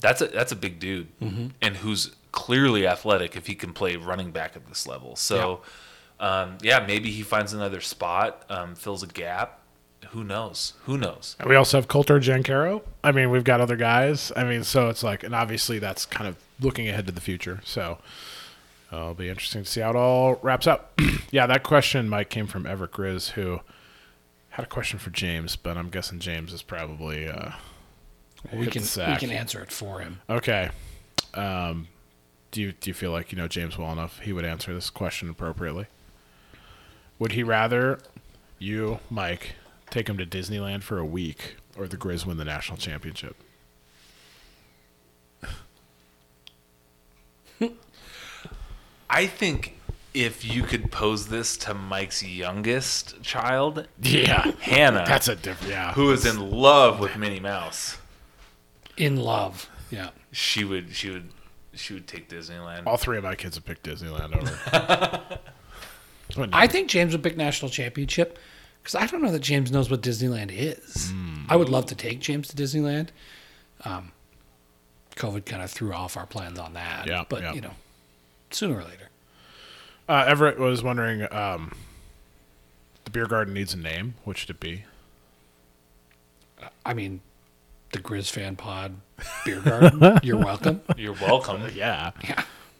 A: that's a that's a big dude, and who's clearly athletic if he can play running back at this level. So, um, yeah, maybe he finds another spot, um, fills a gap. Who knows? Who knows?
D: And we also have Coulter Jankaro. I mean, we've got other guys. I mean, so it's like, and obviously that's kind of looking ahead to the future. So uh, it'll be interesting to see how it all wraps up. yeah, that question, Mike, came from Everett Grizz, who had a question for James, but I'm guessing James is probably. Uh,
C: we
D: hit
C: can
D: the sack.
C: we can answer it for him.
D: okay. Um, do you do you feel like you know James well enough? He would answer this question appropriately. Would he rather you, Mike, take him to Disneyland for a week, or the Grizz win the national championship?
A: I think if you could pose this to Mike's youngest child,
D: Yeah,
A: Hannah,
D: that's a different. Yeah,
A: who is in love with Minnie Mouse,
C: In love, yeah.
A: she would she would she would take Disneyland.
D: all three of my kids have picked Disneyland over. Wouldn't
C: I think James would pick national championship because I don't know that James knows what Disneyland is. I would love to take James to Disneyland. Um, COVID kind of threw off our plans on that.
D: Yeah,
C: but
D: yeah.
C: you know, sooner or later.
D: Uh, Everett was wondering, um, the beer garden needs a name. What should it be?
C: I mean, the Grizz Fan Pod Beer Garden. you're welcome.
A: You're welcome.
D: Yeah.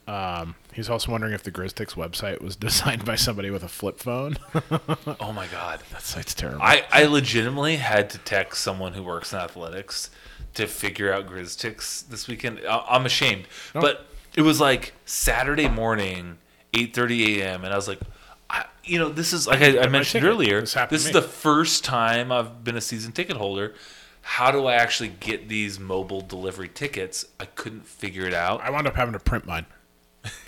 C: Yeah.
D: He's also wondering if the Grizztix website was designed by somebody with a flip phone.
A: Oh my god.
D: That's site's terrible.
A: I, I legitimately had to text someone who works in athletics to figure out Grizz ticks this weekend. I, I'm ashamed, but it was like Saturday morning, 8:30 a.m., and I was like, I, you know, this is like I, I mentioned
D: ticket.
A: earlier.
D: This
A: This,
D: happened to
A: is
D: me.
A: the first time I've been a season ticket holder. How do I actually get these mobile delivery tickets? I couldn't figure it out.
D: I wound up having to print mine.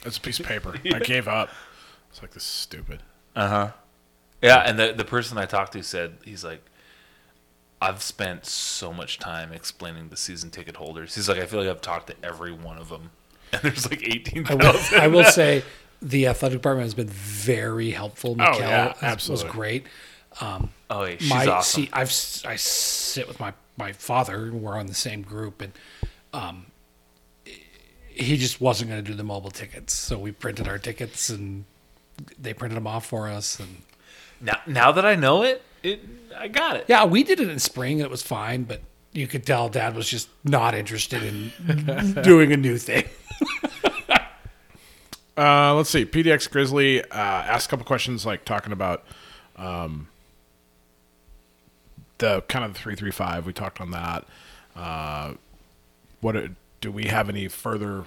D: It's a piece of paper. I gave up. It's like this is stupid.
A: Yeah, and the the person I talked to said he's like, I've spent so much time explaining the season ticket holders. He's like, I feel like I've talked to every one of them, and there's like eighteen
C: I will,
A: thousand.
C: I will say the athletic department has been very helpful. Mikkel
D: Oh, yeah,
C: was-
D: absolutely.
C: was great.
A: Oh, yeah, she's
C: my
A: awesome.
C: see, I've s- I sit with my my father. We're on the same group, and um, he just wasn't going to do the mobile tickets, so we printed our tickets and they printed them off for us. And
A: now, now that I know it, it I got it.
C: yeah, we did it in spring. It was fine, but you could tell Dad was just not interested in doing a new thing.
D: Uh, let's see. PDX Grizzly uh, asked a couple questions, like talking about um, the kind of the three three five. We talked on that. Uh, what do we have any further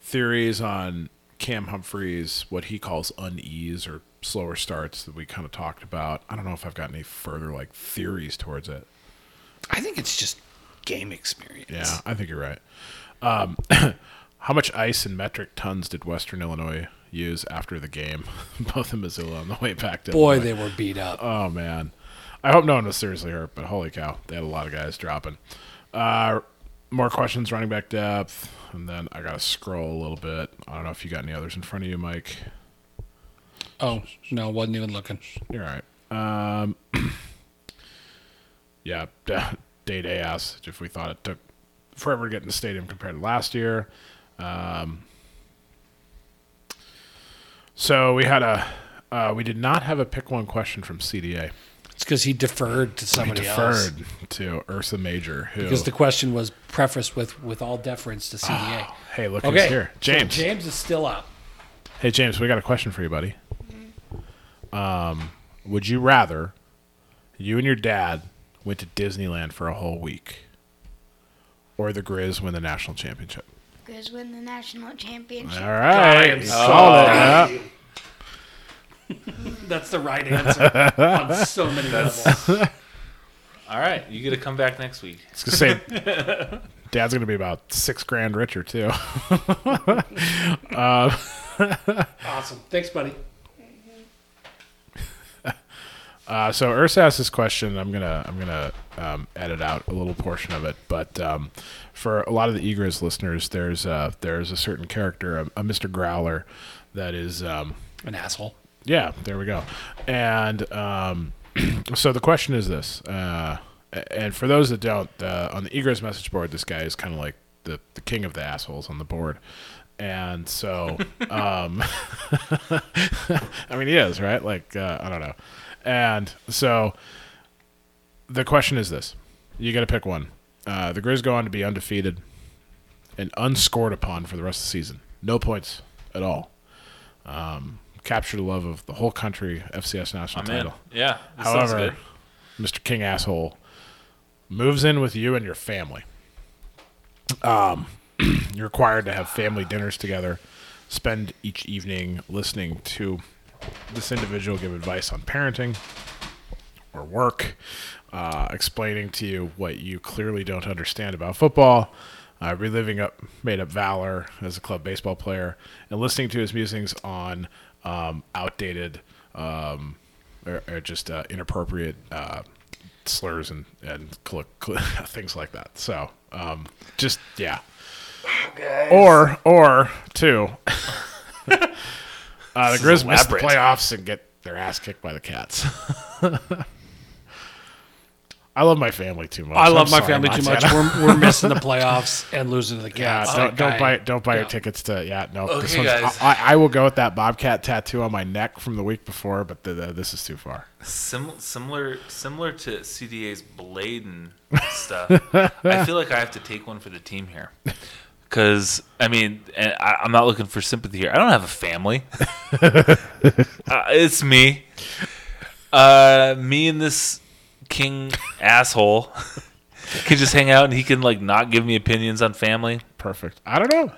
D: theories on Cam Humphreys? What he calls unease or slower starts that we kind of talked about. I don't know if I've got any further like theories towards it.
C: I think it's just game experience.
D: Yeah, I think you're right. Um, how much ice in metric tons did Western Illinois use after the game, both in Missoula on the way back to
C: Boy,
D: Illinois?
C: they were beat up.
D: Oh man, I hope no one was seriously hurt, but holy cow, they had a lot of guys dropping. Uh, more questions, running back depth, and then I gotta scroll a little bit. I don't know if you got any others in front of you, Mike.
C: Oh no, wasn't even looking.
D: You're all right. Um, yeah, Day Day asked if we thought it took forever to get in the stadium compared to last year. Um, so we had a, uh, we did not have a pick one question from CDA.
C: It's because he deferred to
D: We
C: somebody else.
D: deferred to Ursa Major, who,
C: because the question was prefaced with with all deference to CDA.
D: hey, Ah, look who's
C: okay,
D: here.
C: so
D: James.
C: James is still up.
D: Hey, James, we got a question for you, buddy. Um, would you rather you and your dad went to Disneyland for a whole week or the Grizz win the national championship?
B: Grizz win the national championship.
D: All right.
A: Oh,
D: you solved it. Yeah.
C: That's the right answer on so many levels.
A: All right, you get to come back next week.
D: It's the same. Dad's going to be about six grand richer, too.
C: Awesome. Thanks, buddy.
D: Uh, so Urs asked this question. I'm gonna I'm gonna um, edit out a little portion of it, but um, for a lot of the Egris listeners, there's uh, there's a certain character, a, a Mr. Growler, that is um,
C: An asshole.
D: Yeah, there we go. And um, so the question is this, uh, and for those that don't, uh, on the Egress message board, this guy is kind of like the, the king of the assholes on the board. And so, um, I mean, he is, right? Like, uh, I don't know. And so the question is this you got to pick one. Uh, the Grizz go on to be undefeated and unscored upon for the rest of the season. No points at all. Um, capture the love of the whole country, FCS national
A: I'm
D: title.
A: in. Yeah. that sounds
D: However, Mr. King asshole moves in with you and your family. Um, you're required to have family dinners together, spend each evening listening to this individual give advice on parenting or work, uh, explaining to you what you clearly don't understand about football, uh, reliving up made up valor as a club baseball player, and listening to his musings on um, outdated um, or, or just uh, inappropriate uh, slurs and and cl- cl- things like that. So um, just yeah. Or or two, uh, the Grizz miss the
A: elaborate.
D: playoffs and get their ass kicked by the Cats. I love my family too much.
C: I
D: I'm
C: love my
D: sorry,
C: family too much.
D: Montana.
C: We're, we're missing the playoffs and losing to the
D: Yeah,
C: Cats.
D: don't,
C: I-
D: don't buy don't buy your
C: yeah.
D: tickets to yeah no. this
A: Okay,
D: one's-
A: guys.
D: I, I- I will go with that bobcat tattoo on my neck from the week before, but the, the, this is too far.
A: Sim- similar similar to CDA's Bladen stuff. I feel like I have to take one for the team here. Because I mean, and I, I'm not looking for sympathy here. I don't have a family. uh, it's me, uh, me and this king asshole can just hang out, and he can like not give me opinions on family.
D: Perfect. I don't know.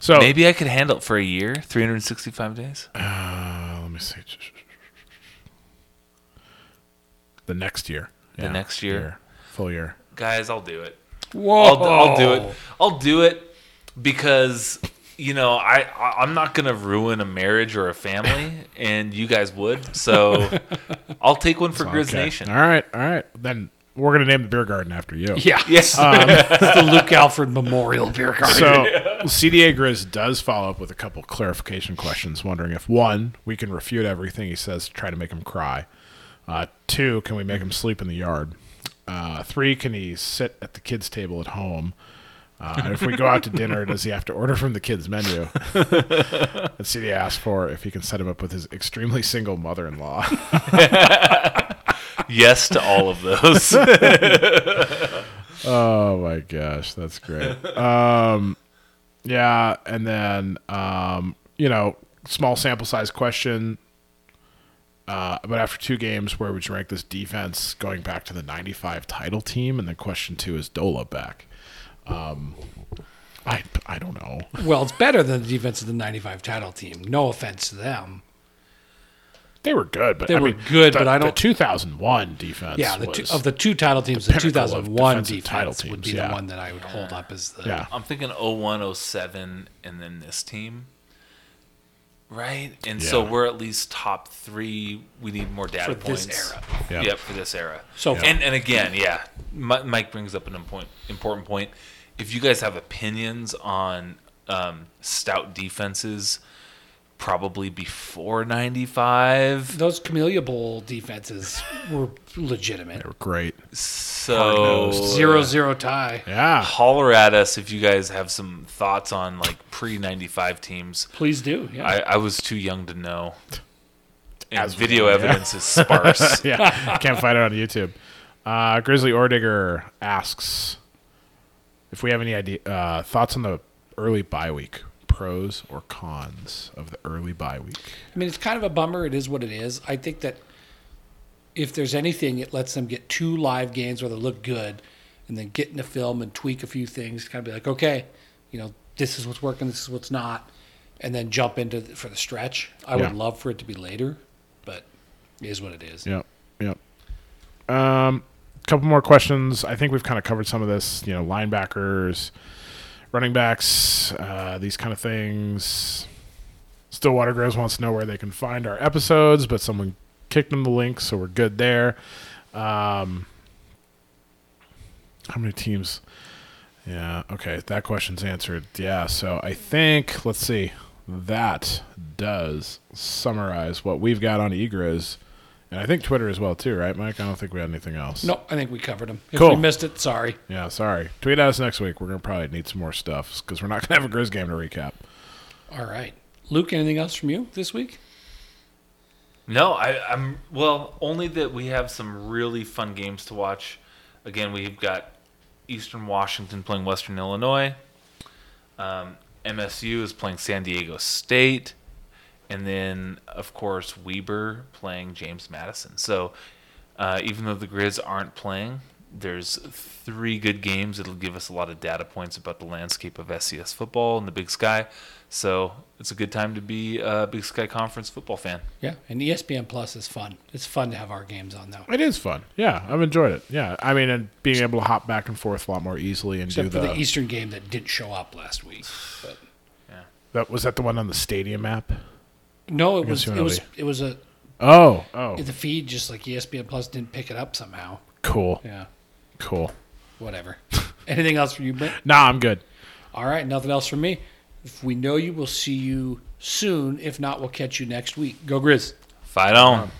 D: So
A: Maybe I could handle it for a year, 365 days.
D: Uh, let me see. The next year. Yeah,
A: next year.
D: Full year.
A: Guys, I'll do it.
C: Whoa.
A: I'll, I'll do
D: Oh.
A: it. I'll do it because you know I, I I'm not gonna ruin a marriage or a family, and you guys would. So I'll take one for Grizz
D: Okay.
A: Nation.
D: All right. All right. Then we're gonna name the beer garden after you.
C: Yeah. Um,
A: Yes.
C: It's the Luke Alfred Memorial Beer Garden.
D: So CDA Grizz does follow up with a couple clarification questions, wondering if one, we can refute everything he says to try to make him cry. Uh, two, can we make him sleep in the yard? Uh, three, can he sit at the kids' table at home? Uh, and if we go out to dinner, does he have to order from the kids' menu? and CDA asked for if he can set him up with his extremely single mother-in-law.
A: yes to all of those.
D: Oh my gosh, that's great. um, yeah, and then um, you know, small sample size question. Uh, but after two games, where would you rank this defense going back to the '95 title team? And then question two is Dola back. Um, I I don't know.
C: well, it's better than the defense of the 95 title team. No offense to them.
D: They were good, but
C: They
D: I
C: were
D: mean,
C: good,
D: the-
C: but I
D: the
C: don't-
D: 2001 defense.
C: Yeah, the
D: was,
C: two, of the two title teams, the,
D: pinnacle of
C: 2001
D: defensive
C: defense
D: title
C: would
D: teams,
C: be
D: yeah.
C: the one that I would hold up as the.
D: yeah.
A: I'm thinking 01, 07, and then this team. Right, and so
D: Yeah.
A: we're at least top three. We need more data
C: For
A: points.
C: this era.
D: Yeah.
A: Yep, for this era.
C: So-
A: and and again, yeah, Mi- Mike brings up an important important point. If you guys have opinions on um, stout defenses, probably before '95.
C: Those Camellia Bowl defenses were legitimate.
D: They were great.
A: So
D: Oh,
C: Zero zero tie.
D: Yeah,
A: Holler at us if you guys have some thoughts on like pre '95 teams.
C: Please do. Yeah.
A: I, I was too young to know. And
D: As we
A: video
D: were, yeah.
A: evidence is sparse.
D: yeah. Can't find it on YouTube. Uh, Grizzly Ordigger asks if we have any idea uh, thoughts on the early bye week, pros or cons of the early bye week.
C: I mean, it's kind of a bummer. It is what it is. I think that if there's anything, it lets them get two live games where they look good and then get into film and tweak a few things, kind of be like, okay, you know, this is what's working, this is what's not, and then jump into the, for the stretch. I
D: Yeah.
C: would love for it to be later, but it is what it is.
D: Yep. Yep. Um, couple more questions. I think we've kind of covered some of this. You know, linebackers, running backs, uh, these kind of things. Stillwater Grows wants to know where they can find our episodes, but someone kicked them the link, so we're good there. Um, how many teams? Yeah. Okay, that question's answered. Yeah. So I think let's see. That does summarize what we've got on Egris, and I think Twitter as well too, right, Mike? I don't think we had anything else.
C: No, I think we covered them. If
D: Cool.
C: we missed it, sorry.
D: Yeah. Sorry. Tweet at us next week. We're gonna probably need some more stuff because we're not gonna have a Grizz game to recap.
C: All right. Luke, anything else from you this week?
A: No, I, I'm well. Only that we have some really fun games to watch. Again, we've got Eastern Washington playing Western Illinois. Um, MSU is playing San Diego State, and then of course Weber playing James Madison. So uh, even though the Grizz aren't playing, there's three good games. It'll give us a lot of data points about the landscape of SCS football and the Big Sky. So it's a good time to be a Big Sky Conference football fan.
C: Yeah, and E ESPN Plus is fun. It's fun to have our games on though.
D: It is fun. Yeah, I've enjoyed it. Yeah, I mean, and being able to hop back and forth a lot more easily and
C: Except
D: do
C: for
D: the,
C: the Eastern game that didn't show up last week. But
D: that was that the one on the stadium app.
C: No, it was
D: see
C: it
D: what
C: was
D: I'll
C: it was a
D: Oh, oh,
C: the feed just like E ESPN Plus didn't pick it up somehow.
D: cool,
C: Yeah,
D: cool.
C: whatever. Anything else for you, Brent?
D: Nah, I'm good.
C: All right, nothing else from me. If we know you, we'll see you soon. If not, we'll catch you next week. Go Grizz.
A: Fight on.